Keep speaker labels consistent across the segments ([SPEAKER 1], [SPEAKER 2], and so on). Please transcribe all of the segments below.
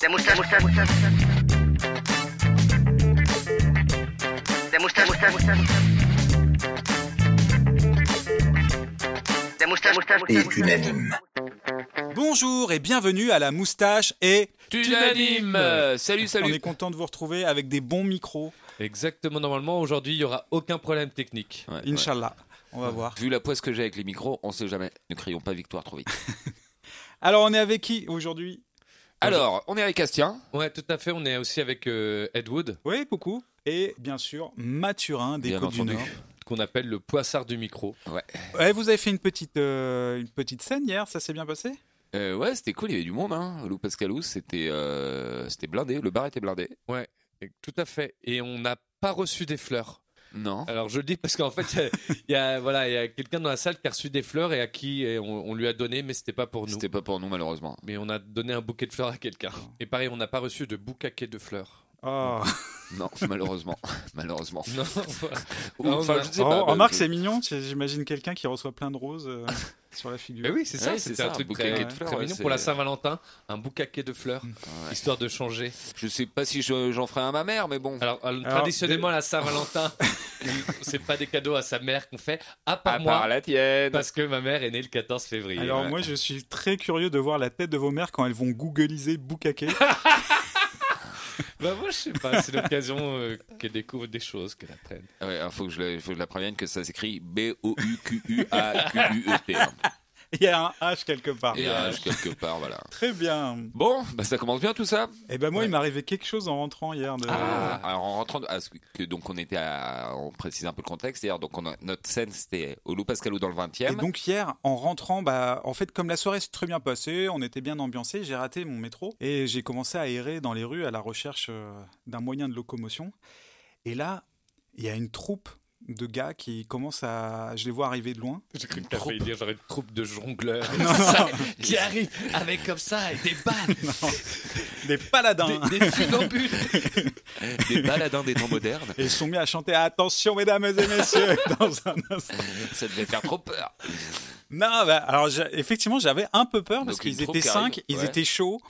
[SPEAKER 1] Des moustaches, moustaches, moustaches. Des moustaches, moustaches, moustaches. Des moustaches, moustaches,
[SPEAKER 2] et
[SPEAKER 1] moustaches.
[SPEAKER 2] unanime.
[SPEAKER 3] Bonjour et bienvenue à la moustache et
[SPEAKER 4] Tunanime Salut,
[SPEAKER 3] on
[SPEAKER 4] salut
[SPEAKER 3] est content de vous retrouver avec des bons micros,
[SPEAKER 5] Exactement, normalement, aujourd'hui, il n'y aura aucun problème technique.
[SPEAKER 4] Ouais, ouais.
[SPEAKER 3] Inch'Allah. On va voir.
[SPEAKER 4] Vu la poisse que j'ai avec les micros, on sait jamais. Ne crions pas victoire trop vite.
[SPEAKER 3] Alors on est avec qui aujourd'hui
[SPEAKER 4] Alors, on est avec Astien.
[SPEAKER 5] Ouais, tout à fait, on est aussi avec euh, Ed Wood,
[SPEAKER 3] Oui, beaucoup. Et bien sûr Mathurin des
[SPEAKER 4] Bien
[SPEAKER 3] Côtes du
[SPEAKER 4] entendu.
[SPEAKER 3] Nord.
[SPEAKER 5] qu'on appelle le poissard du micro.
[SPEAKER 3] Ouais, vous avez fait une petite, euh, une petite scène hier, ça s'est bien passé
[SPEAKER 4] Euh, ouais, c'était cool, il y avait du monde. Hein. Lou Pascalou, c'était euh, c'était blindé. Le bar était blindé.
[SPEAKER 5] Et- Tout à fait. Et on n'a pas reçu des fleurs.
[SPEAKER 4] Non.
[SPEAKER 5] Alors, je le dis parce qu'en fait, il y a, voilà, il y a quelqu'un dans la salle qui a reçu des fleurs et à qui eh, on, on lui a donné, mais c'était pas pour nous.
[SPEAKER 4] C'était pas Ah. pour nous, malheureusement.
[SPEAKER 5] Mais on a donné un bouquet de fleurs à quelqu'un. Et pareil, on n'a pas reçu de boucaquet de fleurs.
[SPEAKER 3] Oh.
[SPEAKER 4] Non, malheureusement. malheureusement.
[SPEAKER 5] Non,
[SPEAKER 4] Ou-
[SPEAKER 5] Ah,
[SPEAKER 4] enfin,
[SPEAKER 5] on a-
[SPEAKER 4] je sais
[SPEAKER 3] Oh,
[SPEAKER 4] pas, bah,
[SPEAKER 3] remarque,
[SPEAKER 4] je-
[SPEAKER 3] c'est mignon. c'est- J'imagine quelqu'un qui reçoit plein de roses euh, sur la figure.
[SPEAKER 5] Mais oui, c'est ça,
[SPEAKER 4] Ouais, c'est
[SPEAKER 5] c'était
[SPEAKER 4] ça,
[SPEAKER 5] un
[SPEAKER 4] un
[SPEAKER 5] truc
[SPEAKER 4] boucaquet
[SPEAKER 5] très,
[SPEAKER 4] de fleurs,
[SPEAKER 5] très
[SPEAKER 4] ouais,
[SPEAKER 5] mignon.
[SPEAKER 4] c'est-
[SPEAKER 5] Pour la Saint-Valentin, un boucaquet de fleurs,
[SPEAKER 4] Ouais.
[SPEAKER 5] histoire de changer.
[SPEAKER 4] Je sais pas si je- j'en ferai un à ma mère, mais bon.
[SPEAKER 5] Alors, euh,
[SPEAKER 3] Alors,
[SPEAKER 5] traditionnellement, à la Saint-Valentin, c'est pas des cadeaux à sa mère qu'on fait, à part
[SPEAKER 4] à
[SPEAKER 5] moi,
[SPEAKER 4] part la tienne.
[SPEAKER 5] parce que ma mère est née le 14 février.
[SPEAKER 3] Alors
[SPEAKER 4] Eh ouais.
[SPEAKER 3] moi, je suis très curieux de voir la tête de vos mères quand elles vont googliser boucaquet.
[SPEAKER 5] Bah, moi, je sais pas, c'est l'occasion euh, qu'elle découvre des choses, qu'elle apprenne.
[SPEAKER 4] Il Ah hein, faut, que je la- faut que je la prévienne que ça s'écrit B-O-U-Q-U-A-Q-U-E-T. hein.
[SPEAKER 3] Il y a un H quelque
[SPEAKER 5] Ah,
[SPEAKER 3] part.
[SPEAKER 4] Et un H quelque part, voilà.
[SPEAKER 3] Très bien.
[SPEAKER 4] Bon, bah, ça commence bien tout ça.
[SPEAKER 3] Et ben moi,
[SPEAKER 5] Ouais.
[SPEAKER 3] il m'est arrivé quelque chose en rentrant hier. De...
[SPEAKER 4] Ah, alors en rentrant, à ce que, donc on était à, on précise un peu le contexte d'ailleurs, donc on a- notre scène c'était au Lou Pascalou dans le 20
[SPEAKER 3] Et
[SPEAKER 4] e
[SPEAKER 3] donc hier, en rentrant, bah, en fait, comme la soirée s'est très bien passée, on était bien ambiancé, j'ai raté mon métro et j'ai commencé à errer dans les rues à la recherche euh, d'un moyen de locomotion. Et là, il y a une troupe de gars qui commencent à... Je les vois arriver de loin.
[SPEAKER 5] J'ai cru que t'as failli dire genre une troupe de jongleurs
[SPEAKER 3] Non, non,
[SPEAKER 5] qui arrive avec comme ça et des balles,
[SPEAKER 3] des paladins
[SPEAKER 5] des, des funambules.
[SPEAKER 4] des baladins des temps modernes,
[SPEAKER 3] Et ils sont mis à chanter Attention, mesdames et messieurs, dans un instant.
[SPEAKER 4] ça devait faire trop peur.
[SPEAKER 3] Non, bah, alors j'ai- effectivement, j'avais un peu peur parce
[SPEAKER 4] Donc, une
[SPEAKER 3] qu'ils
[SPEAKER 4] troupe
[SPEAKER 3] étaient
[SPEAKER 4] qui arrive,
[SPEAKER 3] cinq, ils
[SPEAKER 4] ouais.
[SPEAKER 3] étaient chauds.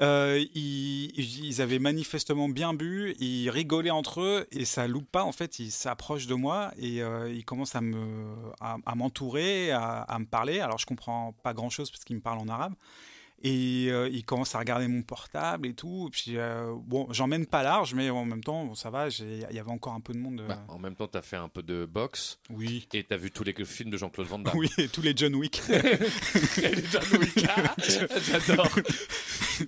[SPEAKER 3] euh, ils, ils avaient manifestement bien bu, ils rigolaient entre eux et ça loupe pas. En fait, ils s'approchent de moi et euh, ils commencent à me à, à m'entourer, à, à me parler. Alors je comprends pas grand chose parce qu'ils me parlent en arabe. Et euh, ils commencent à regarder mon portable et tout. Et puis euh, bon, j'en mène pas large, mais en même temps, bon, ça va. j'ai- Il y avait encore un peu de monde. euh,
[SPEAKER 5] Bah, en même temps, t'as fait un peu de boxe
[SPEAKER 3] oui,
[SPEAKER 5] et t'as vu tous les films de Jean-Claude Van
[SPEAKER 4] Bah.
[SPEAKER 5] Damme.
[SPEAKER 3] oui, et tous les John Wick.
[SPEAKER 5] Et les John Wick. J'adore.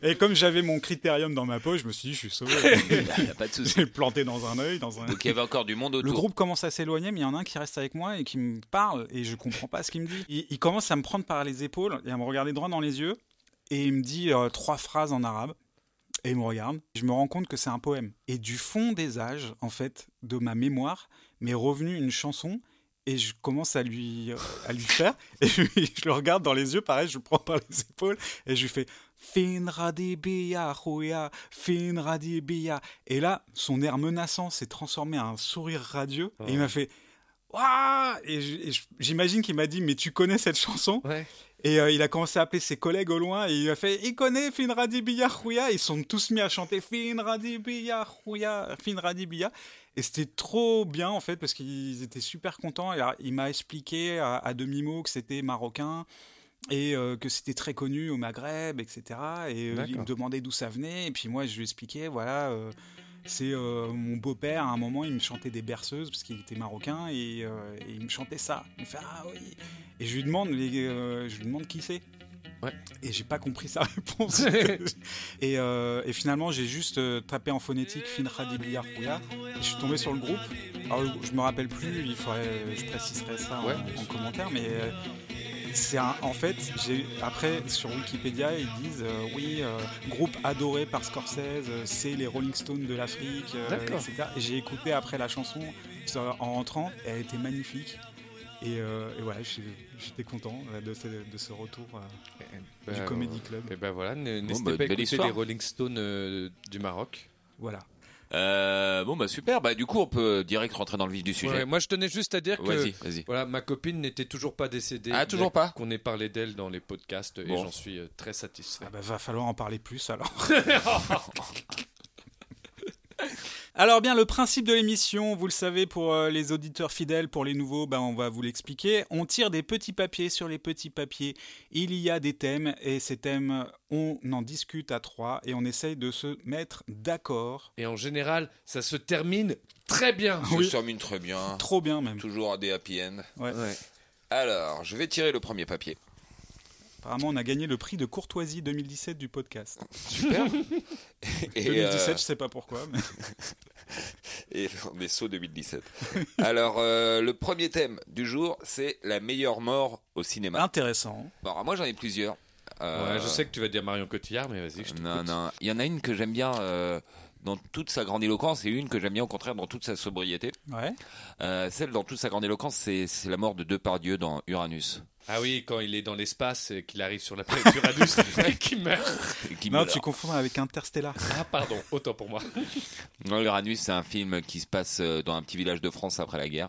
[SPEAKER 3] Et comme j'avais mon critérium dans ma poche, je me suis dit, je suis sauvé.
[SPEAKER 4] Y a pas de souci.
[SPEAKER 3] J'ai planté dans un œil, dans un.
[SPEAKER 4] Donc il y avait encore du monde
[SPEAKER 3] Le
[SPEAKER 4] autour.
[SPEAKER 3] groupe commence à s'éloigner, mais il y en a un qui reste avec moi et qui me parle et je comprends pas ce qu'il me dit. Il, il commence à me prendre par les épaules et à me regarder droit dans les yeux et il me dit euh, trois phrases en arabe et il me regarde. Je me rends compte que c'est un poème. Et du fond des âges, en fait, de ma mémoire, m'est revenue une chanson et je commence à lui, euh, à lui faire. Et je, je le regarde dans les yeux, pareil, je le prends par les épaules et je lui fais Fin radibiya, Khoya, fin radibiya. Et là, son air menaçant s'est transformé en un sourire radieux et il m'a fait Waouh Et je- et je- j'imagine qu'il m'a dit Mais tu connais cette chanson
[SPEAKER 5] Ouais.
[SPEAKER 3] et euh, il a commencé à appeler ses collègues au loin et il a fait Il connaît Finra Dibiya Khouya. Ils sont tous mis à chanter Finra Dibiya Khouya, Finra Dibiya. Et c'était trop bien en fait parce qu'ils étaient super contents. Et, alors, il m'a expliqué à, à demi-mot que c'était marocain et euh, que c'était très connu au Maghreb, etc. Et euh, il me
[SPEAKER 5] D'accord.
[SPEAKER 3] demandait d'où ça venait. Et puis moi, je lui expliquais Voilà. euh, c'est euh, mon beau-père, à un moment, il me chantait des berceuses parce qu'il était marocain et, euh, et il me chantait ça. Il me fait Ah oui, et je lui demande, les- euh, je lui demande qui c'est.
[SPEAKER 5] Ouais.
[SPEAKER 3] Et j'ai pas compris sa réponse. et, euh, et finalement, j'ai juste euh, tapé en phonétique Finra Dibliya Rouya. Et Je suis tombé sur le groupe. Alors, je me rappelle plus, il faudrait, je préciserai ça en-
[SPEAKER 5] Ouais.
[SPEAKER 3] en, commentaire, mais. euh, c'est un- en fait, j'ai- après sur Wikipédia, ils disent euh, oui, euh, groupe adoré par Scorsese, euh, c'est les Rolling Stones de l'Afrique, euh,
[SPEAKER 5] D'accord.
[SPEAKER 3] etc. Et j'ai écouté après la chanson euh, en rentrant, et elle était magnifique. Et, euh, et voilà, je- j'étais content euh, de ce, de ce retour euh, du
[SPEAKER 5] Bah,
[SPEAKER 3] Comedy Club.
[SPEAKER 5] Et ben voilà, n- n'hésitez
[SPEAKER 4] bah,
[SPEAKER 5] pas à
[SPEAKER 4] belle
[SPEAKER 5] écouter
[SPEAKER 4] histoire.
[SPEAKER 5] les Rolling Stones euh, du Maroc.
[SPEAKER 3] Voilà.
[SPEAKER 4] Euh, bon, bah super. Bah, du coup, on peut direct rentrer dans le vif du
[SPEAKER 5] Ouais,
[SPEAKER 4] sujet.
[SPEAKER 5] moi, je tenais juste à dire que
[SPEAKER 4] Vas-y, vas-y.
[SPEAKER 5] voilà, ma copine n'était toujours pas décédée.
[SPEAKER 4] Ah, toujours
[SPEAKER 5] mais
[SPEAKER 4] pas
[SPEAKER 5] Qu'on ait parlé d'elle dans les podcasts et
[SPEAKER 4] Bon.
[SPEAKER 5] j'en suis euh, très satisfait.
[SPEAKER 3] Ah bah, va falloir en parler plus alors. Alors bien, le principe de l'émission, vous le savez, pour euh, les auditeurs fidèles, pour les nouveaux, ben, on va vous l'expliquer. On tire des petits papiers sur les petits papiers. Il y a des thèmes et ces thèmes, on en discute à trois et on essaye de se mettre d'accord.
[SPEAKER 5] Et en général, ça se termine très bien.
[SPEAKER 4] Je
[SPEAKER 3] Ah Oui.
[SPEAKER 4] termine très bien.
[SPEAKER 3] Trop bien même.
[SPEAKER 4] Toujours des happy end.
[SPEAKER 3] Ouais.
[SPEAKER 4] Alors, je vais tirer le premier papier.
[SPEAKER 3] Apparemment, on a gagné le prix de courtoisie 2017 du podcast.
[SPEAKER 4] Super.
[SPEAKER 3] 2017,
[SPEAKER 4] Et, euh,
[SPEAKER 3] je sais pas pourquoi. mais-
[SPEAKER 4] Et on est saut 2017. Alors, euh, le premier thème du jour, c'est la meilleure mort au cinéma.
[SPEAKER 3] Intéressant.
[SPEAKER 4] Bon, alors moi, j'en ai plusieurs. Euh,
[SPEAKER 5] Ah. Ouais, je sais que tu vas dire Marion Cotillard, mais vas-y, je t'écoute.
[SPEAKER 4] Non, non. Il y en a une que j'aime bien euh, dans toute sa grandiloquence et une que j'aime bien au contraire dans toute sa sobriété.
[SPEAKER 3] Ouais.
[SPEAKER 4] Euh, celle dans toute sa grandiloquence, c'est c'est la mort de Depardieu dans Uranus.
[SPEAKER 5] Ah oui, quand il est dans l'espace et qu'il arrive sur la planète Uranus et qu'il meurt.
[SPEAKER 4] Et qui
[SPEAKER 3] Non,
[SPEAKER 4] meurt.
[SPEAKER 3] tu confonds avec Interstellar.
[SPEAKER 5] Ah, pardon, autant pour moi.
[SPEAKER 4] Non, Uranus, c'est un film qui se passe euh, dans un petit village de France après la guerre.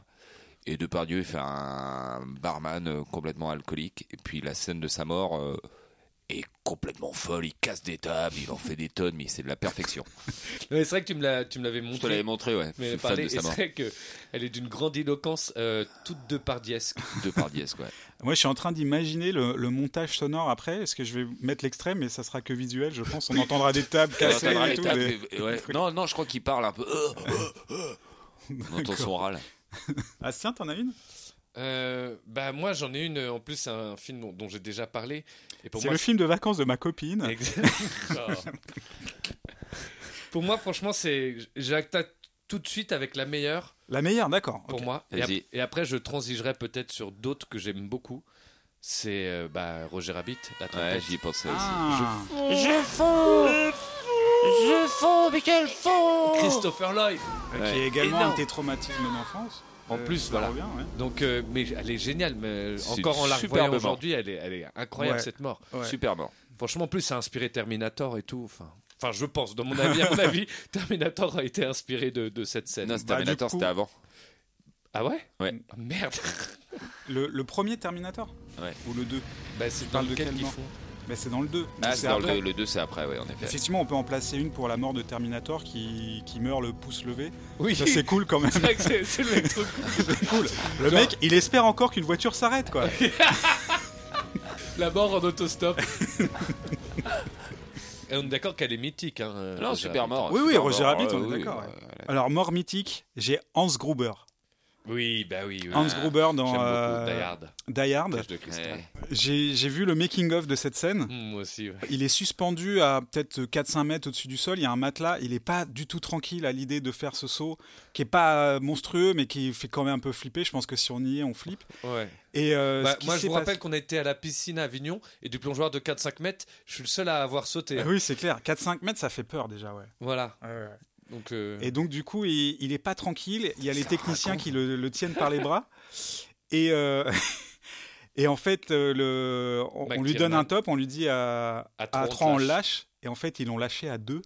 [SPEAKER 4] Et Depardieu fait un barman euh, complètement alcoolique. Et puis la scène de sa mort euh, est complètement folle. Il casse des tables, il en fait des tonnes, mais c'est de la perfection.
[SPEAKER 5] Non, mais C'est vrai que tu me l'as- tu me l'avais
[SPEAKER 4] Je te l'avais
[SPEAKER 5] montré.
[SPEAKER 4] montré, ouais. Je
[SPEAKER 5] Mais
[SPEAKER 4] suis fan
[SPEAKER 5] parler,
[SPEAKER 4] de
[SPEAKER 5] et c'est
[SPEAKER 4] sa mort.
[SPEAKER 5] vrai que elle est d'une grande éloquence euh, toute de pardiesque.
[SPEAKER 4] Depardieu, quoi.
[SPEAKER 3] Moi, je suis en train d'imaginer le, le montage sonore après. Est-ce que je vais mettre l'extrait, mais ça sera que visuel, je pense. On entendra des tables cassées
[SPEAKER 4] Attendra
[SPEAKER 3] et
[SPEAKER 4] les
[SPEAKER 3] tout.
[SPEAKER 4] tables,
[SPEAKER 3] des-
[SPEAKER 4] et- ouais. Non, non, je crois qu'il parle un peu. Euh, euh, euh. On entend son râle.
[SPEAKER 3] Astien, Ah, t'en as une
[SPEAKER 5] Euh, bah moi j'en ai une. En plus c'est un film dont, dont j'ai déjà parlé. Et pour
[SPEAKER 3] C'est
[SPEAKER 5] moi,
[SPEAKER 3] le film de vacances de ma copine.
[SPEAKER 5] Ex- Oh. Pour moi, franchement, c'est j'acte tout de suite avec la meilleure
[SPEAKER 3] La meilleure, d'accord.
[SPEAKER 5] pour
[SPEAKER 3] ok.
[SPEAKER 5] moi. Et, ap-
[SPEAKER 4] Vas-y.
[SPEAKER 5] et après, je transigerai peut-être sur d'autres que j'aime beaucoup. C'est euh, bah, Roger Rabbit, la
[SPEAKER 4] Ouais,
[SPEAKER 5] trompette.
[SPEAKER 4] j'y pensais aussi.
[SPEAKER 3] Ah.
[SPEAKER 2] Je fonds Je fonds, mais quel fond
[SPEAKER 3] Oh
[SPEAKER 5] Christopher Lloyd.
[SPEAKER 3] euh, Qui est
[SPEAKER 4] Ouais.
[SPEAKER 3] également
[SPEAKER 5] Énorme.
[SPEAKER 3] un de tes traumatismes d'enfance.
[SPEAKER 5] En
[SPEAKER 3] Euh,
[SPEAKER 5] plus,
[SPEAKER 3] ça
[SPEAKER 5] voilà.
[SPEAKER 3] revient, ouais.
[SPEAKER 5] Donc, euh, mais elle est géniale. Mais euh,
[SPEAKER 4] C'est
[SPEAKER 5] encore en la
[SPEAKER 4] superbe
[SPEAKER 5] revoyant
[SPEAKER 4] mort.
[SPEAKER 5] aujourd'hui, elle est, elle est incroyable
[SPEAKER 3] Ouais.
[SPEAKER 5] cette mort.
[SPEAKER 3] Ouais.
[SPEAKER 4] Super mort.
[SPEAKER 5] Franchement, en plus, ça a inspiré Terminator et tout. Enfin, enfin, je pense. Dans mon avis, à mon avis, Terminator a été inspiré de, de cette scène.
[SPEAKER 4] Non, c'est
[SPEAKER 3] Bah, du
[SPEAKER 4] Terminator,
[SPEAKER 3] coup-
[SPEAKER 4] c'était avant.
[SPEAKER 5] Ah ouais.
[SPEAKER 4] Ouais.
[SPEAKER 5] Ah, merde.
[SPEAKER 3] Le, le premier Terminator
[SPEAKER 4] Ouais.
[SPEAKER 3] Ou le 2
[SPEAKER 5] Bah, c'est dans
[SPEAKER 3] parles de
[SPEAKER 5] lequel
[SPEAKER 3] quelle
[SPEAKER 5] qu'ils
[SPEAKER 3] mort
[SPEAKER 5] font.
[SPEAKER 3] Mais c'est dans le 2.
[SPEAKER 4] Ah,
[SPEAKER 3] Mais
[SPEAKER 4] c'est
[SPEAKER 3] c'est
[SPEAKER 4] dans
[SPEAKER 3] après.
[SPEAKER 4] le, le 2, c'est après, ouais, en effet.
[SPEAKER 3] Effectivement, on peut en placer une pour la mort de Terminator qui, qui meurt le pouce levé.
[SPEAKER 5] Oui.
[SPEAKER 3] Ça, c'est cool quand même.
[SPEAKER 5] C'est vrai que c'est- c'est le même truc.
[SPEAKER 3] cool. Le
[SPEAKER 5] Genre-
[SPEAKER 3] mec, il espère encore qu'une voiture s'arrête, quoi.
[SPEAKER 5] La mort en autostop. Et on est d'accord qu'elle est mythique. Hein, euh,
[SPEAKER 4] Non,
[SPEAKER 5] Roger
[SPEAKER 4] super
[SPEAKER 5] Rabbit.
[SPEAKER 4] mort.
[SPEAKER 3] Oui, oui,
[SPEAKER 4] super
[SPEAKER 3] Roger
[SPEAKER 4] mort,
[SPEAKER 3] Rabbit, on est
[SPEAKER 4] oui,
[SPEAKER 3] d'accord, ouais.
[SPEAKER 4] euh,
[SPEAKER 3] Alors, mort mythique, j'ai Hans Gruber.
[SPEAKER 5] Oui, bah oui. oui.
[SPEAKER 3] Hans Gruber
[SPEAKER 5] J'aime
[SPEAKER 3] dans
[SPEAKER 5] beaucoup
[SPEAKER 3] euh,
[SPEAKER 5] Die Hard.
[SPEAKER 3] Ah, Die Hard.
[SPEAKER 5] Piège de cristal.
[SPEAKER 4] Ouais.
[SPEAKER 3] J'ai j'ai vu le making-of de cette scène.
[SPEAKER 5] Mm, moi aussi. ouais.
[SPEAKER 3] Il est suspendu à peut-être 4-5 mètres au-dessus du sol. Il y a un matelas. Il n'est pas du tout tranquille à l'idée de faire ce saut qui est pas euh, monstrueux, mais qui fait quand même un peu flipper. Je pense que si on y est, on flippe. Et euh,
[SPEAKER 5] Bah,
[SPEAKER 3] ce qui
[SPEAKER 5] moi, je
[SPEAKER 3] s'est
[SPEAKER 5] vous
[SPEAKER 3] passé-
[SPEAKER 5] rappelle qu'on était à la piscine à Avignon et du plongeoir de 4-5 mètres, je suis le seul à avoir sauté.
[SPEAKER 3] Ah oui, c'est clair. 4-5 mètres, ça fait peur déjà, ouais.
[SPEAKER 5] Voilà. Donc, euh,
[SPEAKER 3] Et donc, du coup, il, il est pas tranquille. Il y a les techniciens qui le, le tiennent par les bras. Et, euh, et en fait, euh, le, on,
[SPEAKER 5] Mike
[SPEAKER 3] on lui donne
[SPEAKER 5] Tiernan.
[SPEAKER 3] un top, on lui dit à,
[SPEAKER 5] À
[SPEAKER 3] à
[SPEAKER 5] trois,
[SPEAKER 3] 3,
[SPEAKER 5] on te
[SPEAKER 3] on
[SPEAKER 5] lâche.
[SPEAKER 3] le lâche. Et en fait, ils l'ont lâché à 2.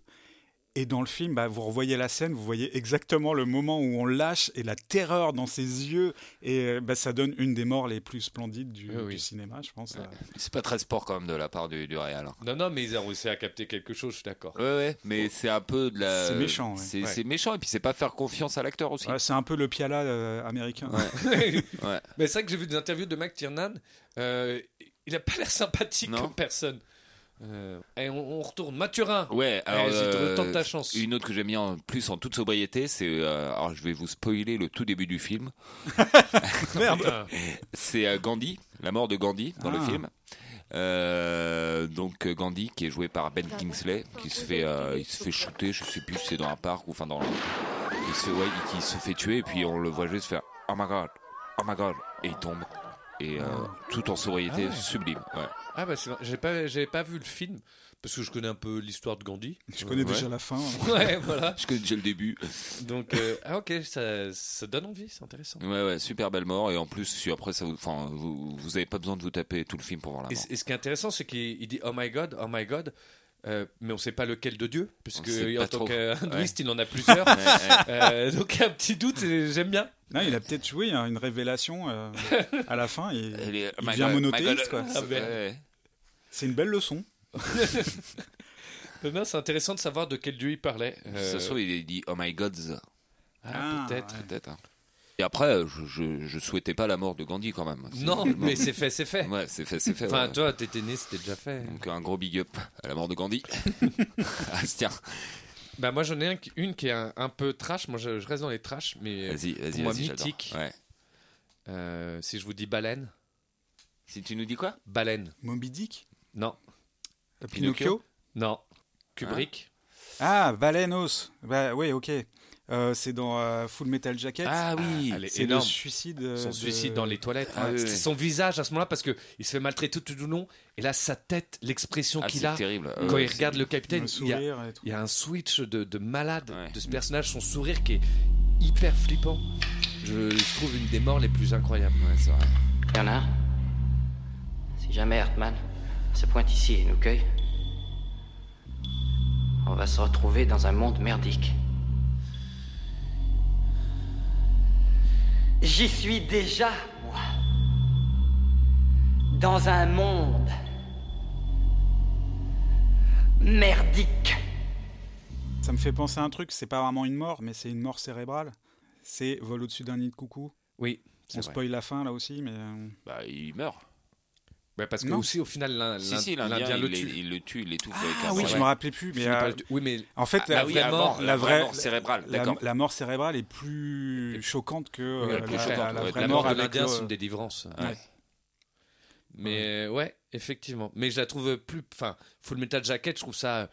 [SPEAKER 3] Et dans le film, bah, vous revoyez la scène, vous voyez exactement le moment où on le lâche et la terreur dans ses yeux. Et euh, bah, ça donne une des morts les plus splendides du,
[SPEAKER 5] Oui, oui.
[SPEAKER 3] du cinéma, je pense. Euh,
[SPEAKER 4] C'est pas très sport quand même de la part du, du Real. hein.
[SPEAKER 5] Non, non, mais ils ont réussi à capter quelque chose, je suis d'accord.
[SPEAKER 4] Ouais, ouais, mais c'est un peu de la.
[SPEAKER 3] C'est méchant, ouais.
[SPEAKER 4] C'est
[SPEAKER 5] Oh. Ouais.
[SPEAKER 4] c'est méchant et puis c'est pas faire confiance à l'acteur aussi.
[SPEAKER 3] Ouais, c'est un peu le piala euh, américain.
[SPEAKER 4] Ouais.
[SPEAKER 5] Mais c'est vrai que j'ai vu des interviews de Mike Tiernan. euh, il a pas l'air sympathique
[SPEAKER 4] Non.
[SPEAKER 5] comme personne. Euh, et on, on retourne. Maturin.
[SPEAKER 4] Ouais, alors.
[SPEAKER 5] Eh, j'ai tout le
[SPEAKER 4] euh,
[SPEAKER 5] temps de ta chance.
[SPEAKER 4] Une autre que j'ai mis en plus en toute sobriété, c'est. euh, alors je vais vous spoiler le tout début du film.
[SPEAKER 3] Merde.
[SPEAKER 5] Putain.
[SPEAKER 4] C'est euh, Gandhi, la mort de Gandhi dans le
[SPEAKER 3] Ah.
[SPEAKER 4] film. Euh, donc euh, Gandhi qui est joué par Ben Kingsley qui se fait euh, il se fait shooter je sais plus si c'est dans un parc ou enfin dans il se ouais, il- qui se fait tuer et puis on le voit juste faire oh my god oh my god et il tombe et euh, tout en sobriété
[SPEAKER 5] Ah ouais.
[SPEAKER 4] sublime ouais.
[SPEAKER 5] Ah bah c'est vrai, j'ai pas j'avais pas vu le film parce que je connais un peu l'histoire de Gandhi.
[SPEAKER 3] Je connais
[SPEAKER 4] Ouais.
[SPEAKER 3] déjà la fin. hein.
[SPEAKER 5] Ouais, voilà.
[SPEAKER 4] je connais déjà le début
[SPEAKER 5] Donc euh, ah OK, ça, ça donne envie, c'est intéressant.
[SPEAKER 4] ouais ouais super belle mort et en plus si après ça vous enfin vous, vous avez pas besoin de vous taper tout le film pour voir la
[SPEAKER 5] Et,
[SPEAKER 4] mort
[SPEAKER 5] c- et ce qui est intéressant c'est qu'il il dit oh my god, oh my god Euh, mais on ne sait pas lequel de Dieu, puisque
[SPEAKER 4] sait
[SPEAKER 5] en
[SPEAKER 4] pas
[SPEAKER 5] tant
[SPEAKER 4] trop.
[SPEAKER 5] qu'hindouiste, il en a plusieurs.
[SPEAKER 4] Ouais, ouais.
[SPEAKER 5] Euh, donc un petit doute, et j'aime bien.
[SPEAKER 3] Non, il a peut-être joué hein, une révélation euh, à la fin et
[SPEAKER 4] Elle est-
[SPEAKER 3] il
[SPEAKER 4] my
[SPEAKER 3] devient
[SPEAKER 4] God, my
[SPEAKER 3] monothéiste.
[SPEAKER 4] God.
[SPEAKER 3] quoi.
[SPEAKER 5] Ah ben.
[SPEAKER 4] Ouais.
[SPEAKER 3] C'est une belle leçon.
[SPEAKER 5] Mais mince, c'est intéressant de savoir de quel dieu il parlait. Euh,
[SPEAKER 4] Ça se trouve, il dit Oh my gods,
[SPEAKER 5] ah, peut-être.
[SPEAKER 4] peut-être. hein. Et après, je, je, je souhaitais pas la mort de Gandhi quand même. C'est-
[SPEAKER 5] Non, mais c'est fait, c'est fait.
[SPEAKER 4] Ouais, c'est fait, c'est fait.
[SPEAKER 5] Enfin,
[SPEAKER 4] ouais.
[SPEAKER 5] toi, t'étais né, c'était déjà fait.
[SPEAKER 4] Donc un gros big up à la mort de Gandhi. ah, tiens,
[SPEAKER 5] Bah moi, j'en ai un qui- une qui est un, un peu trash. Moi, je, je reste dans les trash, mais euh,
[SPEAKER 4] vas-y, vas-y,
[SPEAKER 5] pour moi,
[SPEAKER 4] vas-y. j'adore.
[SPEAKER 5] mythique.
[SPEAKER 4] Ouais.
[SPEAKER 5] euh, si je vous dis baleine,
[SPEAKER 4] Si tu nous dis quoi
[SPEAKER 5] baleine.
[SPEAKER 3] Moby Dick
[SPEAKER 5] Non,
[SPEAKER 3] Pinocchio
[SPEAKER 5] non.
[SPEAKER 4] Hein
[SPEAKER 5] Kubrick.
[SPEAKER 3] Ah, Balenos. Bah oui, ok. Euh, c'est dans euh, Full Metal Jacket.
[SPEAKER 4] Ah oui,
[SPEAKER 5] elle est
[SPEAKER 3] c'est le
[SPEAKER 5] énorme.
[SPEAKER 3] suicide. euh,
[SPEAKER 5] Son
[SPEAKER 3] de-
[SPEAKER 5] suicide dans les toilettes.
[SPEAKER 4] Ah,
[SPEAKER 5] Ouais,
[SPEAKER 4] oui,
[SPEAKER 5] c'est
[SPEAKER 4] oui.
[SPEAKER 5] Son visage à ce moment-là, parce que il se fait maltraiter tout, tout le long. Et là, sa tête, l'expression
[SPEAKER 4] Ah,
[SPEAKER 5] qu'il
[SPEAKER 4] c'est
[SPEAKER 5] a
[SPEAKER 4] terrible.
[SPEAKER 5] quand
[SPEAKER 4] Ouais,
[SPEAKER 5] il regarde le capitaine,
[SPEAKER 3] Le
[SPEAKER 5] il y a
[SPEAKER 3] sourire et tout.
[SPEAKER 5] Il y a un switch de, de malade
[SPEAKER 4] Ouais.
[SPEAKER 5] de ce personnage, son sourire qui est hyper flippant. Je, je trouve une des morts les plus incroyables.
[SPEAKER 4] c'est- ouais, c'est vrai.
[SPEAKER 6] Bernard, si jamais Hartmann se pointe ici et nous cueille, on va se retrouver dans un monde merdique.
[SPEAKER 1] J'y suis déjà, moi. Dans un monde. merdique.
[SPEAKER 3] Ça me fait penser à un truc, c'est pas vraiment une mort, mais c'est une mort cérébrale. C'est Vol au-dessus d'un nid de coucou.
[SPEAKER 5] Oui.
[SPEAKER 3] On
[SPEAKER 4] C'est vrai.
[SPEAKER 3] spoil la fin là aussi, mais. euh,
[SPEAKER 4] Bah, il meurt.
[SPEAKER 5] Bah, parce que
[SPEAKER 3] Non.
[SPEAKER 5] aussi au final l'in-
[SPEAKER 4] Si,
[SPEAKER 5] l'in-
[SPEAKER 4] si, l'Indien,
[SPEAKER 5] l'Indien
[SPEAKER 4] il,
[SPEAKER 5] le
[SPEAKER 4] le
[SPEAKER 5] tue.
[SPEAKER 4] il le tue, il l'étouffe avec
[SPEAKER 3] Ah
[SPEAKER 4] un
[SPEAKER 3] oui,
[SPEAKER 4] bras.
[SPEAKER 3] je me rappelle plus, mais.
[SPEAKER 5] Finit par
[SPEAKER 3] euh,
[SPEAKER 5] le tu- Oui, mais
[SPEAKER 3] En fait,
[SPEAKER 4] Ah,
[SPEAKER 3] la,
[SPEAKER 4] oui,
[SPEAKER 5] vraie
[SPEAKER 4] avant,
[SPEAKER 5] mort,
[SPEAKER 4] la,
[SPEAKER 3] la
[SPEAKER 4] vraie
[SPEAKER 3] vraie-
[SPEAKER 4] mort cérébrale,
[SPEAKER 3] la-
[SPEAKER 4] d'accord.
[SPEAKER 3] la mort cérébrale est plus choquante que euh,
[SPEAKER 4] Oui, elle est
[SPEAKER 3] la,
[SPEAKER 4] plus
[SPEAKER 3] la-
[SPEAKER 4] choquante,
[SPEAKER 3] la
[SPEAKER 4] ouais,
[SPEAKER 3] vraie
[SPEAKER 5] la
[SPEAKER 3] mort
[SPEAKER 5] mort de
[SPEAKER 3] avec euh,
[SPEAKER 5] l'Indien,
[SPEAKER 3] le-
[SPEAKER 5] c'est une délivrance.
[SPEAKER 4] Ouais.
[SPEAKER 5] Mais euh, ouais, effectivement. Mais je la trouve plus. Enfin, Full Metal Jacket, je trouve ça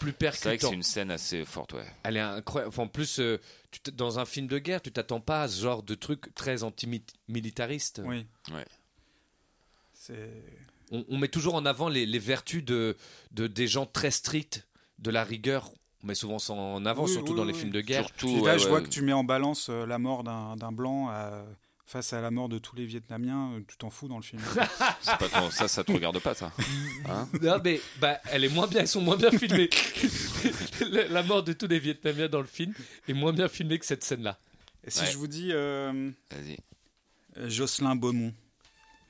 [SPEAKER 5] plus
[SPEAKER 4] C'est vrai que
[SPEAKER 5] percutant.
[SPEAKER 4] c'est une scène assez forte, ouais.
[SPEAKER 5] Elle est incroyable. Enfin, en plus, euh, tu t- dans un film de guerre, tu t'attends pas à ce genre de truc très antimilitariste.
[SPEAKER 3] Oui.
[SPEAKER 4] Ouais.
[SPEAKER 3] C'est-
[SPEAKER 5] On, on met toujours en avant les, les vertus de, de des gens très stricts, de la rigueur. On met souvent ça en avant,
[SPEAKER 3] Oui,
[SPEAKER 5] surtout
[SPEAKER 3] oui,
[SPEAKER 5] dans les
[SPEAKER 3] oui.
[SPEAKER 5] films de guerre.
[SPEAKER 4] Surtout.
[SPEAKER 3] Puis
[SPEAKER 4] ouais,
[SPEAKER 3] là, je
[SPEAKER 4] ouais,
[SPEAKER 3] vois que tu mets en balance euh, la mort d'un d'un blanc à- face à la mort de tous les Vietnamiens. euh, Tu t'en fous dans le film.
[SPEAKER 4] c'est pas ton- Ça, ça te regarde pas, ça. Hein
[SPEAKER 5] Non, mais bah, elle est moins bien, elles sont moins bien filmées. la, la mort de tous les Vietnamiens dans le film est moins bien filmée que cette scène-là.
[SPEAKER 3] Et si
[SPEAKER 4] Ouais.
[SPEAKER 3] je vous dis euh,
[SPEAKER 4] Vas-y.
[SPEAKER 3] Jocelyn Beaumont,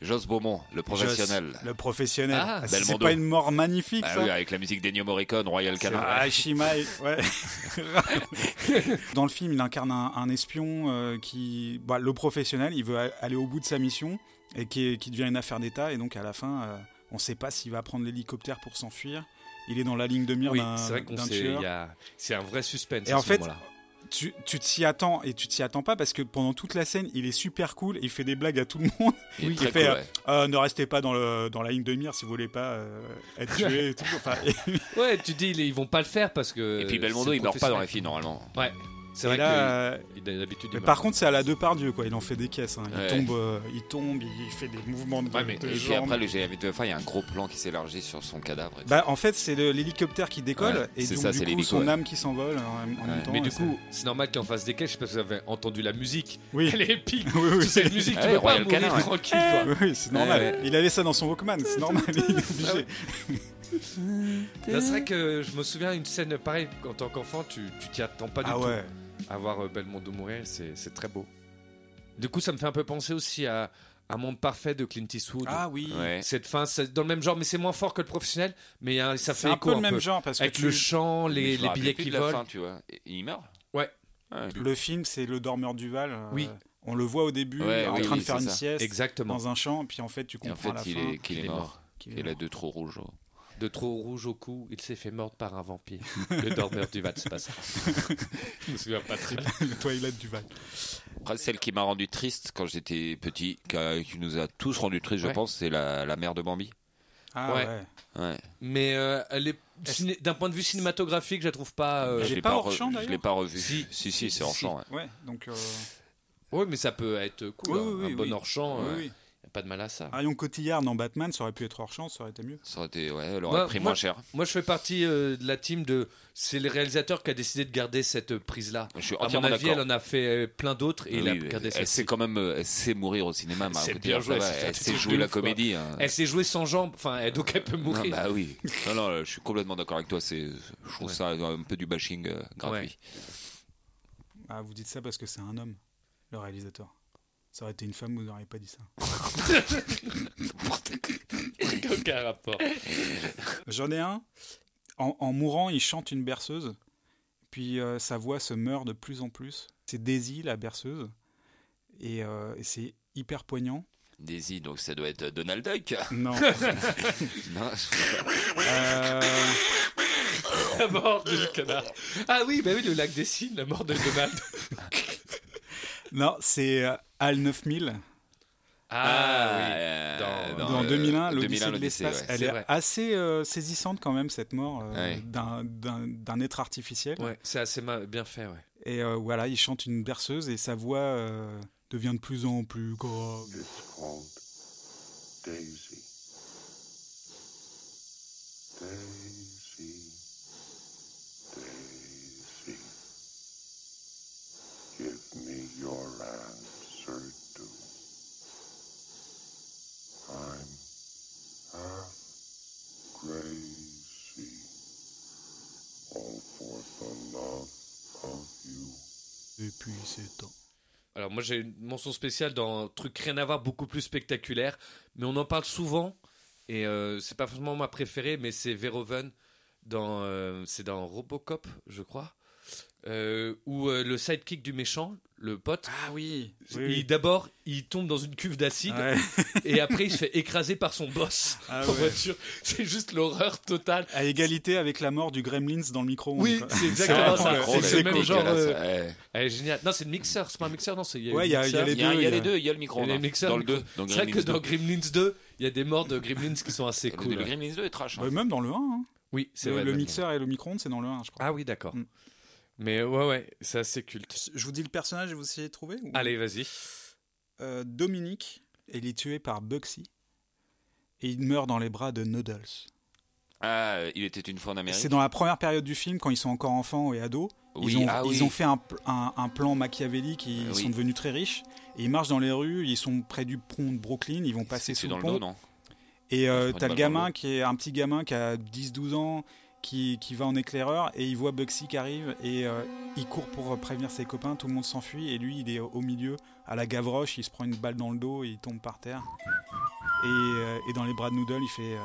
[SPEAKER 4] Joss Beaumont, le professionnel.
[SPEAKER 3] Joss, le professionnel.
[SPEAKER 5] Ah,
[SPEAKER 3] Ah, si c'est
[SPEAKER 4] Belmondo.
[SPEAKER 3] pas une mort magnifique,
[SPEAKER 4] Ah
[SPEAKER 3] ça.
[SPEAKER 4] oui, avec la musique d'Ennio Morricone, Royal
[SPEAKER 3] C'est-
[SPEAKER 4] Canin.
[SPEAKER 3] Ah, Shimae, ouais. Dans le film, il incarne un, un espion euh, qui, bah, le professionnel, il veut a- aller au bout de sa mission et qui, est- qui devient une affaire d'État. Et donc à la fin, euh, on ne sait pas s'il va prendre l'hélicoptère pour s'enfuir. Il est dans la ligne de mire
[SPEAKER 5] Oui,
[SPEAKER 3] d'un
[SPEAKER 5] c'est vrai qu'on
[SPEAKER 3] d'un
[SPEAKER 5] sait.
[SPEAKER 3] tueur.
[SPEAKER 5] il y a- C'est un vrai suspense.
[SPEAKER 3] Et
[SPEAKER 5] à
[SPEAKER 3] en
[SPEAKER 5] ce
[SPEAKER 3] fait,
[SPEAKER 5] moment-là.
[SPEAKER 3] tu tu t'y attends et tu t'y attends pas parce que pendant toute la scène, il est super cool, il fait des blagues à tout le monde.
[SPEAKER 4] Il est
[SPEAKER 3] oui,
[SPEAKER 4] très
[SPEAKER 3] il fait,
[SPEAKER 4] cool,
[SPEAKER 3] euh,
[SPEAKER 4] ouais.
[SPEAKER 3] Euh, ne restez pas dans, le, dans la ligne de mire si vous voulez pas euh, être tué et tout. Enfin, et-
[SPEAKER 5] ouais, tu dis, ils ils vont pas le faire parce que.
[SPEAKER 4] Et puis Belmondo,
[SPEAKER 5] c'est
[SPEAKER 4] il meurt pas dans les
[SPEAKER 5] professionnel.
[SPEAKER 4] films normalement.
[SPEAKER 5] Ouais, c'est
[SPEAKER 3] et
[SPEAKER 5] vrai que
[SPEAKER 3] là, euh,
[SPEAKER 5] il- il a l'habitude.
[SPEAKER 3] mais
[SPEAKER 5] il meurt.
[SPEAKER 3] par contre, c'est à la deux par Dieu, quoi. Il en fait des caisses. hein. Il,
[SPEAKER 4] bah. Ouais.
[SPEAKER 3] tombe, euh, il tombe, il fait des mouvements de,
[SPEAKER 4] Ouais, mais, et
[SPEAKER 3] de
[SPEAKER 4] puis
[SPEAKER 3] jambes.
[SPEAKER 4] après, le GM de fin, il y a un gros plan qui s'élargit sur son cadavre. et tout.
[SPEAKER 3] Bah, en fait, c'est le- l'hélicoptère qui décolle
[SPEAKER 4] Ouais,
[SPEAKER 3] et
[SPEAKER 4] c'est
[SPEAKER 3] donc,
[SPEAKER 4] ça, c'est
[SPEAKER 3] du coup,
[SPEAKER 4] l'hélico,
[SPEAKER 3] son
[SPEAKER 4] ouais.
[SPEAKER 3] âme qui s'envole en, en même
[SPEAKER 4] Ouais.
[SPEAKER 3] temps.
[SPEAKER 5] Mais
[SPEAKER 3] et
[SPEAKER 5] du
[SPEAKER 3] ça-
[SPEAKER 5] coup, c'est normal qu'il en fasse des caisses, je sais pas si vous avez entendu la musique.
[SPEAKER 3] oui.
[SPEAKER 5] Elle est épique.
[SPEAKER 3] Oui, oui, Ah,
[SPEAKER 5] C'est une musique, tu
[SPEAKER 4] Ouais,
[SPEAKER 5] peux pas
[SPEAKER 4] Royal
[SPEAKER 5] mourir
[SPEAKER 4] Canin, ouais.
[SPEAKER 5] tranquille, quoi.
[SPEAKER 3] Oui, c'est normal.
[SPEAKER 4] Ouais, ouais.
[SPEAKER 3] Il avait ça dans son Walkman, c'est normal. il est obligé.
[SPEAKER 5] Non, C'est vrai que je me souviens d'une scène pareille en tant qu'enfant, tu tu t'y attends pas du
[SPEAKER 3] Ah
[SPEAKER 5] tout.
[SPEAKER 3] ouais.
[SPEAKER 5] Avoir euh, Belmondo mourir, c'est c'est très beau. Du coup, ça me fait un peu penser aussi à Un monde parfait de Clint Eastwood.
[SPEAKER 3] Ah oui.
[SPEAKER 4] Ouais.
[SPEAKER 5] Cette fin, c'est dans le même genre, mais c'est moins fort que le professionnel. Mais il y a- ça fait
[SPEAKER 3] C'est un
[SPEAKER 5] écho
[SPEAKER 3] peu le même genre parce
[SPEAKER 5] Avec
[SPEAKER 3] que
[SPEAKER 5] le
[SPEAKER 3] tu-
[SPEAKER 5] chant,
[SPEAKER 4] Mais
[SPEAKER 5] les,
[SPEAKER 4] je me
[SPEAKER 5] les
[SPEAKER 4] rappelais
[SPEAKER 5] billets
[SPEAKER 4] plus
[SPEAKER 5] qui
[SPEAKER 4] de la
[SPEAKER 5] volent.
[SPEAKER 4] fin, tu vois. Et il meurt Ah,
[SPEAKER 5] Ouais.
[SPEAKER 3] Le film, c'est Le Dormeur Duval. euh,
[SPEAKER 5] Oui.
[SPEAKER 3] On le voit au début,
[SPEAKER 4] Ouais,
[SPEAKER 3] en
[SPEAKER 4] oui,
[SPEAKER 3] train
[SPEAKER 4] oui,
[SPEAKER 3] de faire
[SPEAKER 4] c'est
[SPEAKER 3] une
[SPEAKER 4] ça.
[SPEAKER 3] sieste
[SPEAKER 5] Exactement.
[SPEAKER 3] dans un champ, puis en fait, tu
[SPEAKER 4] Et en
[SPEAKER 3] comprends
[SPEAKER 4] fait,
[SPEAKER 3] à la
[SPEAKER 4] il
[SPEAKER 3] fin
[SPEAKER 4] est, qu'il est mort.
[SPEAKER 3] qu'il est
[SPEAKER 4] Il a
[SPEAKER 3] mort.
[SPEAKER 4] deux trous rouges. oh.
[SPEAKER 5] De trop rouge au cou, il s'est fait mordre par un vampire. le dormeur du Val, c'est pas ça. je me souviens pas très bien.
[SPEAKER 3] Le Twilight Duval.
[SPEAKER 4] Après, celle qui m'a rendu triste quand j'étais petit, qui, a- qui nous a tous rendu triste,
[SPEAKER 5] Ouais.
[SPEAKER 4] je pense, c'est la, la mère de Bambi.
[SPEAKER 3] Ah
[SPEAKER 5] Ouais.
[SPEAKER 3] ouais.
[SPEAKER 4] Ouais.
[SPEAKER 5] Mais euh, elle est- ciné- d'un point de vue cinématographique, je la trouve pas. euh,
[SPEAKER 4] Je
[SPEAKER 3] j'ai
[SPEAKER 4] l'ai
[SPEAKER 3] pas hors
[SPEAKER 4] re-
[SPEAKER 3] champ,
[SPEAKER 4] Je l'ai
[SPEAKER 3] d'ailleurs.
[SPEAKER 4] pas revu.
[SPEAKER 5] Si.
[SPEAKER 4] Si, si, c'est en
[SPEAKER 5] Si.
[SPEAKER 4] champ. ouais.
[SPEAKER 3] Ouais, donc. euh,
[SPEAKER 5] Oui, mais ça peut être cool.
[SPEAKER 3] Oui,
[SPEAKER 5] hein,
[SPEAKER 3] oui,
[SPEAKER 5] un
[SPEAKER 3] oui,
[SPEAKER 5] bon
[SPEAKER 3] oui.
[SPEAKER 5] hors-champ.
[SPEAKER 3] oui,
[SPEAKER 5] euh,
[SPEAKER 3] oui.
[SPEAKER 5] a pas de mal à ça.
[SPEAKER 3] Marion Cotillard dans Batman, ça aurait pu être hors chance, ça aurait été mieux.
[SPEAKER 4] Ça aurait été, ouais, elle aurait
[SPEAKER 5] Moi-
[SPEAKER 4] pris
[SPEAKER 5] moi-
[SPEAKER 4] moins cher.
[SPEAKER 5] Moi, je fais partie euh, de la team de. C'est le réalisateur qui a décidé de garder cette euh, prise-là.
[SPEAKER 4] Je suis
[SPEAKER 5] À mon
[SPEAKER 4] entièrement
[SPEAKER 5] avis, elle
[SPEAKER 4] d'accord. Ah
[SPEAKER 5] en a fait euh, plein d'autres et il a
[SPEAKER 4] Oui,
[SPEAKER 5] gardé
[SPEAKER 4] elle
[SPEAKER 5] celle-ci.
[SPEAKER 4] sait quand même, euh, elle sait mourir au cinéma. Marion
[SPEAKER 5] C'est
[SPEAKER 4] Cotillard,
[SPEAKER 5] bien joué,
[SPEAKER 4] ça va,
[SPEAKER 5] elle sait faire
[SPEAKER 4] Elle
[SPEAKER 5] des
[SPEAKER 4] sait
[SPEAKER 5] trucs
[SPEAKER 4] jouer
[SPEAKER 5] de
[SPEAKER 4] la
[SPEAKER 5] ouf, quoi.
[SPEAKER 4] comédie. hein.
[SPEAKER 5] Elle s'est jouée sans jambes, enfin, elle- donc elle peut
[SPEAKER 4] Non,
[SPEAKER 5] mourir.
[SPEAKER 4] bah oui. Non, non, je suis complètement d'accord avec toi. C'est, je trouve
[SPEAKER 5] Ouais.
[SPEAKER 4] ça un peu du bashing euh, gratuit.
[SPEAKER 3] Ah, vous dites ça parce que c'est un homme, le réalisateur. Ça aurait été une femme, vous n'auriez pas dit ça.
[SPEAKER 5] Aucun rapport.
[SPEAKER 3] J'en ai un. En, en mourant, il chante une berceuse. Puis euh, sa voix se meurt de plus en plus. C'est Daisy, la berceuse. Et, euh, et c'est hyper poignant.
[SPEAKER 4] Daisy, donc ça doit être Donald Duck.
[SPEAKER 3] Non.
[SPEAKER 4] Non,
[SPEAKER 3] Euh,
[SPEAKER 5] La mort du canard. Ah oui, bah oui, le lac des signes, la mort de Donald.
[SPEAKER 3] non, c'est euh, Al 9000.
[SPEAKER 5] Ah, oui.
[SPEAKER 4] euh,
[SPEAKER 5] dans-
[SPEAKER 4] dans,
[SPEAKER 3] dans
[SPEAKER 4] euh,
[SPEAKER 3] 2001, l'Odyssée
[SPEAKER 4] 2001,
[SPEAKER 3] de
[SPEAKER 4] l'Odyssée,
[SPEAKER 3] l'espace.
[SPEAKER 4] ouais.
[SPEAKER 3] Elle
[SPEAKER 5] C'est
[SPEAKER 3] est,
[SPEAKER 5] vrai.
[SPEAKER 3] assez euh, saisissante quand même, cette mort euh,
[SPEAKER 4] Ouais.
[SPEAKER 3] d'un- d'un d'un être artificiel.
[SPEAKER 5] Ouais, c'est assez ma- bien fait, ouais.
[SPEAKER 3] Et euh, voilà, il chante une berceuse et sa voix euh, devient de plus en plus grave.
[SPEAKER 7] Miss Frank, Daisy. Daisy. Daisy. Give me your answer, do. I'm half crazy. All for the love of you.
[SPEAKER 3] Depuis ces temps.
[SPEAKER 5] Alors moi j'ai une mention spéciale dans un truc rien à voir, beaucoup plus spectaculaire, mais on en parle souvent et euh, c'est pas forcément ma préférée, mais c'est Verhoeven dans euh, c'est dans Robocop, je crois, euh, où euh, le sidekick du méchant, le pote,
[SPEAKER 3] Ah oui.
[SPEAKER 5] il d'abord il tombe dans une cuve d'acide
[SPEAKER 3] Ouais.
[SPEAKER 5] et après il se fait écraser par son boss
[SPEAKER 3] Ah
[SPEAKER 5] en
[SPEAKER 3] ouais.
[SPEAKER 5] voiture. C'est juste l'horreur totale.
[SPEAKER 3] À égalité avec la mort du Gremlins dans le micro-ondes.
[SPEAKER 5] Oui,
[SPEAKER 3] quoi.
[SPEAKER 5] c'est exactement
[SPEAKER 3] vraiment
[SPEAKER 5] ça.
[SPEAKER 3] le-
[SPEAKER 5] C'est
[SPEAKER 3] c'est
[SPEAKER 5] le même
[SPEAKER 3] cool,
[SPEAKER 5] genre.
[SPEAKER 4] dégueulasse,
[SPEAKER 5] euh,
[SPEAKER 4] ouais.
[SPEAKER 5] Elle est géniale. Non, c'est le mixeur, c'est pas un mixeur, non, c'est il y a
[SPEAKER 3] Ouais,
[SPEAKER 5] eu
[SPEAKER 3] il y a-
[SPEAKER 5] le
[SPEAKER 3] il y a
[SPEAKER 5] mixeur.
[SPEAKER 3] les
[SPEAKER 4] Il y a, il y
[SPEAKER 3] deux,
[SPEAKER 4] a les
[SPEAKER 3] il y a-
[SPEAKER 4] deux, il y a le micro
[SPEAKER 5] Il y a les mixeurs,
[SPEAKER 4] dans le
[SPEAKER 5] le micro.
[SPEAKER 4] 2. Dans
[SPEAKER 5] C'est vrai que
[SPEAKER 4] Gremlins
[SPEAKER 5] dans
[SPEAKER 4] 2.
[SPEAKER 5] Gremlins 2, il y a des morts de Gremlins qui sont assez cool.
[SPEAKER 4] Le Gremlins 2 est trash. hein.
[SPEAKER 3] Bah, même dans le 1. hein.
[SPEAKER 5] Oui, c'est
[SPEAKER 3] Le,
[SPEAKER 5] vrai.
[SPEAKER 3] le
[SPEAKER 5] même.
[SPEAKER 3] mixeur et le micro-ondes, c'est dans le 1, je crois.
[SPEAKER 5] Ah oui, d'accord.
[SPEAKER 3] Mm.
[SPEAKER 5] Mais ouais, ouais, c'est assez culte.
[SPEAKER 3] Je vous dis le personnage et vous essayez de trouver ou-
[SPEAKER 5] Allez, vas-y.
[SPEAKER 3] Euh, Dominique, elle est tuée par Bugsy. Et il meurt dans les bras de Noodles.
[SPEAKER 4] Ah, il était une fois en Amérique.
[SPEAKER 3] C'est dans la première période du film, quand ils sont encore enfants et ados.
[SPEAKER 4] Oui,
[SPEAKER 3] ils ont,
[SPEAKER 4] ah
[SPEAKER 3] ils
[SPEAKER 4] oui.
[SPEAKER 3] ont fait un, pl- un- un plan machiavélique, ils
[SPEAKER 4] Euh, oui.
[SPEAKER 3] sont devenus très riches. Et ils marchent dans les rues, ils sont près du pont de Brooklyn, ils vont passer
[SPEAKER 4] C'est
[SPEAKER 3] sous
[SPEAKER 4] dans
[SPEAKER 3] le
[SPEAKER 4] le
[SPEAKER 3] pont.
[SPEAKER 4] dos, non
[SPEAKER 3] Et
[SPEAKER 4] Ils
[SPEAKER 3] euh,
[SPEAKER 4] font une
[SPEAKER 3] t'as le
[SPEAKER 4] balle dans
[SPEAKER 3] gamin
[SPEAKER 4] l'eau.
[SPEAKER 3] qui est un petit gamin qui a 10-12 ans qui, qui va en éclaireur et il voit Bugsy qui arrive et euh, il court pour prévenir ses copains, tout le monde s'enfuit et lui il est au milieu à la gavroche, il se prend une balle dans le dos et il tombe par terre. Et, euh, et dans les bras de Noodle il fait euh,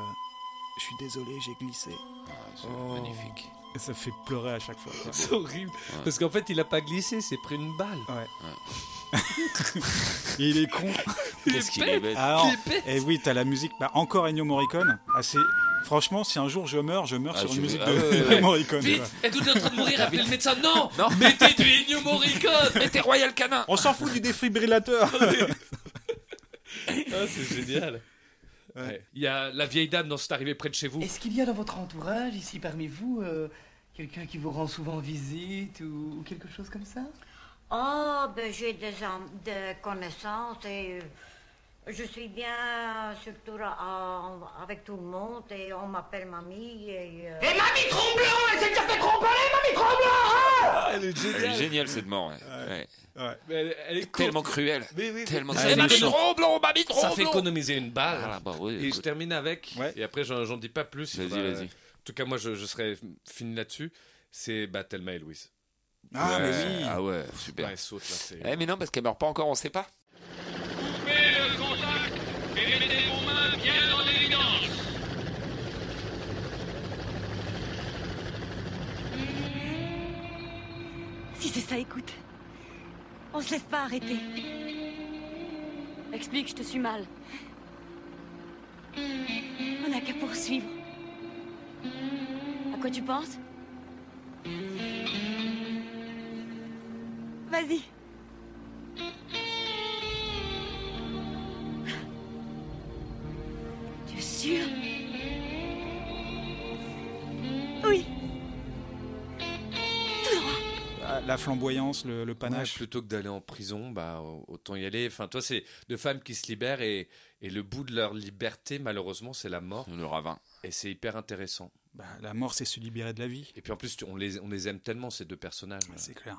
[SPEAKER 3] Je suis désolé, j'ai glissé.
[SPEAKER 4] Ah, c'est
[SPEAKER 5] Oh.
[SPEAKER 4] Magnifique.
[SPEAKER 3] Et ça fait pleurer à chaque fois.
[SPEAKER 4] Ah
[SPEAKER 3] quoi.
[SPEAKER 5] C'est horrible. Parce qu'en fait, il a pas glissé, c'est pris une balle.
[SPEAKER 3] Et il est con.
[SPEAKER 4] Qu'est-ce qu'il est bête.
[SPEAKER 3] Ah,
[SPEAKER 5] Il est bête.
[SPEAKER 3] et oui, t'as la musique, bah, encore Ennio Morricone. Ah, c'est- Franchement, si un jour je meurs, je meurs
[SPEAKER 4] Ah,
[SPEAKER 3] sur
[SPEAKER 4] je
[SPEAKER 3] une
[SPEAKER 4] vais-
[SPEAKER 3] musique
[SPEAKER 4] ah,
[SPEAKER 3] de
[SPEAKER 4] ouais, ouais,
[SPEAKER 3] de
[SPEAKER 4] ouais.
[SPEAKER 3] Morricone.
[SPEAKER 5] Vite,
[SPEAKER 3] quoi.
[SPEAKER 5] elle est toute en train de mourir, appelez le médecin. Non, Mettez du Ennio Morricone
[SPEAKER 4] Mettez Royal Canin
[SPEAKER 3] On s'en fout du défibrillateur
[SPEAKER 5] Ah, c'est génial.
[SPEAKER 3] Ouais.
[SPEAKER 5] Ouais. Il y a la vieille dame dans C'est arrivé près de chez vous.
[SPEAKER 6] Est-ce qu'il y a dans votre entourage, ici parmi vous, euh, quelqu'un qui vous rend souvent visite ou, ou quelque chose comme ça
[SPEAKER 8] Oh, ben, j'ai des, en- des connaissances et euh, je suis bien euh, surtout à- à- avec tout le monde et on m'appelle mamie et... euh,
[SPEAKER 5] Ah, elle est
[SPEAKER 4] Elle est
[SPEAKER 5] géniale.
[SPEAKER 4] géniale cette mort. ouais. Ouais.
[SPEAKER 5] Mais elle, elle est
[SPEAKER 4] Tellement cruelle.
[SPEAKER 5] Mais oui,
[SPEAKER 4] Tellement
[SPEAKER 5] mais-
[SPEAKER 4] cruelle.
[SPEAKER 5] Elle est méchante.
[SPEAKER 4] blanc, mamie
[SPEAKER 5] Ça fait économiser une balle.
[SPEAKER 4] Ah, bah oui,
[SPEAKER 5] Et je
[SPEAKER 4] écoute.
[SPEAKER 5] termine avec,
[SPEAKER 3] Ouais.
[SPEAKER 5] et après j'en j'en dis pas plus. il
[SPEAKER 4] Vas-y,
[SPEAKER 5] faudra- euh,
[SPEAKER 4] vas-y.
[SPEAKER 5] En tout cas, moi je, je serai fini là-dessus. C'est bah, Thelma et Louise.
[SPEAKER 3] Ah,
[SPEAKER 4] Ouais.
[SPEAKER 3] mais oui
[SPEAKER 4] Ah ouais, super.
[SPEAKER 5] Ouais, elle saute, là, c'est-
[SPEAKER 4] Eh mais non parce qu'elle meurt pas encore, on sait pas.
[SPEAKER 9] Si c'est ça, écoute. On se laisse pas arrêter. Explique, je te suis mal. On n'a qu'à poursuivre. À quoi tu penses Vas-y. Tu es sûr Oui. Tout droit.
[SPEAKER 3] Ah, la flamboyance, le, le panache.
[SPEAKER 5] Ouais, plutôt que d'aller en prison, bah, autant y aller. Enfin, toi, c'est de femmes qui se libèrent et, et le bout de leur liberté, malheureusement, c'est la mort.
[SPEAKER 4] Le ravin.
[SPEAKER 5] Et c'est hyper intéressant.
[SPEAKER 3] Bah, la mort, c'est se libérer de la vie.
[SPEAKER 5] Et puis en plus, tu- on les, on les aime tellement, ces deux personnages.
[SPEAKER 3] Ouais,
[SPEAKER 5] là.
[SPEAKER 3] c'est clair.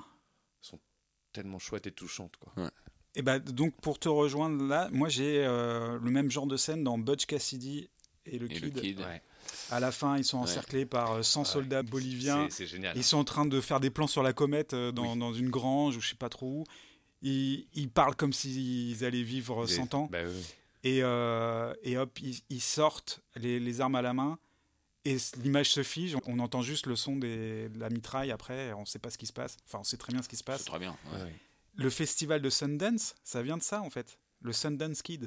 [SPEAKER 5] tellement chouettes et touchantes. Quoi.
[SPEAKER 3] Et bah, donc, pour te rejoindre là, moi j'ai euh, le même genre de scène dans Butch Cassidy et le,
[SPEAKER 4] Et
[SPEAKER 3] kid.
[SPEAKER 4] le kid.
[SPEAKER 5] Ouais.
[SPEAKER 3] À la fin, ils sont
[SPEAKER 4] Ouais. Ah,
[SPEAKER 3] encerclés par euh, 100 soldats boliviens.
[SPEAKER 5] C'est- C'est génial. hein.
[SPEAKER 3] Ils sont en train de faire des plans sur la comète euh, dans, dans une grange ou je sais pas trop où. Ils, ils parlent comme s'ils allaient vivre
[SPEAKER 5] Des-
[SPEAKER 3] 100 ans.
[SPEAKER 5] bah oui.
[SPEAKER 3] Et, euh, et hop, ils, ils sortent les, les armes à la main. Et s- l'image se fige. On entend juste le son des- de la mitraille après. On sait pas ce qui se passe. Enfin, on sait très bien ce qui se
[SPEAKER 4] C'est
[SPEAKER 3] passe.
[SPEAKER 4] très bien. ouais.
[SPEAKER 5] Ouais.
[SPEAKER 3] Le festival de Sundance, ça vient de ça en fait. Le Sundance Kid.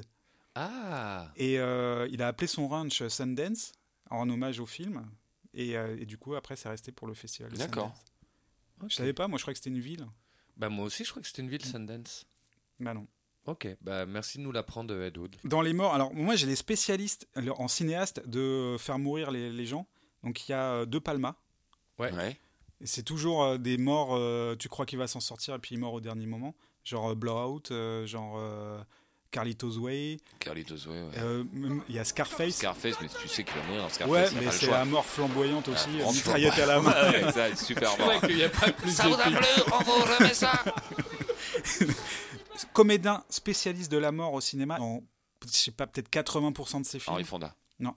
[SPEAKER 5] Ah
[SPEAKER 3] Et euh, il a appelé son ranch Sundance en hommage au film. Et, euh, et du coup, après, c'est resté pour le festival. de
[SPEAKER 4] D'accord.
[SPEAKER 3] Sundance. Je savais pas, moi je croyais que c'était une ville.
[SPEAKER 5] Bah moi aussi, je crois que c'était une ville Sundance.
[SPEAKER 3] Bah non.
[SPEAKER 5] Ok, bah merci de nous l'apprendre, Ed Wood.
[SPEAKER 3] Dans les morts, alors moi j'ai les spécialistes le- en cinéaste de faire mourir les, les gens. Donc il y a euh, De Palma.
[SPEAKER 5] Ouais.
[SPEAKER 4] Ouais.
[SPEAKER 3] Et c'est toujours euh, des morts, euh, tu crois qu'il va s'en sortir et puis il est mort au dernier moment. Genre euh, Blowout, euh, genre euh, Carlitos Way.
[SPEAKER 4] Carlitos, ouais, ouais.
[SPEAKER 3] Euh, même- Il y a Scarface.
[SPEAKER 4] Scarface, mais tu sais qu'il va mourir dans Scarface.
[SPEAKER 3] ouais,
[SPEAKER 4] t'as
[SPEAKER 3] mais
[SPEAKER 4] pas le
[SPEAKER 3] c'est
[SPEAKER 4] choix.
[SPEAKER 3] la mort flamboyante aussi,
[SPEAKER 4] Ah,
[SPEAKER 3] euh,
[SPEAKER 4] prends-toi.
[SPEAKER 3] mitraillette à la main.
[SPEAKER 4] Ouais, exact, super bon.
[SPEAKER 5] qu'il n'y a pas plus
[SPEAKER 4] Ça vous a plu On vous remet ça
[SPEAKER 3] Comédien spécialiste de la mort au cinéma dans, je sais pas, peut-être 80% de ses films.
[SPEAKER 4] Henri Fonda.
[SPEAKER 3] Non.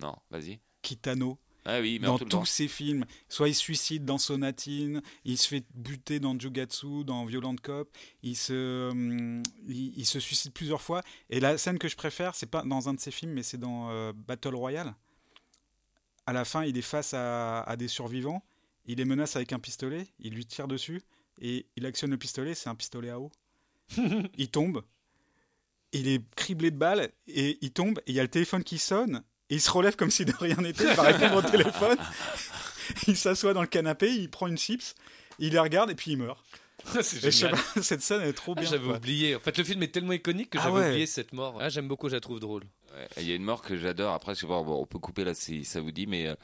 [SPEAKER 4] Non, vas-y.
[SPEAKER 3] Kitano.
[SPEAKER 4] Ah oui, mais
[SPEAKER 3] dans
[SPEAKER 4] tout le
[SPEAKER 3] tous
[SPEAKER 4] temps.
[SPEAKER 3] ses films. Soit il se suicide dans Sonatine, il se fait buter dans Jugatsu, dans Violent Cop, il se, hum, il, il se suicide plusieurs fois. Et la scène que je préfère, c'est pas dans un de ses films, mais c'est dans euh, Battle Royale. À la fin, il est face à, à des survivants, il les menace avec un pistolet, il lui tire dessus, et il actionne le pistolet, c'est un pistolet à eau. il tombe, il est criblé de balles, et il tombe, et il y a le téléphone qui sonne, et il se relève comme si de rien n'était, il va répondre au téléphone, il s'assoit dans le canapé, il prend une chips, il les regarde, et puis il meurt. Et
[SPEAKER 5] C'est
[SPEAKER 3] je sais
[SPEAKER 5] génial.
[SPEAKER 3] pas, cette scène est trop
[SPEAKER 5] Ah,
[SPEAKER 3] bien.
[SPEAKER 5] j'avais
[SPEAKER 3] quoi.
[SPEAKER 5] oublié. En fait, le film est tellement iconique que
[SPEAKER 3] Ah
[SPEAKER 5] j'avais
[SPEAKER 3] ouais.
[SPEAKER 5] oublié cette mort. Ah, j'aime beaucoup, je la trouve drôle.
[SPEAKER 4] Ouais, Il y a une mort que j'adore. Après, je sais pas, bon, on peut couper là si ça vous dit, mais. euh,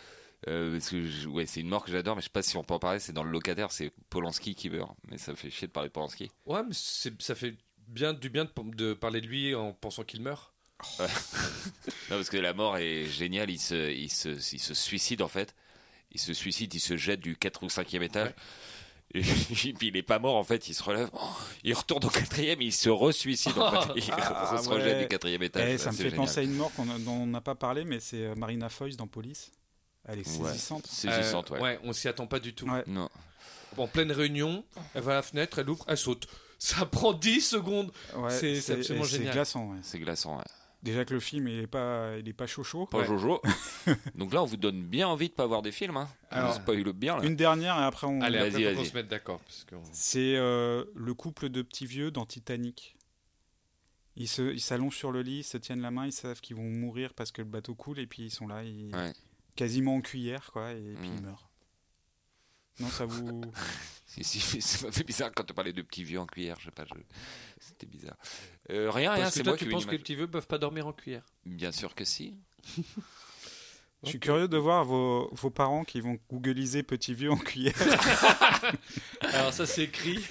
[SPEAKER 4] euh, parce que je- ouais, c'est une mort que j'adore, mais je sais pas si on peut en parler. C'est dans le locataire, c'est Polanski qui meurt. Mais ça fait chier de parler de Polanski.
[SPEAKER 5] Ouais, mais c'est- ça fait bien du bien de, de parler de lui en pensant qu'il meurt.
[SPEAKER 4] Non, parce que la mort est géniale. Il se, il se, il se suicide en fait. Il se suicide, il se jette du 4 ou 5e étage. Et puis il est pas mort en fait, il se relève, Oh, il retourne au quatrième, il se re-suicide en fait, il
[SPEAKER 3] Ah,
[SPEAKER 4] se
[SPEAKER 3] ouais.
[SPEAKER 4] rejette du quatrième étage.
[SPEAKER 3] Eh, ça me
[SPEAKER 4] c'est
[SPEAKER 3] fait
[SPEAKER 4] génial.
[SPEAKER 3] penser à une mort qu'on a- dont on n'a pas parlé, mais c'est euh, Marina Foïs dans Police. Elle est
[SPEAKER 4] Ouais.
[SPEAKER 3] saisissante. Euh,
[SPEAKER 4] Saisissante, ouais.
[SPEAKER 5] Euh, on s'y attend pas du tout.
[SPEAKER 3] Ouais.
[SPEAKER 4] Non.
[SPEAKER 5] En pleine réunion, elle va à la fenêtre, elle ouvre, elle saute. Ça prend 10 secondes.
[SPEAKER 3] Ouais,
[SPEAKER 5] C'est- c'est
[SPEAKER 3] et
[SPEAKER 5] absolument génial.
[SPEAKER 3] C'est glaçant. ouais.
[SPEAKER 4] C'est glaçant, ouais.
[SPEAKER 3] Déjà que le film, il est pas, il est pas chaud chaud.
[SPEAKER 4] Pas Jojo. Donc là, on vous donne bien envie de pas voir des films. Hein.
[SPEAKER 3] Alors,
[SPEAKER 4] on spoil bien. Là.
[SPEAKER 3] Une dernière et après on.
[SPEAKER 5] Allez,
[SPEAKER 4] Vas-y,
[SPEAKER 5] après, faut qu'on
[SPEAKER 4] vas-y.
[SPEAKER 5] se mette d'accord. parce qu'on-
[SPEAKER 3] C'est euh, le couple de petits vieux dans Titanic. Ils se, ils s'allongent sur le lit, ils se tiennent la main, ils savent qu'ils vont mourir parce que le bateau coule et puis ils sont là, ils-
[SPEAKER 4] Ouais.
[SPEAKER 3] quasiment en cuillère quoi, et puis ils
[SPEAKER 4] Mm.
[SPEAKER 3] meurent. Non, ça vous.
[SPEAKER 4] Si, si, ça m'a fait bizarre quand tu parlais de petits vieux en cuillère. Je sais pas, je- c'était bizarre. Euh, rien, rien,
[SPEAKER 5] Parce que
[SPEAKER 4] c'est
[SPEAKER 5] toi,
[SPEAKER 4] moi qui
[SPEAKER 5] tu
[SPEAKER 4] ai
[SPEAKER 5] penses
[SPEAKER 4] une
[SPEAKER 5] que les
[SPEAKER 4] image.
[SPEAKER 5] petits vieux peuvent pas dormir en cuillère.
[SPEAKER 4] Bien sûr que si.
[SPEAKER 3] Je suis curieux de voir vos, vos parents qui vont googliser petits vieux en cuillère.
[SPEAKER 5] Alors ça c'est écrit.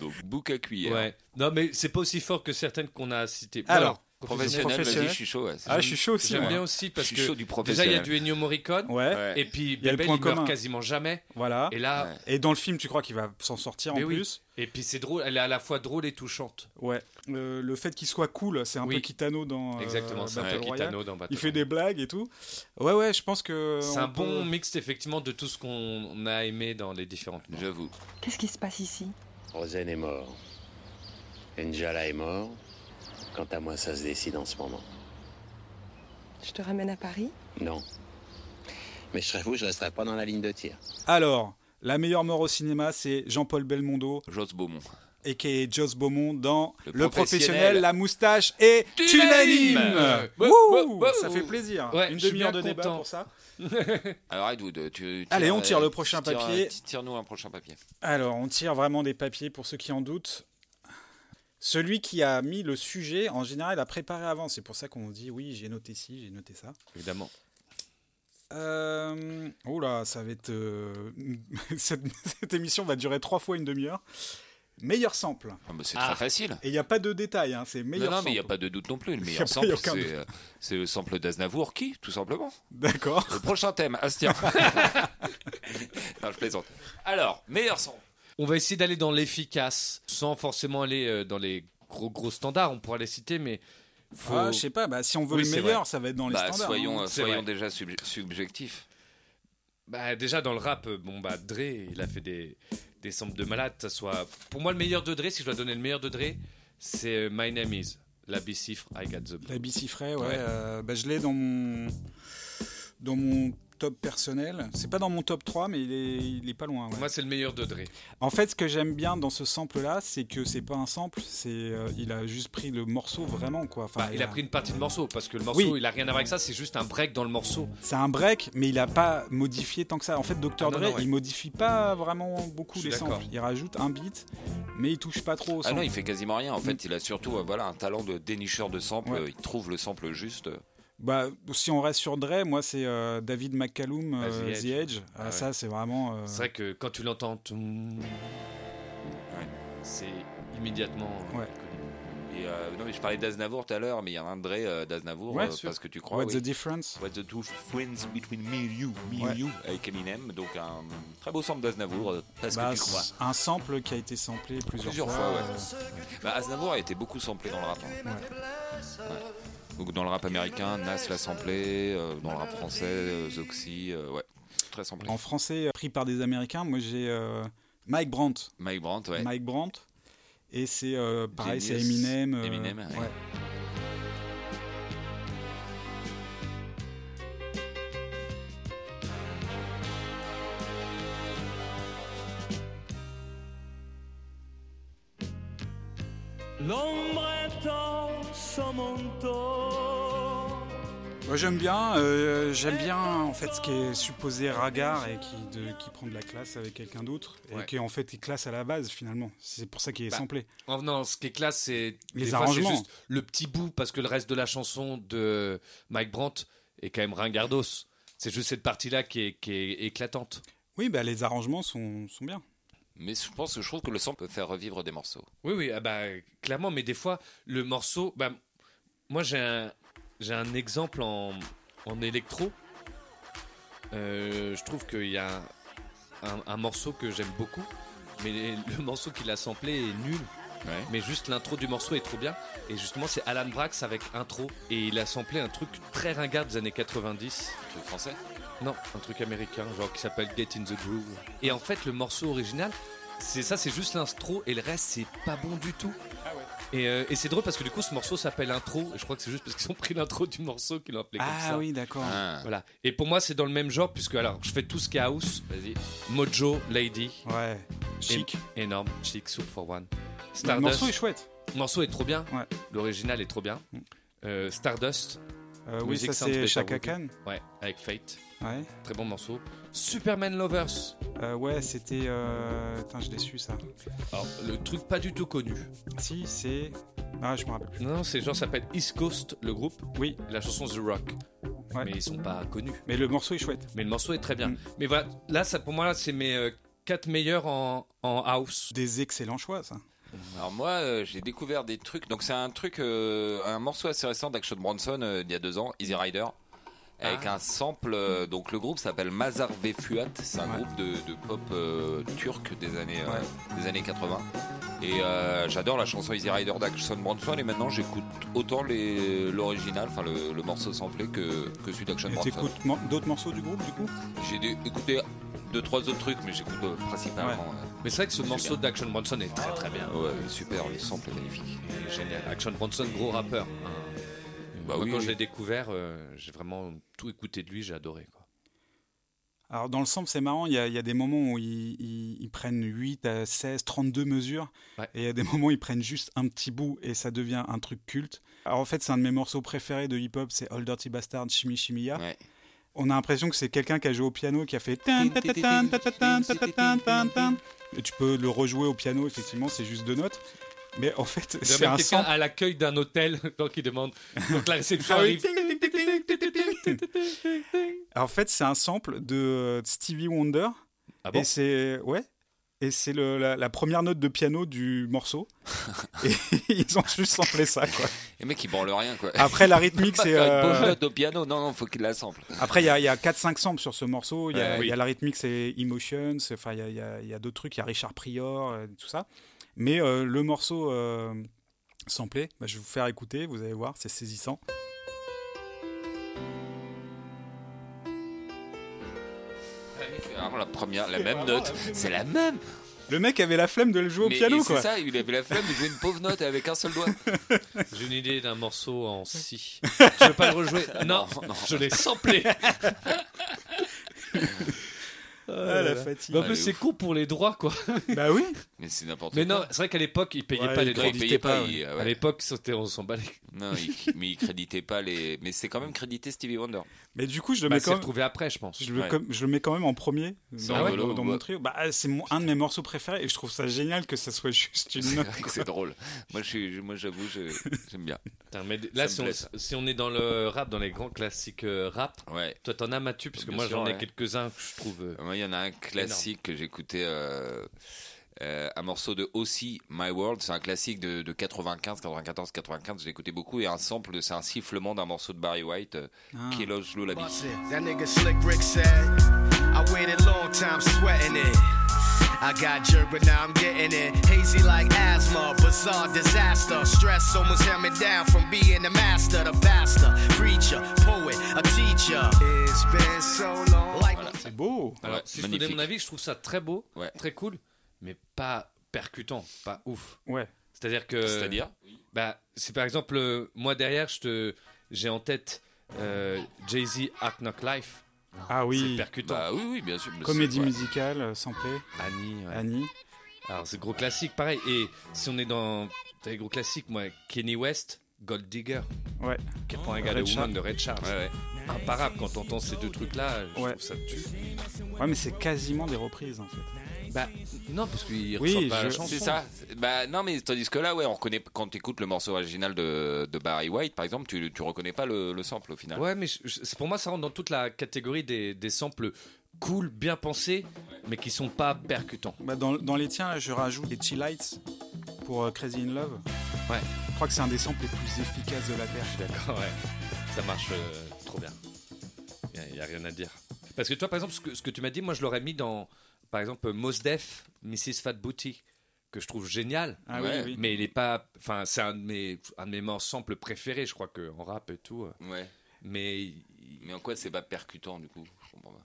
[SPEAKER 4] Donc, bouc à cuillère.
[SPEAKER 5] ouais. Non mais c'est pas aussi fort que certaines qu'on a citées.
[SPEAKER 3] Alors,
[SPEAKER 4] Professionnel,
[SPEAKER 3] Professionnel.
[SPEAKER 4] vas-y, je suis chaud. ouais, c'est
[SPEAKER 3] Ah,
[SPEAKER 4] ça.
[SPEAKER 3] je suis chaud aussi.
[SPEAKER 5] J'aime
[SPEAKER 3] moi.
[SPEAKER 5] bien aussi
[SPEAKER 4] Je
[SPEAKER 5] parce
[SPEAKER 4] suis
[SPEAKER 5] que
[SPEAKER 4] chaud du
[SPEAKER 5] déjà il y a
[SPEAKER 4] professionnel.
[SPEAKER 5] du Ennio Morricone
[SPEAKER 3] Ouais,
[SPEAKER 4] Ouais.
[SPEAKER 5] et puis
[SPEAKER 3] y a le
[SPEAKER 5] Babel
[SPEAKER 3] point
[SPEAKER 5] il meurt
[SPEAKER 3] commun.
[SPEAKER 5] quasiment jamais.
[SPEAKER 3] voilà.
[SPEAKER 5] Et là,
[SPEAKER 4] Ouais.
[SPEAKER 3] Et dans le film, tu crois qu'il va s'en sortir
[SPEAKER 5] Mais
[SPEAKER 3] en
[SPEAKER 5] oui.
[SPEAKER 3] plus
[SPEAKER 5] et puis c'est drôle, elle est à la fois drôle et touchante.
[SPEAKER 3] Ouais. Le, le fait qu'il soit cool, c'est un
[SPEAKER 5] Oui.
[SPEAKER 3] peu Kitano dans euh,
[SPEAKER 5] Exactement, c'est un
[SPEAKER 3] Battle
[SPEAKER 5] peu
[SPEAKER 3] Royale.
[SPEAKER 5] Kitano dans Battle
[SPEAKER 3] Il fait
[SPEAKER 5] Royale.
[SPEAKER 3] des blagues et tout. Ouais, ouais, je pense que.
[SPEAKER 5] C'est
[SPEAKER 3] on
[SPEAKER 5] un
[SPEAKER 3] peut-
[SPEAKER 5] bon mix effectivement de tout ce qu'on a aimé dans les différentes. morts.
[SPEAKER 4] J'avoue.
[SPEAKER 9] Qu'est-ce qui se passe ici
[SPEAKER 2] Rosen est mort. Njala est mort. Quant à moi, ça se décide en ce moment.
[SPEAKER 9] Je te ramène à Paris
[SPEAKER 2] Non. Mais je serais vous, je resterai pas dans la ligne de tir.
[SPEAKER 3] Alors, la meilleure mort au cinéma, c'est Jean-Paul Belmondo
[SPEAKER 4] Joss Beaumont.
[SPEAKER 3] et qui est Joss Beaumont dans Le,
[SPEAKER 4] Le
[SPEAKER 3] professionnel,
[SPEAKER 4] Professionnel,
[SPEAKER 3] la moustache est
[SPEAKER 5] Unanime.
[SPEAKER 3] unanime.
[SPEAKER 5] Ouais,
[SPEAKER 3] Wouh,
[SPEAKER 5] ouais, ouais,
[SPEAKER 3] ça
[SPEAKER 5] ouais.
[SPEAKER 3] fait plaisir.
[SPEAKER 5] Ouais,
[SPEAKER 3] Une
[SPEAKER 5] je suis
[SPEAKER 3] demi-heure de
[SPEAKER 5] bien
[SPEAKER 3] débat
[SPEAKER 5] content.
[SPEAKER 3] pour ça.
[SPEAKER 4] Alors, Edwood, tu. tu-
[SPEAKER 3] Allez, on tire le
[SPEAKER 4] euh,
[SPEAKER 3] prochain
[SPEAKER 4] tire-
[SPEAKER 3] papier.
[SPEAKER 4] Tire-nous un prochain papier.
[SPEAKER 3] Alors, on tire vraiment des papiers pour ceux qui en doutent. Celui qui a mis le sujet, en général, a préparé avant. C'est pour ça qu'on dit oui, j'ai noté ci, j'ai noté ça.
[SPEAKER 5] Évidemment.
[SPEAKER 3] Euh, oh là, ça va être. euh, cette, cette émission va durer trois fois une demi-heure. Meilleur sample.
[SPEAKER 4] Ah, bah, c'est
[SPEAKER 5] Ah.
[SPEAKER 4] très facile.
[SPEAKER 3] Et il n'y a pas de détails, hein, c'est
[SPEAKER 4] Non,
[SPEAKER 3] meilleur
[SPEAKER 4] non,
[SPEAKER 3] sample.
[SPEAKER 4] mais il n'y a pas de doute non plus. Le
[SPEAKER 3] Y a
[SPEAKER 4] meilleur
[SPEAKER 3] pas- y a
[SPEAKER 4] sample,
[SPEAKER 3] aucun doute.
[SPEAKER 4] c'est euh, c'est le sample d'Aznavour qui, tout simplement.
[SPEAKER 3] D'accord.
[SPEAKER 4] Le prochain thème, Astien. non, je plaisante. Alors, meilleur son.
[SPEAKER 5] On va essayer d'aller dans l'efficace, sans forcément aller euh, dans les gros gros standards. On pourra les citer, mais faut...
[SPEAKER 3] Ah, je sais pas, bah, si on veut
[SPEAKER 5] Oui,
[SPEAKER 3] le
[SPEAKER 5] c'est
[SPEAKER 3] meilleur, ça va être dans les
[SPEAKER 4] Bah,
[SPEAKER 3] standards.
[SPEAKER 4] soyons
[SPEAKER 3] hein.
[SPEAKER 4] euh,
[SPEAKER 5] C'est
[SPEAKER 4] soyons
[SPEAKER 5] vrai.
[SPEAKER 4] déjà subje- subjectifs.
[SPEAKER 5] Bah, déjà dans le rap, euh, bon bah Dre, il a fait des des samples de malade. Ça soit pour moi le meilleur de Dre, si je dois donner le meilleur de Dre, c'est euh, My Name Is, la bicifre I Got the. Blue.
[SPEAKER 3] La bicifrée, ouais.
[SPEAKER 5] Ouais.
[SPEAKER 3] euh, bah, je l'ai dans mon... dans mon top personnel. C'est pas dans mon top 3, mais il est, il est pas loin. ouais.
[SPEAKER 5] Pour moi, c'est le meilleur de Dre. Bah,
[SPEAKER 3] En fait, ce que j'aime bien dans ce sample-là, c'est que c'est pas un sample, c'est euh, il a juste pris le morceau vraiment, quoi. Enfin,
[SPEAKER 5] Bah, il a pris une partie de morceau parce que le morceau,
[SPEAKER 3] Oui.
[SPEAKER 5] il a rien à voir avec ça. C'est juste un break dans le morceau.
[SPEAKER 3] C'est un break, mais il a pas modifié tant que ça. En fait, Dr.
[SPEAKER 5] Ah, non,
[SPEAKER 3] Dre,
[SPEAKER 5] non, ouais.
[SPEAKER 3] il modifie pas vraiment beaucoup
[SPEAKER 5] Je suis
[SPEAKER 3] les samples.
[SPEAKER 5] d'accord.
[SPEAKER 3] Il rajoute un beat, mais il touche pas trop au
[SPEAKER 4] Ah
[SPEAKER 3] sample.
[SPEAKER 4] non, il fait quasiment rien. En fait, il a surtout euh, voilà, un talent de dénicheur de sample.
[SPEAKER 3] Ouais.
[SPEAKER 4] Euh, Il trouve le sample juste. euh,
[SPEAKER 3] Bah, si on reste sur Dre, moi c'est euh, David McCallum,
[SPEAKER 5] Ah,
[SPEAKER 3] euh,
[SPEAKER 5] The
[SPEAKER 3] The Edge.
[SPEAKER 5] Edge.
[SPEAKER 3] Ah,
[SPEAKER 5] Ah ouais.
[SPEAKER 3] Ça, c'est vraiment. euh,
[SPEAKER 5] C'est vrai que quand tu l'entends, toum, c'est immédiatement. euh,
[SPEAKER 3] Ouais.
[SPEAKER 5] connu.
[SPEAKER 4] et, euh, non, mais je parlais d'Aznavour tout à l'heure, mais il y a un Dre euh, d'Aznavour.
[SPEAKER 3] Ouais,
[SPEAKER 4] euh,
[SPEAKER 3] sûr.
[SPEAKER 4] parce que tu crois.
[SPEAKER 3] What's
[SPEAKER 4] oui.
[SPEAKER 3] the difference
[SPEAKER 4] What the two friends between me and you, me
[SPEAKER 3] Ouais.
[SPEAKER 4] and you, avec Eminem, donc un très beau sample d'Aznavour, euh, parce
[SPEAKER 3] Bah,
[SPEAKER 4] que tu crois.
[SPEAKER 3] c'est Un sample qui a été samplé plusieurs,
[SPEAKER 4] Plusieurs
[SPEAKER 3] fois.
[SPEAKER 4] fois,
[SPEAKER 3] euh,
[SPEAKER 4] Bah, Aznavour a été beaucoup samplé dans le rap. hein. Ouais. Donc dans le rap américain, Nas l'a samplé, euh, dans le rap français, euh, Zoxy, euh, ouais, très samplé.
[SPEAKER 3] En français, euh, pris par des Américains, moi j'ai euh, Mike Brandt.
[SPEAKER 4] Mike Brandt, ouais.
[SPEAKER 3] Mike Brandt. Et c'est euh, pareil, c'est
[SPEAKER 4] Genius.
[SPEAKER 3] Eminem. euh,
[SPEAKER 4] Eminem, ouais.
[SPEAKER 3] ouais. Moi j'aime bien, euh, j'aime bien en fait ce qui est supposé ragar et qui, de- qui prend de la classe avec quelqu'un d'autre et
[SPEAKER 5] Ouais.
[SPEAKER 3] qui en fait est classe à la base finalement. C'est pour ça qu'il est
[SPEAKER 5] Bah,
[SPEAKER 3] samplé.
[SPEAKER 5] Oh non, ce qui est classe, c'est
[SPEAKER 3] Les
[SPEAKER 5] des fois, c'est
[SPEAKER 3] arrangements.
[SPEAKER 5] juste le petit bout parce que le reste de la chanson de Mike Brandt est quand même ringardos. C'est juste cette partie-là qui est, qui est éclatante.
[SPEAKER 3] Oui, bah, les arrangements sont, sont bien.
[SPEAKER 4] Mais je pense que je trouve que le sample peut faire revivre des morceaux.
[SPEAKER 5] Oui, oui, ah bah, clairement, mais des fois, le morceau. Bah, moi, j'ai un, j'ai un exemple en, en électro. Euh, je trouve qu'il y a un, un morceau que j'aime beaucoup, mais le morceau qu'il a samplé est nul.
[SPEAKER 4] Ouais.
[SPEAKER 5] Mais juste l'intro du morceau est trop bien. Et justement, c'est Alan Brax avec intro. Et il a samplé un truc très ringard des années 90.
[SPEAKER 4] Le français
[SPEAKER 5] Non, un truc américain, genre qui s'appelle Get in the Groove. Et en fait, le morceau original, c'est ça, c'est juste l'intro et le reste, c'est pas bon du tout.
[SPEAKER 3] Ah
[SPEAKER 5] Et, euh, et c'est drôle parce que du coup, ce morceau s'appelle intro. Et je crois que c'est juste parce qu'ils ont pris l'intro du morceau qu'ils l'ont appelé comme ça.
[SPEAKER 3] Ah oui, d'accord.
[SPEAKER 4] Ah.
[SPEAKER 5] Voilà. Et pour moi, c'est dans le même genre, puisque alors, je fais tout ce qui est house.
[SPEAKER 4] Vas-y.
[SPEAKER 5] Mojo, Lady,
[SPEAKER 3] Ouais, chic.
[SPEAKER 5] énorme, chic, Soup for One.
[SPEAKER 3] Le morceau est
[SPEAKER 5] Stardust,
[SPEAKER 3] chouette.
[SPEAKER 5] le morceau est trop bien.
[SPEAKER 3] Ouais.
[SPEAKER 5] L'original est trop bien.
[SPEAKER 3] Mm.
[SPEAKER 5] Euh, Stardust,
[SPEAKER 3] Euh, oui,
[SPEAKER 5] Musique
[SPEAKER 3] ça
[SPEAKER 5] Sounds
[SPEAKER 3] c'est
[SPEAKER 5] Better
[SPEAKER 3] Chaka
[SPEAKER 5] With
[SPEAKER 3] Khan.
[SPEAKER 5] ouais, avec Fate.
[SPEAKER 3] Ouais,
[SPEAKER 5] Très bon morceau. Superman Lovers.
[SPEAKER 3] Euh, ouais c'était. euh, Putain, je l'ai su ça.
[SPEAKER 5] Alors, le truc pas du tout connu.
[SPEAKER 3] Si, c'est. Ah, je me rappelle plus.
[SPEAKER 5] Non, non, ces gens s'appellent East Coast, le groupe.
[SPEAKER 3] Oui.
[SPEAKER 5] La chanson The Rock.
[SPEAKER 3] Ouais.
[SPEAKER 5] Mais ils sont pas connus.
[SPEAKER 3] Mais le morceau est chouette.
[SPEAKER 5] Mais le morceau est très bien.
[SPEAKER 3] Mm.
[SPEAKER 5] Mais voilà, là, ça, pour moi, là, c'est mes 4 meilleurs en, en house.
[SPEAKER 3] Des excellents choix, ça.
[SPEAKER 4] Alors moi, euh, j'ai découvert des trucs. Donc c'est un truc, euh, un morceau assez récent d'Action Bronson euh, d'il y a deux ans, Easy Rider, avec un sample. euh, donc le groupe s'appelle Mazar Vefuat. C'est un
[SPEAKER 3] Ouais.
[SPEAKER 4] groupe de, de pop euh, turc des années euh,
[SPEAKER 3] Ouais.
[SPEAKER 4] des années 80. Et euh, j'adore la chanson Easy Rider d'Action Bronson. Et maintenant, j'écoute autant les- l'original, enfin le, le morceau samplé que que celui d'Action
[SPEAKER 3] Et
[SPEAKER 4] Bronson.
[SPEAKER 3] t'écoutes mo- d'autres morceaux du groupe, du coup
[SPEAKER 4] J'ai dé- écouté deux trois autres trucs, mais j'écoute euh, principalement.
[SPEAKER 5] Mais c'est vrai que ce morceau
[SPEAKER 4] bien.
[SPEAKER 5] d'Action Bronson est très très bien.
[SPEAKER 4] euh, ouais, super, le sample est magnifique.
[SPEAKER 5] Il est génial. Action Bronson, gros rappeur. hein.
[SPEAKER 4] Bah
[SPEAKER 5] Moi,
[SPEAKER 4] oui,
[SPEAKER 5] quand
[SPEAKER 4] oui.
[SPEAKER 5] je l'ai découvert, euh, j'ai vraiment tout écouté de lui, j'ai adoré. Quoi.
[SPEAKER 3] Alors, dans le sample, c'est marrant, il y, a- il y a des moments où ils, ils- ils prennent 8 à 16, 32 mesures.
[SPEAKER 5] Ouais.
[SPEAKER 3] Et il y a des moments où ils prennent juste un petit bout et ça devient un truc culte. Alors, en fait, c'est un de mes morceaux préférés de hip-hop, c'est All Dirty Bastard, Chimie Chimia.
[SPEAKER 4] Ouais.
[SPEAKER 3] On a l'impression que c'est quelqu'un qui a joué au piano qui a fait. tan, ta, ta, tan, ta, ta, tan, ta, ta, tan, tan, tan. Et tu peux le rejouer au piano, effectivement, c'est juste deux notes. Mais en fait, c'est
[SPEAKER 5] J'avais
[SPEAKER 3] un
[SPEAKER 5] quelqu'un
[SPEAKER 3] sample.
[SPEAKER 5] à l'accueil d'un hôtel, donc il demande. Donc la réception
[SPEAKER 3] Ah oui.
[SPEAKER 5] arrive.
[SPEAKER 3] Alors, en fait, c'est un sample de euh, Stevie Wonder.
[SPEAKER 5] Ah bon
[SPEAKER 3] et c'est ouais. Et c'est le- la, la première note de piano du morceau. et ils ont juste samplé ça. Quoi.
[SPEAKER 4] Les mecs, ils branlent rien, quoi.
[SPEAKER 3] Après, la rythmique, Ah, c'est.
[SPEAKER 4] Faire une
[SPEAKER 3] euh,
[SPEAKER 4] bonne note au piano, non, non, faut qu'il la sample.
[SPEAKER 3] Après, il y a, il y a 4-5 samples sur ce morceau. Il y a,
[SPEAKER 4] Ouais, oui.
[SPEAKER 3] il y a la rythmique, c'est Emotions. Enfin, il y a, il y a- il y a d'autres trucs. Il y a Richard Prior, euh, tout ça. Mais euh, le morceau euh, samplé, bah, je vais vous faire écouter. Vous allez voir, c'est saisissant.
[SPEAKER 4] C'est vraiment la première, la même note. C'est la même.
[SPEAKER 3] Le mec avait la flemme de le jouer au
[SPEAKER 4] Mais-
[SPEAKER 3] piano,
[SPEAKER 4] et C'est
[SPEAKER 3] quoi.
[SPEAKER 4] ça, il avait la flemme de jouer une pauvre note avec un seul doigt.
[SPEAKER 5] J'ai une idée d'un morceau en si. Je veux pas le rejouer. Non,
[SPEAKER 4] Non, non.
[SPEAKER 5] je l'ai samplé.
[SPEAKER 3] Ah,
[SPEAKER 4] Euh,
[SPEAKER 3] la fatigue.
[SPEAKER 5] Bah, mais
[SPEAKER 4] Ouais,
[SPEAKER 5] c'est
[SPEAKER 4] ouf.
[SPEAKER 5] con pour les droits, quoi.
[SPEAKER 3] Bah oui.
[SPEAKER 4] Mais c'est n'importe quoi.
[SPEAKER 5] Mais non, c'est vrai qu'à l'époque, ils payaient
[SPEAKER 3] Ouais,
[SPEAKER 5] pas
[SPEAKER 3] ils
[SPEAKER 5] les droits.
[SPEAKER 4] il payait pas.
[SPEAKER 3] pas,
[SPEAKER 4] il- ah ouais.
[SPEAKER 5] À l'époque, c'était on s'en bat les-
[SPEAKER 4] Non, il- mais il créditait pas les. Mais c'est quand même crédité Stevie Wonder.
[SPEAKER 3] Mais du coup, je le
[SPEAKER 5] Bah,
[SPEAKER 3] mets
[SPEAKER 5] c'est
[SPEAKER 3] quand même.
[SPEAKER 5] retrouvé après, je pense.
[SPEAKER 3] Je le,
[SPEAKER 4] Ouais.
[SPEAKER 3] com- je le mets quand même en premier dans,
[SPEAKER 4] Ah ouais
[SPEAKER 3] dans- dans
[SPEAKER 4] Ouais.
[SPEAKER 3] mon trio. Bah, c'est mon- un de mes morceaux préférés et je trouve ça génial que ça soit juste une
[SPEAKER 4] C'est
[SPEAKER 3] note.
[SPEAKER 4] vrai que c'est drôle. Moi, je suis- moi, j'avoue, je- j'aime bien.
[SPEAKER 5] Putain, mais là,
[SPEAKER 4] me
[SPEAKER 5] si on,
[SPEAKER 4] plaît, ça.
[SPEAKER 5] si on est dans le rap, dans les grands classiques euh, rap,
[SPEAKER 4] Ouais.
[SPEAKER 5] toi t'en as Mathieu, parce que
[SPEAKER 4] Bien
[SPEAKER 5] moi
[SPEAKER 4] sûr,
[SPEAKER 5] j'en ai
[SPEAKER 4] ouais.
[SPEAKER 5] quelques-uns que je trouve. euh,
[SPEAKER 4] Moi, il y en a un classique que j'écoutais. euh, euh, un morceau de aussi My World, c'est un classique de, de 95, 94, 95, je l'écoutais beaucoup et un sample, c'est un sifflement d'un morceau de Barry White, euh,
[SPEAKER 3] Ah.
[SPEAKER 4] Kilos Lullaby.
[SPEAKER 7] That nigga Slick Rick said, I waited long time sweating it. I got jerk, but now I'm getting it. Hazy like asthma, bizarre disaster. Stress almost held me down from being the master, the pastor, preacher, poet, a teacher. It's been so long. Like
[SPEAKER 3] C'est beau.
[SPEAKER 5] Alors,
[SPEAKER 4] Ouais,
[SPEAKER 5] si je te donne
[SPEAKER 4] magnifique.
[SPEAKER 5] mon avis, je trouve ça très beau,
[SPEAKER 4] Ouais.
[SPEAKER 5] très cool, mais pas percutant, pas ouf.
[SPEAKER 3] Ouais.
[SPEAKER 5] C'est-à-dire que.
[SPEAKER 3] euh,
[SPEAKER 4] C'est-à-dire
[SPEAKER 5] Bah, c'est par exemple, euh, moi derrière, je te, j'ai en tête euh, Jay-Z Art Knock Life.
[SPEAKER 3] Ah
[SPEAKER 5] C'est
[SPEAKER 3] oui.
[SPEAKER 5] percutant.
[SPEAKER 4] Bah oui, oui, bien sûr. mais
[SPEAKER 3] Comédie
[SPEAKER 4] c'est- ouais.
[SPEAKER 3] musicale, euh, samplée,
[SPEAKER 5] Annie, ouais.
[SPEAKER 3] Annie.
[SPEAKER 5] Alors, c'est gros classique, pareil. Et si on est dans dans les gros classiques, moi, Kenny West, Gold Digger,
[SPEAKER 3] Ouais.
[SPEAKER 5] qui prend un gars de
[SPEAKER 3] Red
[SPEAKER 5] Woman
[SPEAKER 3] Charles.
[SPEAKER 5] de Red Charles.
[SPEAKER 4] Ouais, ouais.
[SPEAKER 5] Imparable quand t'entends ces deux trucs-là, je
[SPEAKER 3] Ouais.
[SPEAKER 5] trouve ça tue.
[SPEAKER 3] Ouais, mais c'est quasiment des reprises en fait.
[SPEAKER 5] Bah, non, parce qu'il
[SPEAKER 3] Oui,
[SPEAKER 5] ressort pas à la
[SPEAKER 3] je-
[SPEAKER 5] chanson.
[SPEAKER 4] Bah, C'est ça. C'est- Bah non, mais tandis que là, ouais, on reconnaît quand tu écoutes le morceau original de, de Barry White, par exemple, tu, tu reconnais pas le, le sample au final.
[SPEAKER 5] Ouais, mais je- je- c'est- pour moi, ça rentre dans toute la catégorie des, des samples cool, bien pensés, mais qui sont pas percutants.
[SPEAKER 3] Bah, dans, dans les tiens, je rajoute les Chill Lights pour euh, Crazy in Love.
[SPEAKER 5] Ouais.
[SPEAKER 3] Je crois que c'est un des samples les plus efficaces de la Terre.
[SPEAKER 5] D'accord, ouais. Ça marche euh, trop bien. Il n'y a, rien à dire. Parce que toi, par exemple, ce que, ce que tu m'as dit, moi, je l'aurais mis dans, par exemple, Mos Def, Mrs. Fat Booty, que je trouve génial.
[SPEAKER 3] Ah
[SPEAKER 4] Ouais,
[SPEAKER 3] oui, oui.
[SPEAKER 5] Mais il est pas. Enfin, c'est un de mes, un de mes morceaux samples préférés, je crois, que, en rap et tout. euh.
[SPEAKER 4] Ouais.
[SPEAKER 5] Mais il-
[SPEAKER 4] Mais en quoi c'est pas percutant du coup Je comprends pas.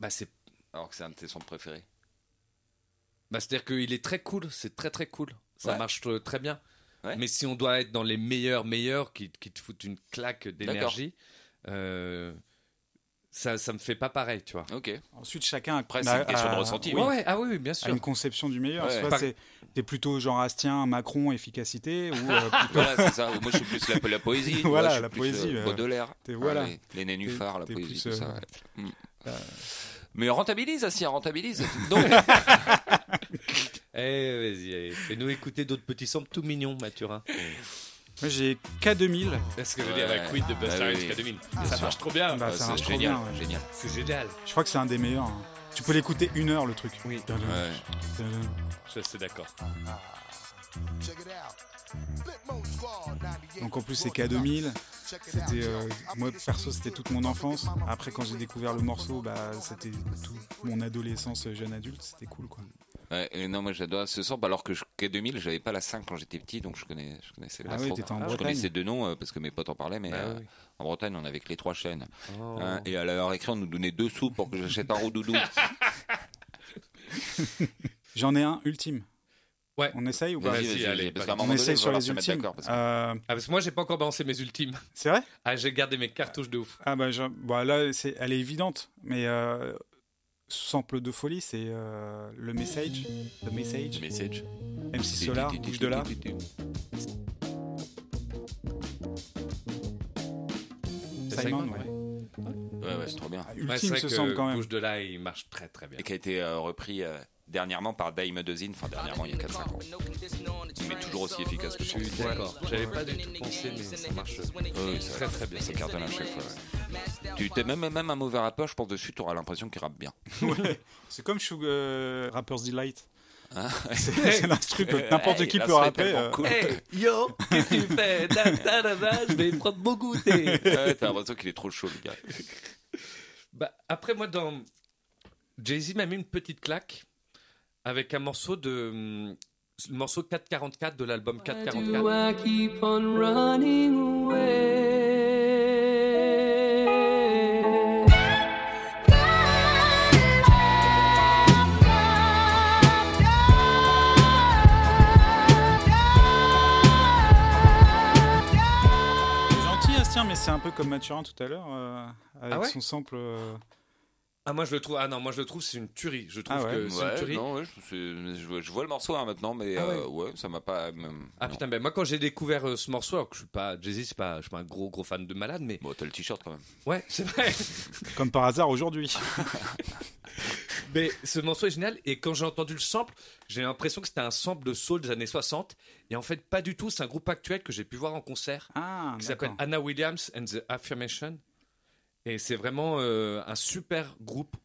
[SPEAKER 5] bah, c'est.
[SPEAKER 4] Alors que c'est un de tes sons préférés.
[SPEAKER 5] Bah, c'est-à-dire qu'il est très cool, c'est très très cool. Ça
[SPEAKER 4] Ouais.
[SPEAKER 5] marche euh, très bien.
[SPEAKER 4] Ouais.
[SPEAKER 5] Mais si on doit être dans les meilleurs meilleurs qui, qui te foutent une claque d'énergie, euh, ça, ça me fait pas pareil, tu vois.
[SPEAKER 4] Ok.
[SPEAKER 3] Ensuite, chacun a
[SPEAKER 4] Après, c'est une
[SPEAKER 3] a-
[SPEAKER 4] question de
[SPEAKER 3] a-
[SPEAKER 4] ressenti,
[SPEAKER 3] ouais,
[SPEAKER 5] Ouais, ouais, ah oui, oui, bien
[SPEAKER 3] a
[SPEAKER 5] sûr.
[SPEAKER 3] une conception du meilleur.
[SPEAKER 4] Ouais.
[SPEAKER 3] Soit
[SPEAKER 5] Par-
[SPEAKER 3] c'est- t'es plutôt genre Astien, Macron, efficacité, ou euh,
[SPEAKER 4] Voilà, c'est ça. Moi, je suis plus la, la poésie. tu
[SPEAKER 3] Voilà,
[SPEAKER 4] vois, je suis
[SPEAKER 3] la
[SPEAKER 4] plus,
[SPEAKER 3] poésie,
[SPEAKER 4] euh,
[SPEAKER 3] euh,
[SPEAKER 4] Baudelaire.
[SPEAKER 3] t'es- voilà.
[SPEAKER 4] les, les nénuphars, la
[SPEAKER 3] t'es
[SPEAKER 4] poésie,
[SPEAKER 3] plus,
[SPEAKER 4] tout ça.
[SPEAKER 3] euh,
[SPEAKER 4] ouais. Mm. Mais rentabilise, ah, si, rentabilise. Donc,
[SPEAKER 5] Eh, vas-y, allez. fais-nous écouter d'autres petits samples tout mignons, Mathurin.
[SPEAKER 3] Moi, j'ai K2000.
[SPEAKER 5] Est-ce que
[SPEAKER 4] je veux dire, la quid de Busta Rhymes Academy. Ça marche
[SPEAKER 5] trop Bah bien. Ah,
[SPEAKER 3] Bah,
[SPEAKER 4] euh,
[SPEAKER 3] ça marche
[SPEAKER 4] c'est
[SPEAKER 3] trop
[SPEAKER 4] génial,
[SPEAKER 3] bien, ouais.
[SPEAKER 4] génial.
[SPEAKER 5] C'est génial.
[SPEAKER 3] Je crois que c'est un des meilleurs. hein. Tu peux l'écouter une heure le truc. Oui.
[SPEAKER 4] Ouais.
[SPEAKER 5] Je suis d'accord.
[SPEAKER 3] Donc en plus c'est K2000. C'était euh, moi perso c'était toute mon enfance. Après quand j'ai découvert le morceau, bah c'était toute mon adolescence, euh, jeune adulte, c'était cool quoi.
[SPEAKER 4] Ouais, et non, moi j'adore ce sample, alors que je- K2000, j'avais pas la 5 quand j'étais petit, donc je, connais, je connaissais
[SPEAKER 3] Ah
[SPEAKER 4] pas
[SPEAKER 3] oui,
[SPEAKER 4] trop.
[SPEAKER 3] t'étais en
[SPEAKER 4] je
[SPEAKER 3] Bretagne.
[SPEAKER 4] connaissais deux noms euh, parce que mes potes en parlaient, mais
[SPEAKER 5] Bah
[SPEAKER 4] euh,
[SPEAKER 5] oui.
[SPEAKER 4] en Bretagne, on avait que les trois chaînes.
[SPEAKER 5] Oh.
[SPEAKER 4] Hein, et à la récré, on nous donnait deux sous pour que j'achète un roux-doudou.
[SPEAKER 3] J'en ai un ultime.
[SPEAKER 5] Ouais.
[SPEAKER 3] On essaye ou pas
[SPEAKER 5] Vas-y,
[SPEAKER 4] Vas-y, vas-y,
[SPEAKER 5] allez,
[SPEAKER 4] parce
[SPEAKER 5] vas-y.
[SPEAKER 4] qu'à un
[SPEAKER 3] On
[SPEAKER 4] moment donné,
[SPEAKER 3] essaye
[SPEAKER 4] il va
[SPEAKER 3] sur
[SPEAKER 4] falloir
[SPEAKER 3] les
[SPEAKER 4] se mettre
[SPEAKER 3] ultimes.
[SPEAKER 4] d'accord. parce que-
[SPEAKER 3] Euh,
[SPEAKER 5] Ah, parce que moi, j'ai pas encore balancé mes ultimes.
[SPEAKER 3] c'est vrai
[SPEAKER 5] Ah, j'ai gardé mes cartouches de ouf.
[SPEAKER 3] Ah bah je- bon, là c'est, elle est évidente, mais euh, sample de folie c'est euh, le message, the message,
[SPEAKER 4] Message.
[SPEAKER 3] MC Solar, bouge de là. Simon, ouais.
[SPEAKER 4] Ouais, ouais, c'est trop bien.
[SPEAKER 3] Ah,
[SPEAKER 5] Ouais, c'est
[SPEAKER 3] ultime
[SPEAKER 5] vrai
[SPEAKER 3] ce
[SPEAKER 5] que
[SPEAKER 3] sample quand même.
[SPEAKER 5] Bouche de là, il marche très très bien.
[SPEAKER 4] Et qui a été euh, repris euh, dernièrement par Dime Dozin, enfin dernièrement, il y a 4-5 ans. Mais toujours aussi efficace que
[SPEAKER 5] Je suis
[SPEAKER 4] celui-ci.
[SPEAKER 5] d'accord. J'avais pas du tout pensé, mais ça marche
[SPEAKER 4] Ouais, ça-
[SPEAKER 5] très très bien.
[SPEAKER 4] Ça cartonne à chaque fois. ouais. Tu t'es même, même un mauvais rappeur, je pense dessus, tu auras l'impression qu'il rappe bien.
[SPEAKER 3] Ouais. C'est comme Sugar euh, Rapper's Delight.
[SPEAKER 4] Hein
[SPEAKER 3] C'est c'est l'instru que n'importe
[SPEAKER 4] Hey,
[SPEAKER 3] qui
[SPEAKER 4] la
[SPEAKER 3] peut
[SPEAKER 4] soirée
[SPEAKER 3] rapper.
[SPEAKER 4] tellement
[SPEAKER 3] euh,
[SPEAKER 4] cool.
[SPEAKER 5] Hey, yo, qu'est-ce que tu fais Da, da, da, da, Ah, Je vais prendre mon goûter.
[SPEAKER 4] Ouais, T'as l'impression qu'il est trop chaud, le gars.
[SPEAKER 5] Bah, après, moi, dans. Jay-Z m'a mis une petite claque avec un morceau de. hum, Le morceau 444 de l'album 444.
[SPEAKER 10] I keep on running away?
[SPEAKER 3] C'est gentil, Astien, hein, mais c'est un peu comme Mathurin tout à l'heure, euh, avec
[SPEAKER 5] Ah ouais
[SPEAKER 3] son sample. euh,
[SPEAKER 5] Ah, moi, je le trouve. Ah non, moi, je le trouve, c'est une tuerie. Je trouve
[SPEAKER 3] Ah ouais.
[SPEAKER 4] Euh,
[SPEAKER 5] que c'est une
[SPEAKER 4] Ouais,
[SPEAKER 5] tuerie.
[SPEAKER 4] non, ouais, je, c'est- je vois- je vois le morceau hein, maintenant, mais
[SPEAKER 5] Ah ouais.
[SPEAKER 4] euh, ouais, ça m'a pas. même-
[SPEAKER 5] Ah
[SPEAKER 4] non.
[SPEAKER 5] putain, ben moi quand j'ai découvert euh, ce morceau, alors que je suis pas, Jay-Z, c'est pas, je suis pas un gros gros fan de malade, mais
[SPEAKER 4] Bon, t'as le t-shirt quand même.
[SPEAKER 5] ouais, c'est vrai.
[SPEAKER 3] Comme par hasard aujourd'hui.
[SPEAKER 5] mais ce morceau est génial et quand j'ai entendu le sample, j'ai l'impression que c'était un sample de soul des années 60 et en fait pas du tout. C'est un groupe actuel que j'ai pu voir en concert
[SPEAKER 3] Ah,
[SPEAKER 5] qui s'appelle
[SPEAKER 3] d'accord.
[SPEAKER 5] Anna Williams and the Affirmation et c'est vraiment euh, un super groupe.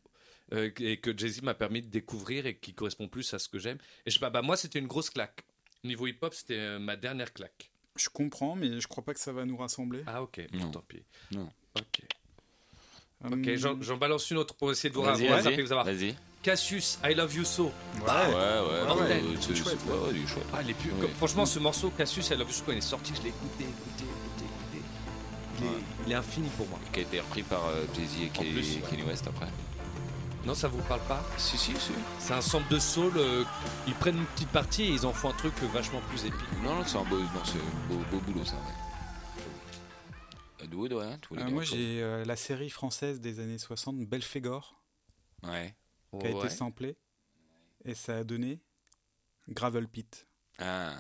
[SPEAKER 5] euh, et que Jay-Z m'a permis de découvrir et qui correspond plus à ce que j'aime. Et je sais pas, bah moi c'était une grosse claque. Niveau hip-hop, c'était euh, ma dernière claque.
[SPEAKER 3] Je comprends, mais je crois pas que ça va nous rassembler.
[SPEAKER 5] Ah ok,
[SPEAKER 4] Non.
[SPEAKER 5] tant pis.
[SPEAKER 4] Non.
[SPEAKER 5] Ok.
[SPEAKER 3] Hum,
[SPEAKER 5] Ok, j'en j'en balance une autre pour essayer de vous
[SPEAKER 4] Vas-y,
[SPEAKER 5] rappeler.
[SPEAKER 4] vas-y.
[SPEAKER 5] vous avoir.
[SPEAKER 4] Vas-y.
[SPEAKER 5] Cassius, I Love You So.
[SPEAKER 4] Ouais,
[SPEAKER 3] ouais.
[SPEAKER 4] ouais,
[SPEAKER 5] Bordel.
[SPEAKER 4] ouais, c'est
[SPEAKER 3] Chouette,
[SPEAKER 4] c'est- ouais, ouais, il est chouette.
[SPEAKER 5] Ah, les pubs.
[SPEAKER 4] Oui.
[SPEAKER 5] comme- Franchement, ce morceau, Cassius, I Love You So, quand il est sorti, je l'ai écouté, écouté, écouté, écouté. Il, est- il est infini pour moi.
[SPEAKER 4] Qui a été repris par euh, Jay-Z et
[SPEAKER 5] En plus,
[SPEAKER 4] Kanye
[SPEAKER 5] ouais.
[SPEAKER 4] Kanye West après.
[SPEAKER 5] Non, ça vous parle pas
[SPEAKER 4] Si, si, si.
[SPEAKER 5] C'est un sample de soul. euh, ils prennent une petite partie et ils en font un truc euh, vachement plus épique.
[SPEAKER 4] Non, non, c'est un beau, non, c'est un beau, beau boulot, ça. Ouais. Ed Wood, ouais, tous Ah, les
[SPEAKER 3] Euh,
[SPEAKER 4] gars,
[SPEAKER 3] moi,
[SPEAKER 4] quoi.
[SPEAKER 3] j'ai euh, la série française des années 60, Belphégor,
[SPEAKER 4] Ouais.
[SPEAKER 3] qui a
[SPEAKER 5] Ouais.
[SPEAKER 3] été samplée. Et ça a donné Gravel Pit.
[SPEAKER 4] Ah.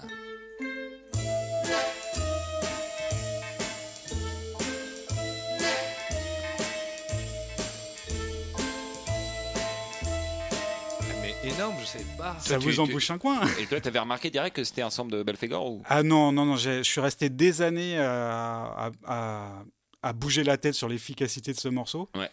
[SPEAKER 5] Ah, Mais énorme, je sais pas.
[SPEAKER 3] Ça
[SPEAKER 4] tu-
[SPEAKER 3] vous
[SPEAKER 4] tu-
[SPEAKER 3] embouche un coin
[SPEAKER 4] Et toi, t'avais remarqué direct que c'était un sample de Belphégor ou
[SPEAKER 3] Ah non, non, non, j'ai- je suis resté des années à, à- à- à bouger la tête sur l'efficacité de ce morceau.
[SPEAKER 4] Ouais.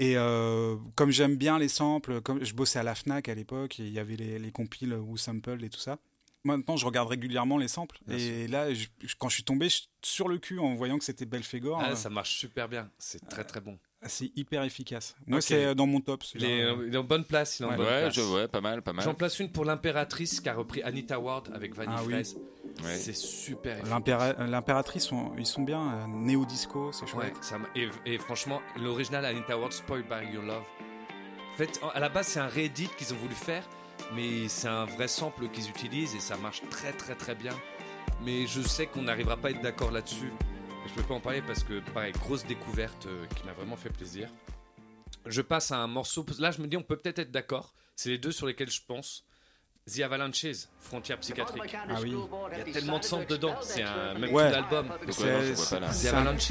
[SPEAKER 3] Et euh, comme j'aime bien les samples, comme je bossais à la FNAC à l'époque, et il y avait les, les compiles ou samples et tout ça. Maintenant, je regarde régulièrement les samples.
[SPEAKER 5] Bien
[SPEAKER 3] et là, je- je- quand je suis tombé je- sur le cul en voyant que c'était Belphégor,
[SPEAKER 5] Ah,
[SPEAKER 3] euh,
[SPEAKER 5] ça marche super bien. C'est très très bon.
[SPEAKER 3] c'est hyper efficace. Moi,
[SPEAKER 5] Ok.
[SPEAKER 3] c'est euh, dans mon top.
[SPEAKER 5] Il est,
[SPEAKER 3] celui-là.
[SPEAKER 5] euh, il est en bonne place. Il est en
[SPEAKER 3] Ouais.
[SPEAKER 5] bonne
[SPEAKER 4] Ouais,
[SPEAKER 5] place.
[SPEAKER 4] je, ouais, pas mal, pas mal.
[SPEAKER 5] J'en place une pour l'impératrice qui a repris Anita Ward avec Vanny
[SPEAKER 3] Ah oui.
[SPEAKER 5] Fraise.
[SPEAKER 4] Ouais.
[SPEAKER 5] C'est super. efficace.
[SPEAKER 3] L'impéra- L'impératrice, on- ils sont bien. euh, Néo-disco, c'est
[SPEAKER 5] Ouais,
[SPEAKER 3] chouette.
[SPEAKER 5] ça m'a- et, et franchement, l'original Anita Ward, Spoiled by Your Love. En fait, en- à la base, c'est un réédit qu'ils ont voulu faire, mais c'est un vrai sample qu'ils utilisent et ça marche très très très bien. Mais je sais qu'on n'arrivera pas à être d'accord là-dessus. Et Je peux pas en parler parce que, pareil, grosse découverte euh, qui m'a vraiment fait plaisir. Je passe à un morceau. Là, je me dis, on peut peut-être être d'accord. C'est les deux sur lesquels je pense. The Avalanches, Frontières psychiatriques.
[SPEAKER 3] Ah oui.
[SPEAKER 5] Il y a tellement de samples dedans. C'est un même
[SPEAKER 3] Ouais.
[SPEAKER 5] tout l'album.
[SPEAKER 4] Donc, ouais, non, je
[SPEAKER 3] C'est-
[SPEAKER 4] vois pas là.
[SPEAKER 5] euh, The
[SPEAKER 3] C'est un-
[SPEAKER 5] Avalanches.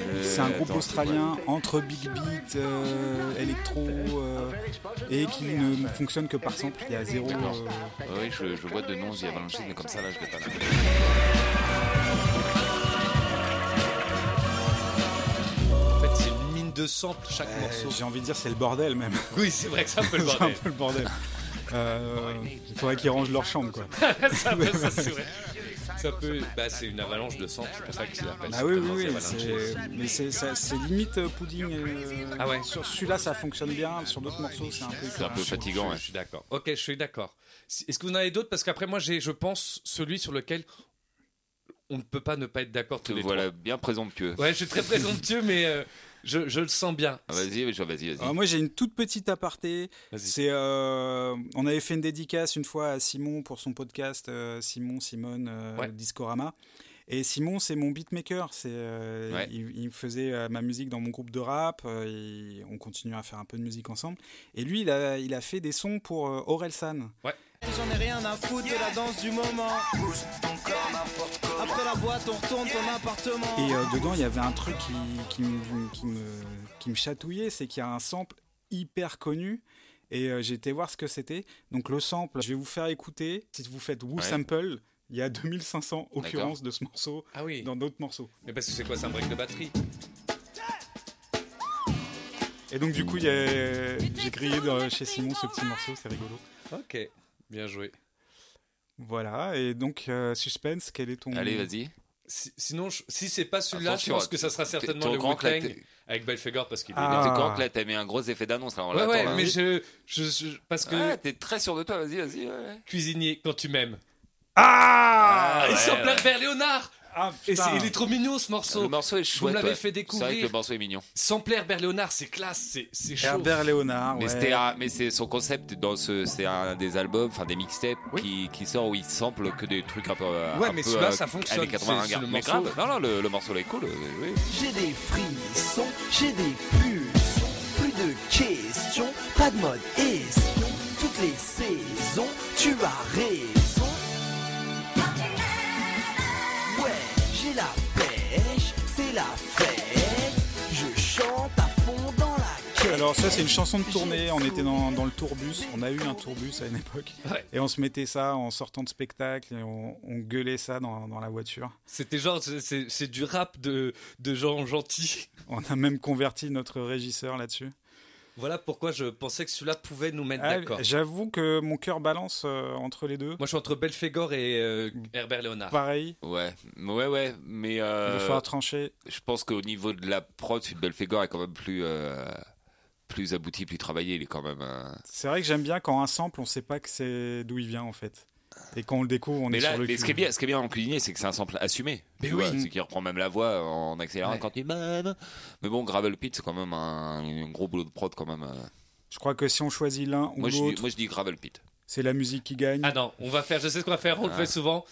[SPEAKER 4] Euh,
[SPEAKER 3] C'est un groupe
[SPEAKER 4] attends,
[SPEAKER 3] australien entre big beat, euh, électro euh, et qui ne fonctionne que par sample. Il y a zéro.
[SPEAKER 4] D'accord.
[SPEAKER 3] euh,
[SPEAKER 4] ouais. Ouais, Ah Oui, je, je vois de nom, The Avalanche, mais comme ça, là, je vais pas là.
[SPEAKER 5] En fait, c'est une mine de samples chaque morceau.
[SPEAKER 3] J'ai envie de dire c'est le bordel même.
[SPEAKER 5] Euh, Oui, c'est vrai que ça peut le
[SPEAKER 3] c'est un
[SPEAKER 5] bordel.
[SPEAKER 3] peu le bordel. Euh, il faudrait qu'ils rangent leur chambre quoi.
[SPEAKER 5] ça peut, ça, c'est vrai. Ça peut. Bah, c'est une avalanche de sang, c'est pour ça qu'ils l'appellent.
[SPEAKER 4] Ah
[SPEAKER 3] Bah oui oui
[SPEAKER 5] certainement
[SPEAKER 3] oui.
[SPEAKER 5] The Avalanches.
[SPEAKER 3] c'est- Mais c'est ça- c'est limite euh, pudding. euh,
[SPEAKER 5] Ah ouais.
[SPEAKER 3] Sur celui-là ça fonctionne bien. Sur d'autres morceaux c'est un peu.
[SPEAKER 4] C'est un peu fatigant,
[SPEAKER 5] Je,
[SPEAKER 4] ouais.
[SPEAKER 5] je suis d'accord. Ok, je suis d'accord. Si- Est-ce que vous en avez d'autres Parce qu'après, moi, j'ai, je pense, celui sur lequel on ne peut pas ne pas être d'accord
[SPEAKER 4] Te
[SPEAKER 5] tous les
[SPEAKER 4] voilà bien présomptueux.
[SPEAKER 5] trois. Ouais, je suis très présomptueux, mais euh, je, je le sens bien.
[SPEAKER 4] Ah, Vas-y, vas-y, vas-y.
[SPEAKER 3] Alors, moi j'ai une toute petite aparté.
[SPEAKER 5] Vas-y.
[SPEAKER 3] C'est, euh, on avait fait une dédicace une fois à Simon pour son podcast euh, Simon Simone euh,
[SPEAKER 5] Ouais.
[SPEAKER 3] Discorama. Et Simon, c'est mon beatmaker. C'est, euh,
[SPEAKER 4] Ouais.
[SPEAKER 3] il, il faisait euh, ma musique dans mon groupe de rap. euh, il- on continue à faire un peu de musique ensemble. Et lui, il a, il a fait des sons pour euh, Orelsan.
[SPEAKER 10] J'en ai rien à foutre de la danse du moment. Après la boîte, on retourne ton appartement.
[SPEAKER 3] Et euh, dedans, il y avait un truc qui, qui, me, qui, me, qui me chatouillait, c'est qu'il y a un sample hyper connu. Et euh, j'ai été voir ce que c'était. Donc le sample, je vais vous faire écouter. Si vous faites Woo
[SPEAKER 4] Ouais.
[SPEAKER 3] Sample, il y a 2500 occurrences de ce morceau
[SPEAKER 5] Ah oui.
[SPEAKER 3] dans d'autres morceaux.
[SPEAKER 5] Mais parce que c'est quoi C'est un break de batterie
[SPEAKER 3] Et donc, du coup, il y a- j'ai grillé dans- chez Simon ce petit morceau, c'est rigolo.
[SPEAKER 5] Ok, bien joué.
[SPEAKER 3] Voilà, et donc, euh, suspense, quel est ton.
[SPEAKER 4] Allez, vas-y.
[SPEAKER 5] Si- sinon, je- si c'est pas celui-là, je
[SPEAKER 4] Attention,
[SPEAKER 5] pense que ça sera
[SPEAKER 4] t'es-
[SPEAKER 5] certainement
[SPEAKER 4] ton
[SPEAKER 5] le
[SPEAKER 4] grand
[SPEAKER 5] Wu-Tang
[SPEAKER 4] claque-
[SPEAKER 5] avec Belfegor parce qu'il est.
[SPEAKER 4] Ah. T'es quand que là, t'as mis un gros effet d'annonce. là, on
[SPEAKER 5] Ouais,
[SPEAKER 4] l'attend, hein.
[SPEAKER 5] ouais,
[SPEAKER 4] là.
[SPEAKER 5] mais je, je, je- parce que
[SPEAKER 4] Ouais, t'es très sûr de toi, vas-y, vas-y.
[SPEAKER 5] cuisinier quand tu m'aimes.
[SPEAKER 3] Ah,
[SPEAKER 5] Il
[SPEAKER 4] ouais,
[SPEAKER 5] semble
[SPEAKER 4] ouais.
[SPEAKER 5] vers Léonard. Et
[SPEAKER 4] putain.
[SPEAKER 5] c'est- il est trop mignon ce morceau.
[SPEAKER 4] Le morceau est
[SPEAKER 5] Vous
[SPEAKER 4] chouette.
[SPEAKER 5] me l'avez
[SPEAKER 4] ouais.
[SPEAKER 5] fait
[SPEAKER 4] C'est vrai que
[SPEAKER 5] découvrir.
[SPEAKER 4] le morceau est mignon.
[SPEAKER 5] Sampler Herbert Léonard, c'est classe, c'est c'est chaud.
[SPEAKER 3] Herbert Léonard,
[SPEAKER 4] Mais, c'était un- mais c'est son concept dans ce, c'est un des albums, enfin des mixtapes qui, qui sort où il sample que des trucs un peu.
[SPEAKER 5] Ouais,
[SPEAKER 4] un
[SPEAKER 5] mais
[SPEAKER 4] peu,
[SPEAKER 5] celui-là,
[SPEAKER 4] euh,
[SPEAKER 5] ça fonctionne,
[SPEAKER 4] années 80,
[SPEAKER 5] c'est- c'est le
[SPEAKER 4] mais
[SPEAKER 5] morceau.
[SPEAKER 4] grave. Non, non, le, le morceau là, est cool. euh, oui.
[SPEAKER 11] J'ai des frissons, j'ai des pulsions, plus de questions, pas de mode espion. Toutes les saisons, tu as raison. Ouais, j'ai la pêche, c'est la fête. Je chante à fond dans la quête.
[SPEAKER 3] Alors ça c'est une chanson de tournée, on était dans, dans le tourbus, on a eu un tourbus à une époque, et on se mettait ça en sortant de spectacle, et on, on gueulait ça dans, dans la voiture.
[SPEAKER 5] C'était genre, c'est- c'est c'est du rap de, de gens gentils.
[SPEAKER 3] On a même converti notre régisseur là-dessus.
[SPEAKER 5] Voilà pourquoi je pensais que celui-là pouvait nous mettre
[SPEAKER 3] Ah,
[SPEAKER 5] d'accord.
[SPEAKER 3] J'avoue que mon cœur balance euh, entre les deux.
[SPEAKER 5] Moi, je suis entre Belphégor et euh, Herbert Léonard.
[SPEAKER 3] Pareil.
[SPEAKER 4] Ouais, ouais, ouais, mais. Ah. euh,
[SPEAKER 3] Il va falloir trancher.
[SPEAKER 4] Je pense qu'au niveau de la prod, Sud Belfegor est quand même plus, euh, plus abouti, plus travaillé. Il est quand même. euh,
[SPEAKER 3] C'est vrai que j'aime bien quand un sample, on sait pas que c'est d'où il vient en fait, et quand on le découvre, on
[SPEAKER 4] mais
[SPEAKER 3] est
[SPEAKER 4] là,
[SPEAKER 3] sur le
[SPEAKER 4] mais
[SPEAKER 3] cul.
[SPEAKER 4] ce qui est bien, ce qui est bien en cuisinier, c'est que c'est un sample assumé.
[SPEAKER 3] Mais
[SPEAKER 4] Tu
[SPEAKER 3] oui.
[SPEAKER 4] vois, C'est qu'il reprend même la voix en accélérant
[SPEAKER 3] Ouais.
[SPEAKER 4] quand il m'aime. Mais bon, Gravel Pit, c'est quand même un, un gros boulot de prod quand même. euh.
[SPEAKER 3] Je crois que si on choisit l'un ou
[SPEAKER 4] Moi, je, dis-
[SPEAKER 3] l'autre,
[SPEAKER 4] moi, je dis Gravel Pit.
[SPEAKER 3] c'est la musique qui gagne.
[SPEAKER 5] Ah non, on va faire, je sais ce qu'on va faire, on le
[SPEAKER 4] Ah.
[SPEAKER 5] fait souvent.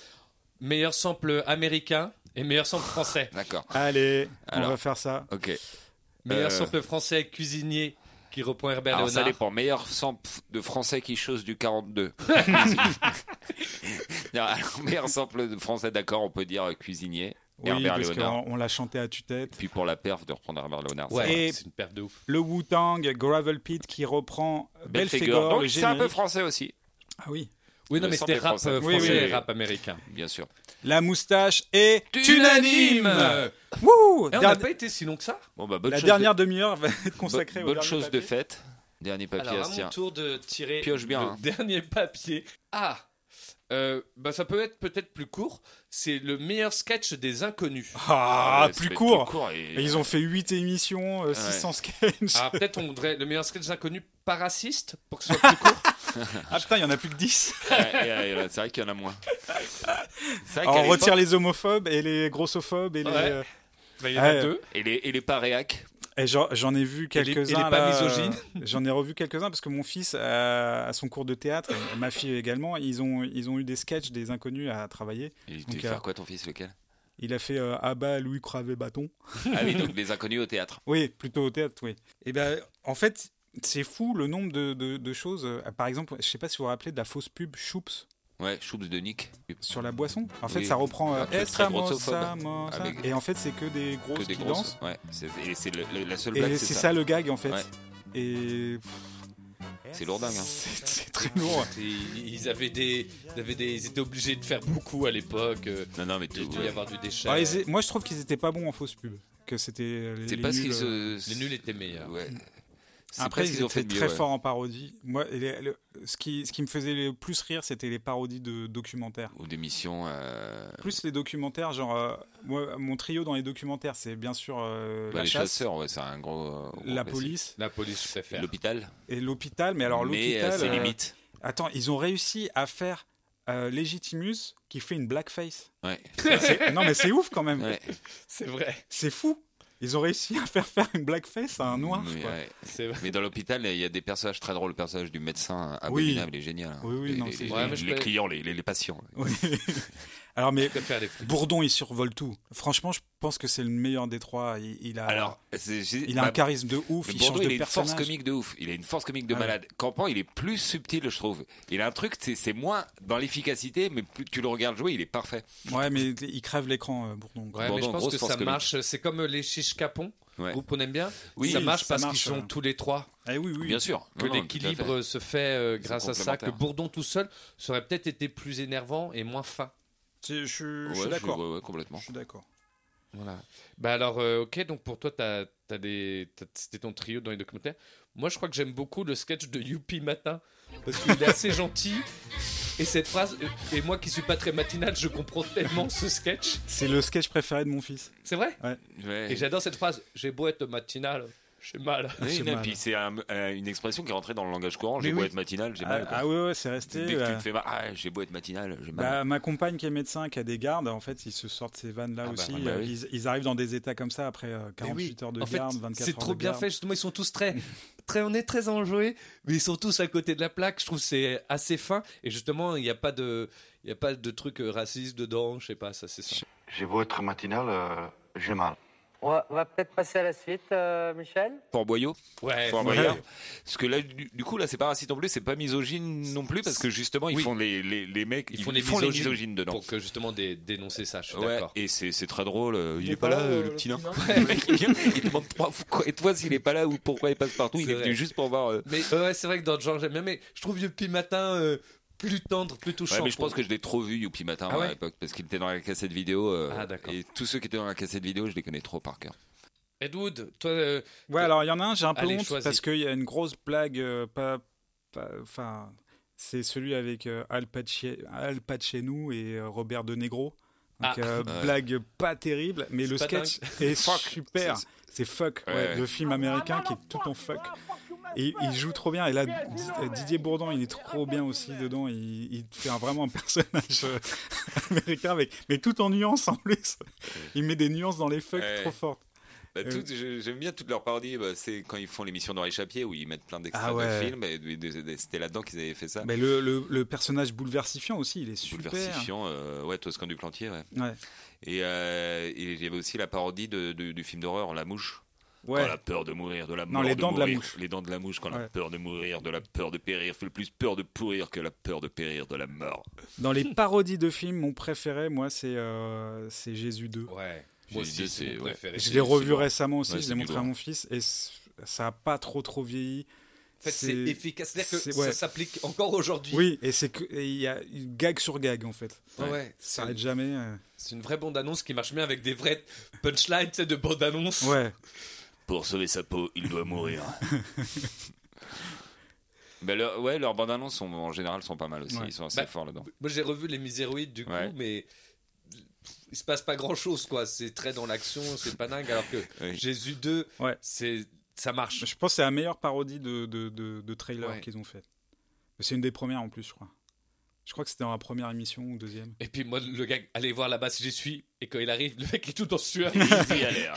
[SPEAKER 5] Meilleur sample américain et meilleur sample français.
[SPEAKER 4] D'accord.
[SPEAKER 3] Allez, on
[SPEAKER 4] Alors.
[SPEAKER 3] va faire ça.
[SPEAKER 4] Ok.
[SPEAKER 5] Meilleur
[SPEAKER 4] Euh,
[SPEAKER 5] sample français avec cuisinier qui reprend Herbert
[SPEAKER 4] Alors, ça
[SPEAKER 5] Léonard.
[SPEAKER 4] dépend. Meilleur sample de français qui chose du 42. non, alors, meilleur sample de français, d'accord, on peut dire euh, cuisinier.
[SPEAKER 3] Oui,
[SPEAKER 4] Herbert
[SPEAKER 3] parce
[SPEAKER 4] Léonard.
[SPEAKER 3] qu'on on l'a chanté à tue-tête.
[SPEAKER 4] Puis pour la perf, de reprendre Herbert Léonard. ça va.
[SPEAKER 3] Et Le Wu-Tang, Gravel Pit qui reprend
[SPEAKER 4] Belphégor.
[SPEAKER 3] Belphégor,
[SPEAKER 4] Donc
[SPEAKER 3] le
[SPEAKER 4] c'est un peu
[SPEAKER 3] générique.
[SPEAKER 4] français aussi.
[SPEAKER 3] Ah oui.
[SPEAKER 5] Oui, non,
[SPEAKER 4] Le
[SPEAKER 5] mais c'était
[SPEAKER 4] sample
[SPEAKER 5] rap
[SPEAKER 4] français.
[SPEAKER 5] euh,
[SPEAKER 4] Oui,
[SPEAKER 5] français
[SPEAKER 4] oui, oui.
[SPEAKER 5] et rap américain.
[SPEAKER 4] Bien sûr.
[SPEAKER 3] La moustache est
[SPEAKER 5] Unanime
[SPEAKER 3] unanime. Wouh
[SPEAKER 5] Eh, on n'a
[SPEAKER 3] Derni-
[SPEAKER 5] pas été si long que ça
[SPEAKER 4] Bon, bah, bonne
[SPEAKER 3] La
[SPEAKER 4] chose
[SPEAKER 3] dernière
[SPEAKER 4] de-
[SPEAKER 3] demi-heure va être consacrée
[SPEAKER 4] Bonne-
[SPEAKER 3] au
[SPEAKER 4] Bonne
[SPEAKER 3] dernier
[SPEAKER 4] chose
[SPEAKER 3] papier.
[SPEAKER 4] de faite. Dernier papier
[SPEAKER 5] Alors,
[SPEAKER 4] à
[SPEAKER 5] à
[SPEAKER 4] se
[SPEAKER 5] mon
[SPEAKER 4] tient.
[SPEAKER 5] tour de tirer
[SPEAKER 4] Pioche bien,
[SPEAKER 5] le
[SPEAKER 4] hein.
[SPEAKER 5] dernier papier. Ah Euh, bah, Ça peut être peut-être plus court. C'est le meilleur sketch des inconnus.
[SPEAKER 3] Ah,
[SPEAKER 4] Ouais,
[SPEAKER 3] plus
[SPEAKER 4] c'est
[SPEAKER 3] court.
[SPEAKER 4] plus court et-
[SPEAKER 3] Et Ils ont fait 8 émissions, euh,
[SPEAKER 4] Ouais.
[SPEAKER 3] 600 sketchs.
[SPEAKER 5] Ah, peut-être on voudrait le meilleur sketch des inconnus pas raciste pour que ce soit plus court.
[SPEAKER 3] Ah putain, il y en a plus que 10.
[SPEAKER 4] Ouais, et, euh, c'est vrai qu'il y en a moins. C'est vrai
[SPEAKER 3] Alors,
[SPEAKER 4] qu'à
[SPEAKER 3] on retire
[SPEAKER 4] l'époque-
[SPEAKER 3] les homophobes et les grossophobes et les.
[SPEAKER 4] Ah, Ouais.
[SPEAKER 3] euh,
[SPEAKER 5] Bah, il y en a
[SPEAKER 3] ouais.
[SPEAKER 5] deux.
[SPEAKER 4] Et les, et les pas réac.
[SPEAKER 3] Et j'en j'en ai vu
[SPEAKER 4] Et les- et les
[SPEAKER 3] quelques-uns. là,
[SPEAKER 4] pas misogynes.
[SPEAKER 3] euh, J'en ai revu quelques-uns parce que mon fils, euh, à son cours de théâtre, et ma fille également, ils ont, ils ont eu des sketchs des inconnus à travailler.
[SPEAKER 4] Il
[SPEAKER 3] Donc,
[SPEAKER 4] devait
[SPEAKER 3] euh,
[SPEAKER 4] faire quoi ton fils lequel
[SPEAKER 3] il a fait euh, Abba, Louis Cravé, Bâton.
[SPEAKER 4] Ah oui, donc les inconnus au théâtre.
[SPEAKER 3] Oui, plutôt au théâtre, oui. Et ben, en fait, c'est fou le nombre de, de- de choses. Euh, Par exemple, je sais pas si vous vous rappelez de la fausse pub Choups
[SPEAKER 4] Ouais, Choups de Nick.
[SPEAKER 3] sur la boisson. En fait,
[SPEAKER 4] Oui,
[SPEAKER 3] ça reprend euh,
[SPEAKER 4] un truc très
[SPEAKER 3] Estramos,
[SPEAKER 4] grossophobe.
[SPEAKER 3] Samos, ça.
[SPEAKER 4] Avec-
[SPEAKER 3] Et en fait, c'est que des grosses
[SPEAKER 4] Que des
[SPEAKER 3] qui
[SPEAKER 4] grosses.
[SPEAKER 3] dansent.
[SPEAKER 4] Ouais, c'est- et c'est le- le- la seule blague.
[SPEAKER 3] Et c'est ça. le gag, en fait.
[SPEAKER 4] Ouais.
[SPEAKER 3] Et
[SPEAKER 4] C'est lourdingue. Hein.
[SPEAKER 3] C'est très lourd.
[SPEAKER 5] Et Ils avaient des, ils avaient des, ils étaient obligés de faire beaucoup à l'époque. euh,
[SPEAKER 4] Non, non, mais tout.
[SPEAKER 5] Il doit y
[SPEAKER 4] ouais.
[SPEAKER 5] avoir du déchet.
[SPEAKER 3] Ah, ils- moi, je trouve qu'ils étaient pas bons en fausse pub. Que c'était. euh, les-
[SPEAKER 4] C'est
[SPEAKER 3] les
[SPEAKER 4] pas ce
[SPEAKER 3] nuls,
[SPEAKER 4] qu'ils
[SPEAKER 3] euh,
[SPEAKER 4] se-
[SPEAKER 5] Les nuls étaient meilleurs.
[SPEAKER 4] Ouais. C'est
[SPEAKER 3] Après,
[SPEAKER 4] pas ce
[SPEAKER 3] ils
[SPEAKER 4] qu'ils ont
[SPEAKER 3] étaient
[SPEAKER 4] fait de mieux,
[SPEAKER 3] très
[SPEAKER 4] ouais.
[SPEAKER 3] forts en parodie. Moi, et les- le- ce, qui, ce qui me faisait le plus rire, c'était les parodies de documentaires.
[SPEAKER 4] Ou d'émissions. euh,
[SPEAKER 3] Plus les documentaires, genre. euh, moi, mon trio dans les documentaires, c'est bien sûr euh,
[SPEAKER 4] bah,
[SPEAKER 3] la
[SPEAKER 4] les
[SPEAKER 3] chasse,
[SPEAKER 4] chasseurs, ouais, c'est un gros. euh, gros
[SPEAKER 3] la
[SPEAKER 4] classique.
[SPEAKER 3] police
[SPEAKER 5] La police, je préfère.
[SPEAKER 4] L'hôpital.
[SPEAKER 3] et l'hôpital. Mais alors,
[SPEAKER 4] Mais, euh,
[SPEAKER 3] l'hôpital.
[SPEAKER 4] c'est limite.
[SPEAKER 3] Attends, ils ont réussi à faire euh, Legitimus qui fait une blackface. Bah,
[SPEAKER 4] Ouais.
[SPEAKER 3] C'est- non, mais c'est ouf quand même.
[SPEAKER 4] Ouais.
[SPEAKER 5] C'est vrai.
[SPEAKER 3] C'est fou. Ils ont réussi à faire faire une blackface à un noir.
[SPEAKER 4] Mais,
[SPEAKER 3] quoi.
[SPEAKER 4] ouais.
[SPEAKER 5] C'est vrai.
[SPEAKER 4] Mais dans l'hôpital, il y a des personnages très drôles. Le personnage du médecin
[SPEAKER 3] Oui.
[SPEAKER 4] abominable et génial. hein.
[SPEAKER 3] Oui, oui,
[SPEAKER 4] les,
[SPEAKER 3] non,
[SPEAKER 4] les-
[SPEAKER 3] c'est-
[SPEAKER 4] les-
[SPEAKER 5] Ouais, mais je
[SPEAKER 4] les
[SPEAKER 5] peux-
[SPEAKER 4] clients, les, les- les patients.
[SPEAKER 3] Oui. Alors, mais
[SPEAKER 5] préfère les flics.
[SPEAKER 3] Bourdon, il survole tout. Franchement, je pense que c'est le meilleur des trois. Il, il a,
[SPEAKER 4] Alors, c'est- j'ai-
[SPEAKER 3] il a un
[SPEAKER 4] bah,
[SPEAKER 3] charisme de ouf.
[SPEAKER 4] mais
[SPEAKER 3] Il
[SPEAKER 4] Bourdon,
[SPEAKER 3] change de
[SPEAKER 4] il a une
[SPEAKER 3] personnage.
[SPEAKER 4] force comique de ouf. Il a une force comique de
[SPEAKER 3] Ah ouais.
[SPEAKER 4] malade. Campan, il est plus subtil, je trouve. Il a un truc, c'est c'est moins dans l'efficacité, mais plus tu le regardes jouer, il est parfait.
[SPEAKER 3] Ouais, mais il crève l'écran, euh, Bourdon. quoi.
[SPEAKER 5] Ouais,
[SPEAKER 4] Bon,
[SPEAKER 5] mais je
[SPEAKER 4] donc,
[SPEAKER 5] pense
[SPEAKER 4] grosse
[SPEAKER 5] que
[SPEAKER 4] force
[SPEAKER 5] ça
[SPEAKER 4] comique.
[SPEAKER 5] marche. C'est comme les chiches capons,
[SPEAKER 4] Ouais.
[SPEAKER 5] groupe qu'on aime bien.
[SPEAKER 4] Oui,
[SPEAKER 5] ça marche
[SPEAKER 3] ça
[SPEAKER 5] parce
[SPEAKER 3] marche,
[SPEAKER 5] qu'ils sont
[SPEAKER 3] ouais.
[SPEAKER 5] tous les trois.
[SPEAKER 3] Ah oui, oui.
[SPEAKER 4] Bien sûr.
[SPEAKER 5] Que
[SPEAKER 4] Non, non, tout à fait.
[SPEAKER 5] l'équilibre se fait euh,
[SPEAKER 4] Ils
[SPEAKER 5] grâce
[SPEAKER 4] sont
[SPEAKER 5] à ça. Que
[SPEAKER 4] complémentaires.
[SPEAKER 5] Bourdon tout seul ça aurait peut-être été plus énervant et moins fin.
[SPEAKER 3] C'est- Je, je
[SPEAKER 4] Ouais,
[SPEAKER 3] suis d'accord.
[SPEAKER 4] ouais, ouais, complètement.
[SPEAKER 3] Je suis d'accord.
[SPEAKER 5] Voilà. Bah alors, euh, ok, donc pour toi, t'as- t'as des- t'as- c'était ton trio dans les documentaires. Moi, je crois que j'aime beaucoup le sketch de Youpi Matin, parce qu'il est assez gentil. Et cette phrase, euh, et moi qui suis pas très matinal, je comprends tellement ce sketch.
[SPEAKER 3] C'est le sketch préféré de mon fils.
[SPEAKER 5] C'est vrai
[SPEAKER 3] Ouais.
[SPEAKER 5] Et j'adore cette phrase, j'ai beau être matinal, j'ai mal.
[SPEAKER 4] Oui, non, puis c'est un- euh, une expression qui est rentrée dans le langage courant. J'ai
[SPEAKER 3] Mais
[SPEAKER 4] beau
[SPEAKER 3] oui.
[SPEAKER 4] être matinal, j'ai
[SPEAKER 3] Ah-
[SPEAKER 4] mal. quoi.
[SPEAKER 3] ah ouais, ouais, c'est resté,
[SPEAKER 4] Dès que tu
[SPEAKER 3] euh,
[SPEAKER 4] te fais mal, ah, j'ai beau être matinal, j'ai
[SPEAKER 3] Bah,
[SPEAKER 4] mal.
[SPEAKER 3] ma compagne qui est médecin, qui a des gardes, en fait, ils se sortent ces vannes-là
[SPEAKER 4] bah,
[SPEAKER 3] aussi.
[SPEAKER 4] bah, bah
[SPEAKER 3] Euh,
[SPEAKER 4] oui.
[SPEAKER 3] ils, ils arrivent dans des états comme ça après euh, 48 heures de
[SPEAKER 5] en fait,
[SPEAKER 3] garde, 24 heures
[SPEAKER 5] C'est trop
[SPEAKER 3] de
[SPEAKER 5] bien
[SPEAKER 3] garde.
[SPEAKER 5] fait, justement, ils sont tous très, très, on est très enjoués, mais ils sont tous à côté de la plaque, je trouve que c'est assez fin, et justement, il n'y a pas de, il y a pas de truc euh, raciste dedans, je sais pas, ça c'est ça.
[SPEAKER 12] J'ai beau être matinal, j'ai mal.
[SPEAKER 11] On va, on va peut-être passer à la suite, euh, Michel
[SPEAKER 4] Fort Boyau
[SPEAKER 5] Ouais,
[SPEAKER 4] Fort
[SPEAKER 5] ouais.
[SPEAKER 4] Boyard. Parce que là, du, du coup, là, c'est pas raciste non plus, c'est pas misogyne non plus, parce que justement, ils font les, les, les mecs, ils, font, les misogynes dedans.
[SPEAKER 5] Pour que justement dé- dénoncer ça, je suis
[SPEAKER 4] Ouais,
[SPEAKER 5] d'accord.
[SPEAKER 4] et c'est c'est très drôle. euh, Il,
[SPEAKER 5] Il
[SPEAKER 4] est pas là, euh, le petit nain. Le mec, il vient, il demande trois fois, et toi, s'il est pas là ou pourquoi il passe partout, il
[SPEAKER 5] C'est
[SPEAKER 4] est venu
[SPEAKER 5] vrai.
[SPEAKER 4] juste pour voir. euh,
[SPEAKER 5] Mais euh, ouais, c'est vrai que dans le genre, j'aime bien, mais je trouve Yuppie Matin euh, plus tendre, plus touchant.
[SPEAKER 4] Ouais, mais je
[SPEAKER 5] pour
[SPEAKER 4] pense que je l'ai trop vu Youpi Matin
[SPEAKER 5] Ah
[SPEAKER 4] moi, à
[SPEAKER 5] ouais
[SPEAKER 4] l'époque parce qu'il était dans la cassette vidéo euh,
[SPEAKER 5] Ah, d'accord.
[SPEAKER 4] et tous ceux qui étaient dans la cassette vidéo je les connais trop par cœur.
[SPEAKER 5] Ed Wood, toi. euh,
[SPEAKER 3] Ouais, alors il y en a un, j'ai un peu
[SPEAKER 5] Allez,
[SPEAKER 3] honte
[SPEAKER 5] choisis.
[SPEAKER 3] parce qu'il y a une grosse blague, euh, pas. pas- Enfin, c'est celui avec euh, Al, Paci- Al Pacino et euh, Robert De Negro. Donc,
[SPEAKER 5] Ah.
[SPEAKER 3] euh,
[SPEAKER 5] Ouais.
[SPEAKER 3] blague pas terrible, mais
[SPEAKER 5] C'est
[SPEAKER 3] le
[SPEAKER 5] pas
[SPEAKER 3] sketch
[SPEAKER 5] dingue.
[SPEAKER 3] est
[SPEAKER 5] Fuck.
[SPEAKER 3] super.
[SPEAKER 5] C'est-
[SPEAKER 3] C'est fuck, ouais,
[SPEAKER 5] Ouais.
[SPEAKER 3] le film américain qui est tout en fuck. Et il joue trop bien. Et là, Di- Didier Bourdon, il est trop bien aussi dedans. Il, il fait un- vraiment un personnage euh, américain, avec, mais tout en nuances en plus. Il met des nuances dans les fuck
[SPEAKER 4] Ouais.
[SPEAKER 3] trop fortes.
[SPEAKER 4] Bah,
[SPEAKER 3] Euh,
[SPEAKER 4] toutes- je- J'aime bien toutes leurs parodies. bah, c'est quand ils font l'émission d'Henri Chapier où ils mettent plein d'extraits
[SPEAKER 3] Ah ouais.
[SPEAKER 4] de films. et de- de- de- C'était là-dedans qu'ils avaient fait ça.
[SPEAKER 3] Mais le, le- le personnage bouleversifiant aussi, il est super.
[SPEAKER 4] Bouleversifiant, euh, ouais, Toscan du Plantier, ouais.
[SPEAKER 3] Ouais.
[SPEAKER 4] Et euh, et il y avait aussi la parodie de- de- du film d'horreur La Mouche.
[SPEAKER 3] Ouais.
[SPEAKER 4] Quand la peur de mourir, de la
[SPEAKER 3] Non,
[SPEAKER 4] mort
[SPEAKER 3] les dents de la
[SPEAKER 4] mourir,
[SPEAKER 3] mouche.
[SPEAKER 4] Les dents de la mouche, quand
[SPEAKER 3] Ouais.
[SPEAKER 4] la peur de mourir, de la peur de périr, fait le plus peur de pourrir que la peur de périr de la mort.
[SPEAKER 3] Dans les parodies de films, mon préféré, moi, c'est euh, c'est Jésus 2.
[SPEAKER 5] Ouais.
[SPEAKER 4] Moi Jésus aussi, 2, c'est c'est- mon ouais. préféré.
[SPEAKER 3] Je
[SPEAKER 4] C'est-
[SPEAKER 3] l'ai
[SPEAKER 4] c'est
[SPEAKER 3] revu
[SPEAKER 4] lourd.
[SPEAKER 3] récemment aussi,
[SPEAKER 4] Ouais,
[SPEAKER 3] je
[SPEAKER 4] c'est
[SPEAKER 3] l'ai
[SPEAKER 4] du
[SPEAKER 3] montré à
[SPEAKER 4] lourd.
[SPEAKER 3] mon fils et c- ça a pas trop trop vieilli.
[SPEAKER 5] En fait, c'est efficace. C'est-à-dire que
[SPEAKER 3] c'est-
[SPEAKER 5] ça s'applique encore aujourd'hui.
[SPEAKER 3] Oui, et c'est que et il y a une gag sur gag en fait.
[SPEAKER 5] Ouais, ouais,
[SPEAKER 3] ça
[SPEAKER 5] c'est-
[SPEAKER 3] arrête jamais. euh.
[SPEAKER 5] C'est une vraie bande-annonce qui marche bien avec des vraies punchlines, tu sais, de bande-annonce.
[SPEAKER 3] Ouais.
[SPEAKER 4] Pour sauver sa peau, il doit mourir. bah leur, ouais, leurs bandes annonces sont- en général sont pas mal aussi.
[SPEAKER 5] Ouais.
[SPEAKER 4] Ils sont assez
[SPEAKER 5] Bah,
[SPEAKER 4] forts là-dedans.
[SPEAKER 5] Moi, j'ai revu Les Miséroïdes du coup,
[SPEAKER 4] Ouais.
[SPEAKER 5] mais il se passe pas grand-chose, quoi. C'est très dans l'action, c'est pas dingue, alors que Jésus 2, c'est ça marche.
[SPEAKER 3] Je pense que c'est la meilleure parodie de, de, de- de trailer
[SPEAKER 5] Ouais.
[SPEAKER 3] qu'ils ont faite. C'est une des premières en plus, je crois. Je crois que c'était dans la première émission ou deuxième.
[SPEAKER 5] Et puis moi, le gars, allez voir là-bas si j'y suis. Et quand il arrive, le mec est tout en sueur.
[SPEAKER 4] Il y a l'air.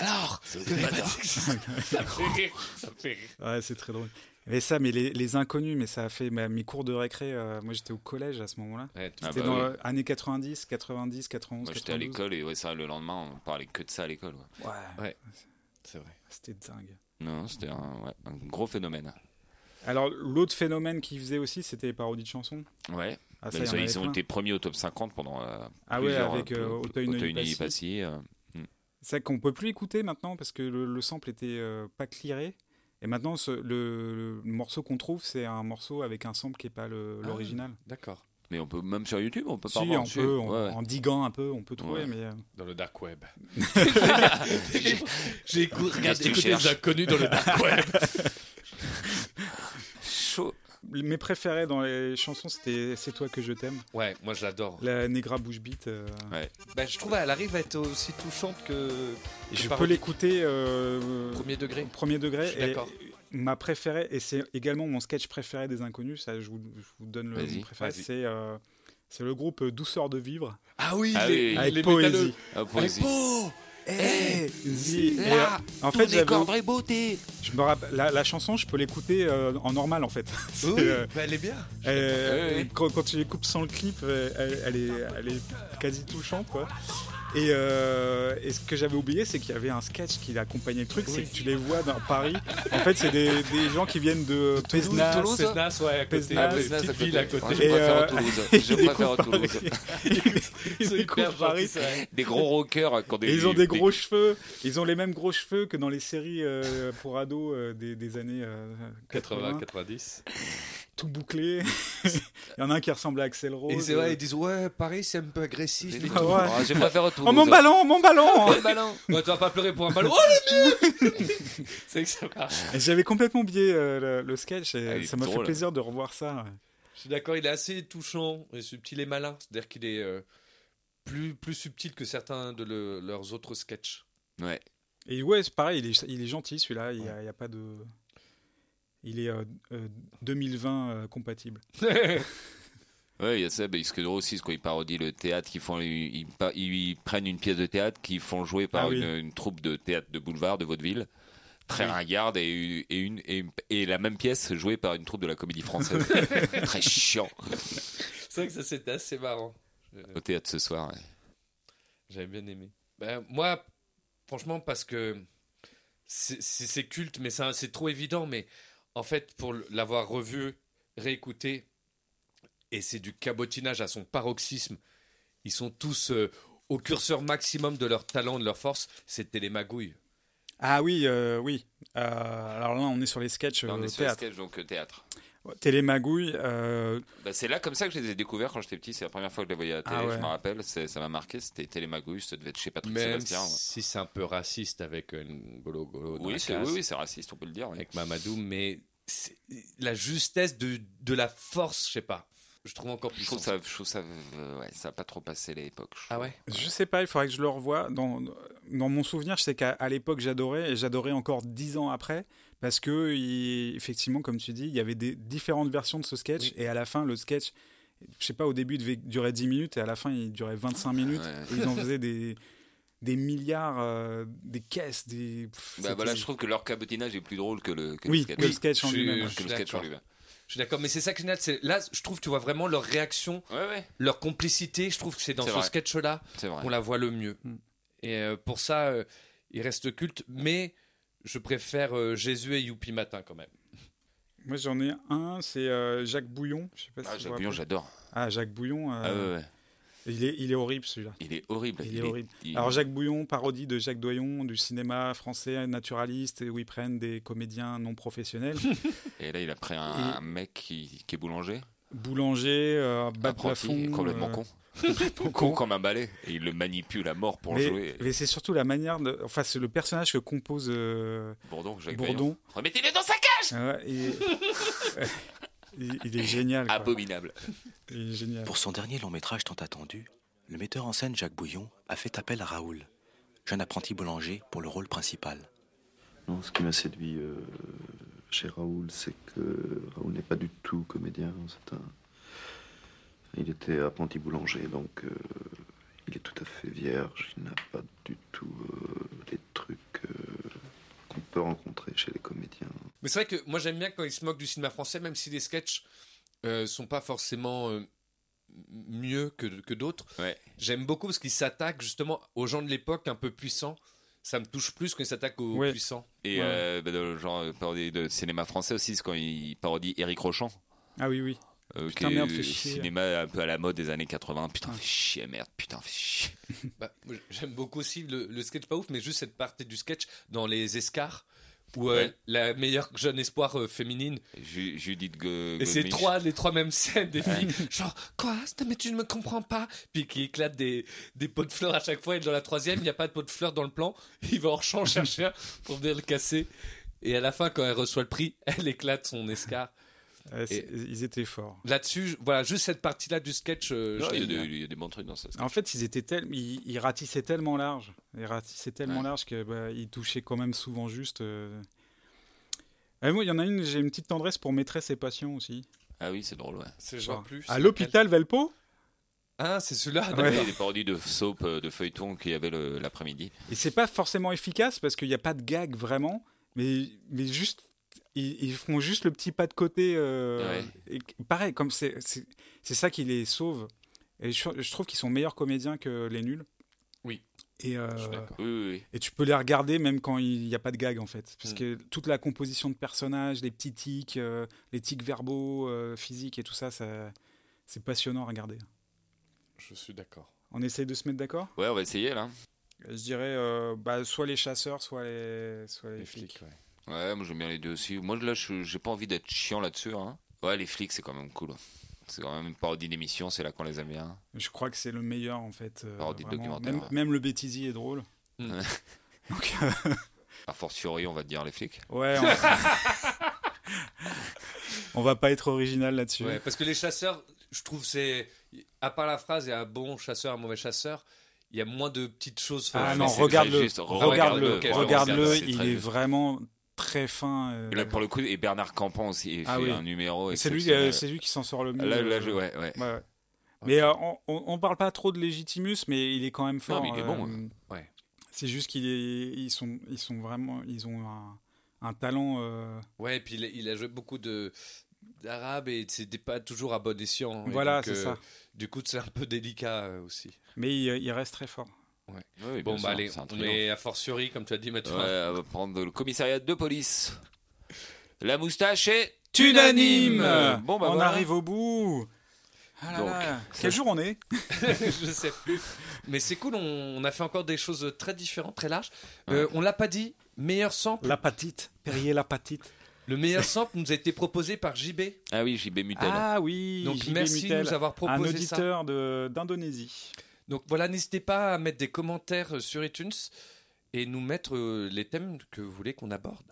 [SPEAKER 5] Alors,
[SPEAKER 4] Ça vous fait pas tort.
[SPEAKER 5] ça me fait rire, ça me fait rire.
[SPEAKER 3] Ouais, c'est très drôle. Mais ça, mais les, les inconnus, mais ça a fait ma- mes cours de récré. euh, moi, j'étais au collège à ce moment-là.
[SPEAKER 4] Ouais,
[SPEAKER 3] C'était
[SPEAKER 4] ah bah
[SPEAKER 3] dans
[SPEAKER 4] oui.
[SPEAKER 3] euh, années 90, 90, 91,
[SPEAKER 4] Moi, j'étais à
[SPEAKER 3] 92.
[SPEAKER 4] l'école et ouais, ça, le lendemain, on parlait que de ça à l'école. Ouais.
[SPEAKER 3] Ouais.
[SPEAKER 5] C'est vrai.
[SPEAKER 3] C'était dingue.
[SPEAKER 4] Non, c'était un, ouais, un gros phénomène.
[SPEAKER 3] Alors, l'autre phénomène qu'ils faisaient aussi, c'était les parodies de chansons.
[SPEAKER 4] Ouais.
[SPEAKER 3] Ah, ça,
[SPEAKER 4] Bah, ils
[SPEAKER 3] il y en
[SPEAKER 4] ont-
[SPEAKER 3] avait
[SPEAKER 4] ils ont
[SPEAKER 3] plein.
[SPEAKER 4] été premiers au top 50 pendant. euh,
[SPEAKER 3] Ah ouais,
[SPEAKER 4] plusieurs,
[SPEAKER 3] avec,
[SPEAKER 4] euh,
[SPEAKER 3] euh,
[SPEAKER 4] peu-
[SPEAKER 3] Auteuil Neuilly
[SPEAKER 4] Neuilly
[SPEAKER 3] Passy.
[SPEAKER 4] Passy, euh, hmm.
[SPEAKER 3] C'est vrai qu'on peut plus écouter maintenant parce que le, le sample était euh, pas clearé. Et maintenant, ce- le, le morceau qu'on trouve, c'est un morceau avec un sample qui est pas le-
[SPEAKER 4] Ah,
[SPEAKER 3] l'original.
[SPEAKER 5] D'accord.
[SPEAKER 4] Mais on peut même sur YouTube, on peut
[SPEAKER 3] Si,
[SPEAKER 4] pas voir
[SPEAKER 3] on
[SPEAKER 4] dessus.
[SPEAKER 3] peut, on-
[SPEAKER 4] Ouais, ouais.
[SPEAKER 3] en diguant un peu, on peut trouver,
[SPEAKER 4] Ouais.
[SPEAKER 3] mais... euh,
[SPEAKER 5] Dans le dark web. J'ai- J'ai écou-
[SPEAKER 4] Qu'est-ce que
[SPEAKER 5] regardé
[SPEAKER 4] tu
[SPEAKER 5] écouté
[SPEAKER 4] cherches
[SPEAKER 5] des inconnus dans le dark web.
[SPEAKER 4] Chaud.
[SPEAKER 3] Mes préférés dans les chansons, c'était C'est toi que je t'aime.
[SPEAKER 5] Ouais, moi je l'adore.
[SPEAKER 3] La Negra Bouche Bite. euh,
[SPEAKER 5] Bah, je trouve elle arrive à être aussi touchante que.
[SPEAKER 3] et
[SPEAKER 5] que
[SPEAKER 3] je peux
[SPEAKER 5] parodique.
[SPEAKER 3] l'écouter. euh,
[SPEAKER 5] Premier degré.
[SPEAKER 3] au Premier degré.
[SPEAKER 5] Je suis
[SPEAKER 3] et
[SPEAKER 5] d'accord.
[SPEAKER 3] ma préférée, et c'est également mon sketch préféré des Inconnus, ça je vous, je vous donne le
[SPEAKER 4] Vas-y.
[SPEAKER 3] mon préféré,
[SPEAKER 4] Vas-y.
[SPEAKER 3] c'est. euh, c'est le groupe euh, Douceur de vivre.
[SPEAKER 5] Ah oui,
[SPEAKER 4] Ah les- oui.
[SPEAKER 3] avec
[SPEAKER 4] les
[SPEAKER 3] poésie.
[SPEAKER 4] métalleux. Ah, Poésie. Avec Po-
[SPEAKER 3] Eh, Zi.
[SPEAKER 4] Là,
[SPEAKER 3] Et, euh, en
[SPEAKER 4] tous
[SPEAKER 3] fait,
[SPEAKER 4] les
[SPEAKER 3] j'avais-
[SPEAKER 4] cordes et beauté.
[SPEAKER 3] Je me rappelle, la, la chanson, je peux l'écouter euh, en normal en fait. C'est,
[SPEAKER 5] Oui,
[SPEAKER 3] euh,
[SPEAKER 5] bah, elle est bien.
[SPEAKER 3] euh,
[SPEAKER 5] Ouais, ouais.
[SPEAKER 3] Quand, quand tu les coupes sans le clip, euh, elle, elle est, elle est quasi touchante quoi. Et, euh, et ce que j'avais oublié, c'est qu'il y avait un sketch qui accompagnait le truc, c'est que tu les vois dans Paris. En fait, c'est des, des gens qui viennent de Pézenas,
[SPEAKER 5] Toulouse Pézenas, ouais, à côté.
[SPEAKER 3] Pézenas,
[SPEAKER 5] Ah, Pézenas,
[SPEAKER 3] petite
[SPEAKER 5] à côté.
[SPEAKER 3] ville à
[SPEAKER 5] Ouais,
[SPEAKER 3] côté. euh,
[SPEAKER 5] je préfère à
[SPEAKER 4] Toulouse.
[SPEAKER 3] ils
[SPEAKER 4] Je préfère
[SPEAKER 3] découvrent Paris.
[SPEAKER 4] à Toulouse.
[SPEAKER 3] Ils découvrent Paris.
[SPEAKER 4] Des gros rockers qui ont des.
[SPEAKER 3] Et ils ont des gros cheveux, ils ont les mêmes gros cheveux que dans les séries euh, pour ados euh, des, des années euh,
[SPEAKER 5] 80,
[SPEAKER 3] 80.
[SPEAKER 5] 90.
[SPEAKER 3] tout bouclé. Il y en a un qui ressemble à Axel Rose. euh.
[SPEAKER 5] Et c'est vrai, ils disent Ouais, Paris, c'est un peu agressif. et
[SPEAKER 3] Ah
[SPEAKER 5] tout.
[SPEAKER 3] ouais.
[SPEAKER 5] Oh, j'aime pas faire retour,
[SPEAKER 3] Oh, mon
[SPEAKER 5] nous
[SPEAKER 3] ballon,
[SPEAKER 5] autres.
[SPEAKER 3] mon ballon hein.
[SPEAKER 5] Mon ballon. Ouais, tu vas pas pleurer pour un ballon. Oh, le mien C'est que ça marche.
[SPEAKER 3] J'avais complètement oublié euh, le, le sketch et
[SPEAKER 5] Ah, il est
[SPEAKER 3] ça m'a fait
[SPEAKER 5] drôle.
[SPEAKER 3] plaisir de revoir ça. ouais.
[SPEAKER 5] Je suis d'accord, il est assez touchant et subtil et malin. C'est-à-dire qu'il est euh, plus, plus subtil que certains de le- leurs autres sketchs.
[SPEAKER 4] Ouais.
[SPEAKER 3] Et ouais, c'est pareil, il est, il est gentil celui-là, il n'y a, il y a pas de. Il est euh, euh, 2020 euh, compatible.
[SPEAKER 4] Ouais, il y a ça, mais ce qui est drôle aussi, c'est quand ils parodient le théâtre, qu'ils font, ils, ils pa- ils prennent une pièce de théâtre qu'ils font jouer par
[SPEAKER 3] Ah oui.
[SPEAKER 4] une, une troupe de théâtre de boulevard de vaudeville, très ringarde, et, une- et une, et, et la même pièce jouée par une troupe de la comédie française. très chiant.
[SPEAKER 5] C'est vrai que ça, c'était assez marrant.
[SPEAKER 4] Au théâtre ce soir. ouais.
[SPEAKER 5] J'avais bien aimé. Ben, moi, franchement, parce que c'est- c'est c'est culte, mais c'est un- c'est trop évident. Mais en fait, pour l'avoir revu, réécouté, et c'est du cabotinage à son paroxysme, ils sont tous euh, au curseur maximum de leur talent, de leur force. C'était les magouilles.
[SPEAKER 3] Ah oui, euh, oui. Euh, alors là, on est sur les sketchs
[SPEAKER 4] Là, on
[SPEAKER 3] euh,
[SPEAKER 4] est sur les
[SPEAKER 3] théâtre.
[SPEAKER 4] sketchs, donc euh, théâtre.
[SPEAKER 3] Ouais, Télémagouille. euh,
[SPEAKER 4] Bah, c'est là comme ça que je les ai découverts quand j'étais petit. C'est la première fois que je les voyais à la télé,
[SPEAKER 3] Ah ouais.
[SPEAKER 4] je me rappelle. c'est- Ça m'a marqué. C'était Télémagouille, ça devait être chez Patrick
[SPEAKER 5] Même
[SPEAKER 4] Sébastien. ouais.
[SPEAKER 5] si c'est un peu raciste avec euh, N'Golo Golo. dans
[SPEAKER 4] Oui,
[SPEAKER 5] la
[SPEAKER 4] c'est
[SPEAKER 5] classe.
[SPEAKER 4] oui, oui, c'est raciste, on peut le dire. oui.
[SPEAKER 5] avec Mamadou, mais c'est- la justesse de, de la force, je sais pas. Je trouve encore plus.
[SPEAKER 4] Je trouve ça, je trouve ça, euh, ouais, ça a pas trop passé l'époque. je
[SPEAKER 5] Ah
[SPEAKER 4] trouve. Bah,
[SPEAKER 5] ouais
[SPEAKER 3] Je sais pas, il faudrait que je le revoie. Dans, dans mon souvenir, je sais qu'à à l'époque, j'adorais, et j'adorais encore dix ans après, parce que, il- effectivement, comme tu dis, il y avait des différentes versions de ce sketch, et à la fin, le sketch, je sais pas, au début, il devait durer 10 minutes, et à la fin, il durait 25 minutes, et ils en faisaient des, des milliards, euh, des caisses, des... pff,
[SPEAKER 4] Bah
[SPEAKER 3] c'était-
[SPEAKER 4] voilà, je trouve que leur cabotinage est plus drôle que le, que
[SPEAKER 3] Oui,
[SPEAKER 4] le sketch.
[SPEAKER 3] que le sketch en
[SPEAKER 4] Je-
[SPEAKER 3] lui-même,
[SPEAKER 4] que
[SPEAKER 3] ouais.
[SPEAKER 4] le sketch en lui-même.
[SPEAKER 5] Je suis d'accord, mais c'est ça qui est génial. c'est- Là, je trouve, tu vois vraiment leur réaction, leur complicité. Je trouve que c'est dans
[SPEAKER 4] C'est
[SPEAKER 5] ce
[SPEAKER 4] vrai.
[SPEAKER 5] sketch-là
[SPEAKER 4] C'est vrai.
[SPEAKER 5] qu'on la voit le mieux. Et euh, pour ça, euh, il reste culte, mais je préfère euh, Jésus et Youpi Matin quand même.
[SPEAKER 3] Moi, j'en ai un, c'est euh, Jacques Bouillon. Je sais pas si
[SPEAKER 4] Ah,
[SPEAKER 3] vous
[SPEAKER 4] Jacques
[SPEAKER 3] vous
[SPEAKER 4] Bouillon,
[SPEAKER 3] rappelez.
[SPEAKER 4] j'adore.
[SPEAKER 3] Ah, Jacques Bouillon. euh,
[SPEAKER 4] Ah ouais, ouais.
[SPEAKER 3] Il est, il est horrible celui-là.
[SPEAKER 4] Il est horrible.
[SPEAKER 3] Il,
[SPEAKER 4] Il
[SPEAKER 3] est
[SPEAKER 4] est-
[SPEAKER 3] horrible.
[SPEAKER 4] il-
[SPEAKER 3] Alors Jacques Bouillon, parodie de Jacques Doyon du cinéma français naturaliste, et où ils prennent des comédiens non professionnels,
[SPEAKER 4] Et là, il a pris un,
[SPEAKER 3] Et-
[SPEAKER 4] un mec qui, qui est boulanger.
[SPEAKER 3] boulanger, euh, bas de
[SPEAKER 4] Apprenti,
[SPEAKER 3] plafond,
[SPEAKER 4] complètement
[SPEAKER 3] euh,
[SPEAKER 4] con.
[SPEAKER 3] complètement
[SPEAKER 4] con comme un balai. Et il le manipule à mort pour
[SPEAKER 3] mais,
[SPEAKER 4] jouer.
[SPEAKER 3] mais c'est surtout la manière de, enfin c'est le personnage que compose euh,
[SPEAKER 4] Bourdon, Jacques
[SPEAKER 3] Bourdon.
[SPEAKER 4] Vaillant. Remettez-le dans sa cage
[SPEAKER 3] Ah ouais, et- il, il est génial. quoi.
[SPEAKER 4] Ah, Abominable.
[SPEAKER 3] Il est génial.
[SPEAKER 13] Pour son dernier long métrage tant attendu, le metteur en scène Jacques Bouillon a fait appel à Raoul, jeune apprenti boulanger, pour le rôle principal.
[SPEAKER 14] Non, ce qui m'a séduit euh, chez Raoul, c'est que Raoul n'est pas du tout comédien. C'est un... Il était apprenti boulanger, donc euh, il est tout à fait vierge. Il n'a pas du tout euh, les trucs euh, qu'on peut rencontrer chez les comédiens.
[SPEAKER 5] Mais c'est vrai que moi j'aime bien quand ils se moquent du cinéma français, même si les sketchs euh, sont pas forcément euh, mieux que, que d'autres. J'aime beaucoup parce qu'ils s'attaquent justement aux gens de l'époque un peu puissants. Ça me touche plus quand ils s'attaquent aux
[SPEAKER 4] Ouais.
[SPEAKER 5] puissants.
[SPEAKER 4] Et euh, bah, dans le genre euh, parodie de cinéma français aussi, c'est quand il parodie Eric Rochon.
[SPEAKER 3] Ah oui oui.
[SPEAKER 4] Euh,
[SPEAKER 3] Putain,
[SPEAKER 4] qui est
[SPEAKER 3] merde, fais
[SPEAKER 4] euh,
[SPEAKER 3] chier.
[SPEAKER 4] cinéma un peu à la mode des années 80. Putain, fais chier, merde, putain, fais chier.
[SPEAKER 5] Bah, moi, J'aime beaucoup aussi le, le sketch pas ouf, mais juste cette partie du sketch dans les escars où euh, la meilleure jeune espoir euh, féminine.
[SPEAKER 4] Ju- Judith Go-
[SPEAKER 5] Et c'est
[SPEAKER 4] Godmich.
[SPEAKER 5] trois, les trois mêmes scènes des
[SPEAKER 4] Ouais.
[SPEAKER 5] filles. Genre, quoi c'est- Mais tu ne me comprends pas. Puis qui éclate des, des pots de fleurs à chaque fois. Et dans la troisième, il n'y a pas de pot de fleurs dans le plan. Il va hors champ chercher un pour venir le casser. Et à la fin, quand elle reçoit le prix, elle éclate son escar.
[SPEAKER 3] Euh, c'est-
[SPEAKER 5] Et
[SPEAKER 3] Ils étaient forts.
[SPEAKER 5] Là-dessus, je- voilà, juste cette partie-là du sketch. euh,
[SPEAKER 4] Non,
[SPEAKER 5] je
[SPEAKER 4] il, y a
[SPEAKER 5] l'aime
[SPEAKER 4] des,
[SPEAKER 5] bien.
[SPEAKER 4] il y a des bons trucs dans ça.
[SPEAKER 3] En fait, ils étaient tel- ils, ils ratissaient tellement large, ils ratissaient tellement
[SPEAKER 4] Ouais.
[SPEAKER 3] large que bah, ils touchaient quand même souvent juste. euh. Ah, moi, il y en a une, j'ai une petite tendresse pour Maîtresse et Passion aussi.
[SPEAKER 4] Ah oui, c'est drôle, ouais.
[SPEAKER 5] C'est genre plus.
[SPEAKER 3] À l'hôpital Valpo
[SPEAKER 5] Ah, c'est celui-là,
[SPEAKER 4] Il y a
[SPEAKER 5] d'accord.
[SPEAKER 4] des parodies de soap, euh, de feuilleton qu'il y avait le- l'après-midi.
[SPEAKER 3] Et c'est pas forcément efficace parce qu'il n'y a pas de gag vraiment, mais, mais juste. Ils, ils font juste le petit pas de côté. euh,
[SPEAKER 4] Ouais.
[SPEAKER 3] et qu- pareil, comme c'est c'est- c'est ça qui les sauve. Et je, je trouve qu'ils sont meilleurs comédiens que les nuls.
[SPEAKER 5] Oui.
[SPEAKER 3] Et, euh,
[SPEAKER 4] Oui, oui, oui.
[SPEAKER 3] et tu peux les regarder même quand il n'y a pas de gag en fait. Parce que toute la composition de personnages, les petits tics, euh, les tics verbaux, euh, physiques et tout ça, ça c'est passionnant à regarder.
[SPEAKER 5] Je suis d'accord.
[SPEAKER 3] On essaye de se mettre d'accord
[SPEAKER 4] Ouais, on va essayer là.
[SPEAKER 3] Je dirais euh, bah, soit les chasseurs, soit les, soit les, flics.
[SPEAKER 4] Ouais, moi j'aime bien les deux aussi. Moi là, je- j'ai pas envie d'être chiant là-dessus. Hein. Ouais, les flics, c'est quand même cool. C'est quand même une parodie d'émission, c'est là qu'on les aime bien.
[SPEAKER 3] Je crois que c'est le meilleur en fait. euh,
[SPEAKER 4] Parodie de
[SPEAKER 3] vraiment.
[SPEAKER 4] documentaire, Mm.
[SPEAKER 3] Même,
[SPEAKER 4] ouais.
[SPEAKER 3] même le bêtisier est drôle. Donc, euh,
[SPEAKER 4] A fortiori, on va te dire les flics.
[SPEAKER 3] ouais. On... on va pas être original là-dessus.
[SPEAKER 5] Ouais, parce que les chasseurs, je trouve, c'est. À part la phrase, il y a un bon chasseur, un mauvais chasseur, il y a moins de petites choses.
[SPEAKER 3] Ah
[SPEAKER 5] Enfin,
[SPEAKER 3] non,
[SPEAKER 5] c'est-
[SPEAKER 3] regarde-le,
[SPEAKER 5] c'est
[SPEAKER 3] regarde-le,
[SPEAKER 5] juste-
[SPEAKER 3] regarde-le,
[SPEAKER 5] ok, je
[SPEAKER 4] regarde-le, c'est
[SPEAKER 3] il
[SPEAKER 4] très
[SPEAKER 3] est
[SPEAKER 4] juste.
[SPEAKER 3] vraiment très fin. euh,
[SPEAKER 4] Et Là, pour le coup, et Bernard Campan aussi, il
[SPEAKER 3] Ah
[SPEAKER 4] fait
[SPEAKER 3] oui.
[SPEAKER 4] un numéro.
[SPEAKER 3] C'est lui,
[SPEAKER 4] exceptionnel.
[SPEAKER 3] euh, c'est lui qui s'en sort le mieux.
[SPEAKER 4] Là, là,
[SPEAKER 3] euh,
[SPEAKER 4] je- ouais, ouais.
[SPEAKER 3] Mais euh, on, on, on parle pas trop de Legitimus, mais il est quand même fort.
[SPEAKER 4] mais il est
[SPEAKER 3] euh,
[SPEAKER 4] bon, ouais. Ouais.
[SPEAKER 3] C'est juste qu'ils ils sont, ils sont vraiment, ils ont un, un talent. euh,
[SPEAKER 5] Ouais, et puis il a, il a joué beaucoup de d'arabes et c'était pas toujours à bon escient. Et
[SPEAKER 3] Voilà,
[SPEAKER 5] donc, euh,
[SPEAKER 3] c'est ça.
[SPEAKER 5] Du coup, c'est un peu délicat euh, aussi.
[SPEAKER 3] mais il, il reste très fort.
[SPEAKER 5] Ouais.
[SPEAKER 4] oui,
[SPEAKER 5] bon,
[SPEAKER 4] bien
[SPEAKER 5] bah
[SPEAKER 4] sûr,
[SPEAKER 5] allez,
[SPEAKER 4] c'est un
[SPEAKER 5] on
[SPEAKER 4] triomphe.
[SPEAKER 5] est à fortiori, comme tu as dit, Mathieu.
[SPEAKER 4] Ouais, on va prendre le commissariat de police. La moustache est
[SPEAKER 3] Unanime.
[SPEAKER 4] Bon, bah
[SPEAKER 3] Euh, on
[SPEAKER 4] voilà.
[SPEAKER 3] arrive au bout. Ah là
[SPEAKER 4] Donc,
[SPEAKER 3] là,
[SPEAKER 4] ça-
[SPEAKER 3] quel jour on est
[SPEAKER 5] je sais plus. Mais c'est cool, on, on a fait encore des choses très différentes, très larges. Euh, On l'a pas dit, meilleur sample.
[SPEAKER 3] L'apatite, Perrier l'apatite.
[SPEAKER 5] Le meilleur sample nous a été proposé par JB.
[SPEAKER 4] Ah oui, JB Mutel.
[SPEAKER 3] Ah oui,
[SPEAKER 5] Donc,
[SPEAKER 3] JB
[SPEAKER 5] merci de
[SPEAKER 3] Mutel,
[SPEAKER 5] nous avoir proposé
[SPEAKER 3] Un
[SPEAKER 5] ça.
[SPEAKER 3] auditeur de- d'Indonésie.
[SPEAKER 5] Donc voilà, n'hésitez pas à mettre des commentaires euh, sur iTunes et nous mettre euh, les thèmes que vous voulez qu'on aborde.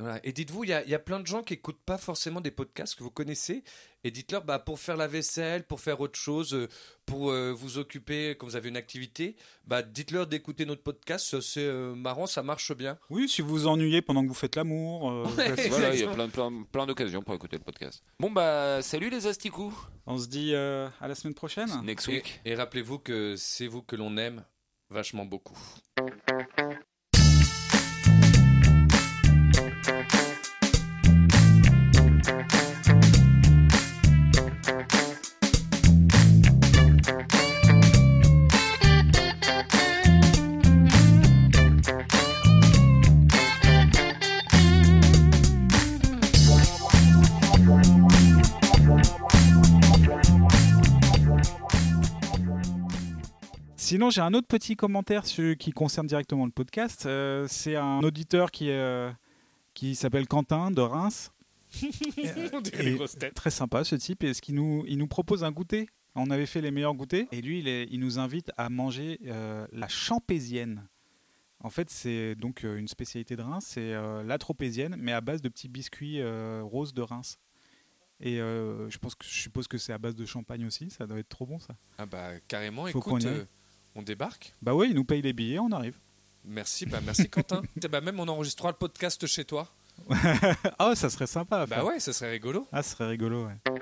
[SPEAKER 5] Voilà. Et dites-vous, il y, a- il y a plein de gens qui n'écoutent pas forcément des podcasts que vous connaissez. Et dites-leur, bah, pour faire la vaisselle, pour faire autre chose, euh, pour euh, vous occuper quand vous avez une activité, bah, dites-leur d'écouter notre podcast. Ça, C'est euh, marrant, ça marche bien.
[SPEAKER 3] Oui, si vous vous ennuyez pendant que vous faites l'amour. euh,
[SPEAKER 4] voilà, il y a plein, plein, plein d'occasions pour écouter le podcast. Bon, bah, salut les asticous.
[SPEAKER 3] On se dit euh, à la semaine prochaine.
[SPEAKER 4] Next week.
[SPEAKER 5] Et rappelez-vous que c'est vous que l'on aime vachement beaucoup.
[SPEAKER 3] Sinon, j'ai un autre petit commentaire sur- qui concerne directement le podcast. Euh, c'est un auditeur qui, euh, qui s'appelle Quentin de Reims.
[SPEAKER 10] On dirait
[SPEAKER 3] Et
[SPEAKER 10] des grosses têtes.
[SPEAKER 3] Très sympa ce type. Et ce qu'il nous, il nous propose un goûter. On avait fait les meilleurs goûters. Et lui, il, est- il nous invite à manger euh, la champésienne. En fait, c'est donc euh, une spécialité de Reims. C'est euh, la tropézienne, mais à base de petits biscuits euh, roses de Reims. Et euh, je, pense que, je suppose que c'est à base de champagne aussi. Ça doit être trop bon, ça.
[SPEAKER 5] Ah bah carrément,
[SPEAKER 3] Faut qu'on
[SPEAKER 5] écoute,
[SPEAKER 3] y aille.
[SPEAKER 5] euh, on débarque.
[SPEAKER 3] Bah oui, il nous paye les billets, on arrive.
[SPEAKER 5] Merci, bah merci Quentin. Eh bah même on enregistrera le podcast chez toi.
[SPEAKER 3] Ah, ça serait sympa. à
[SPEAKER 5] Bah
[SPEAKER 3] faire.
[SPEAKER 5] ouais, ça serait rigolo.
[SPEAKER 3] Ah, ça serait rigolo, ouais.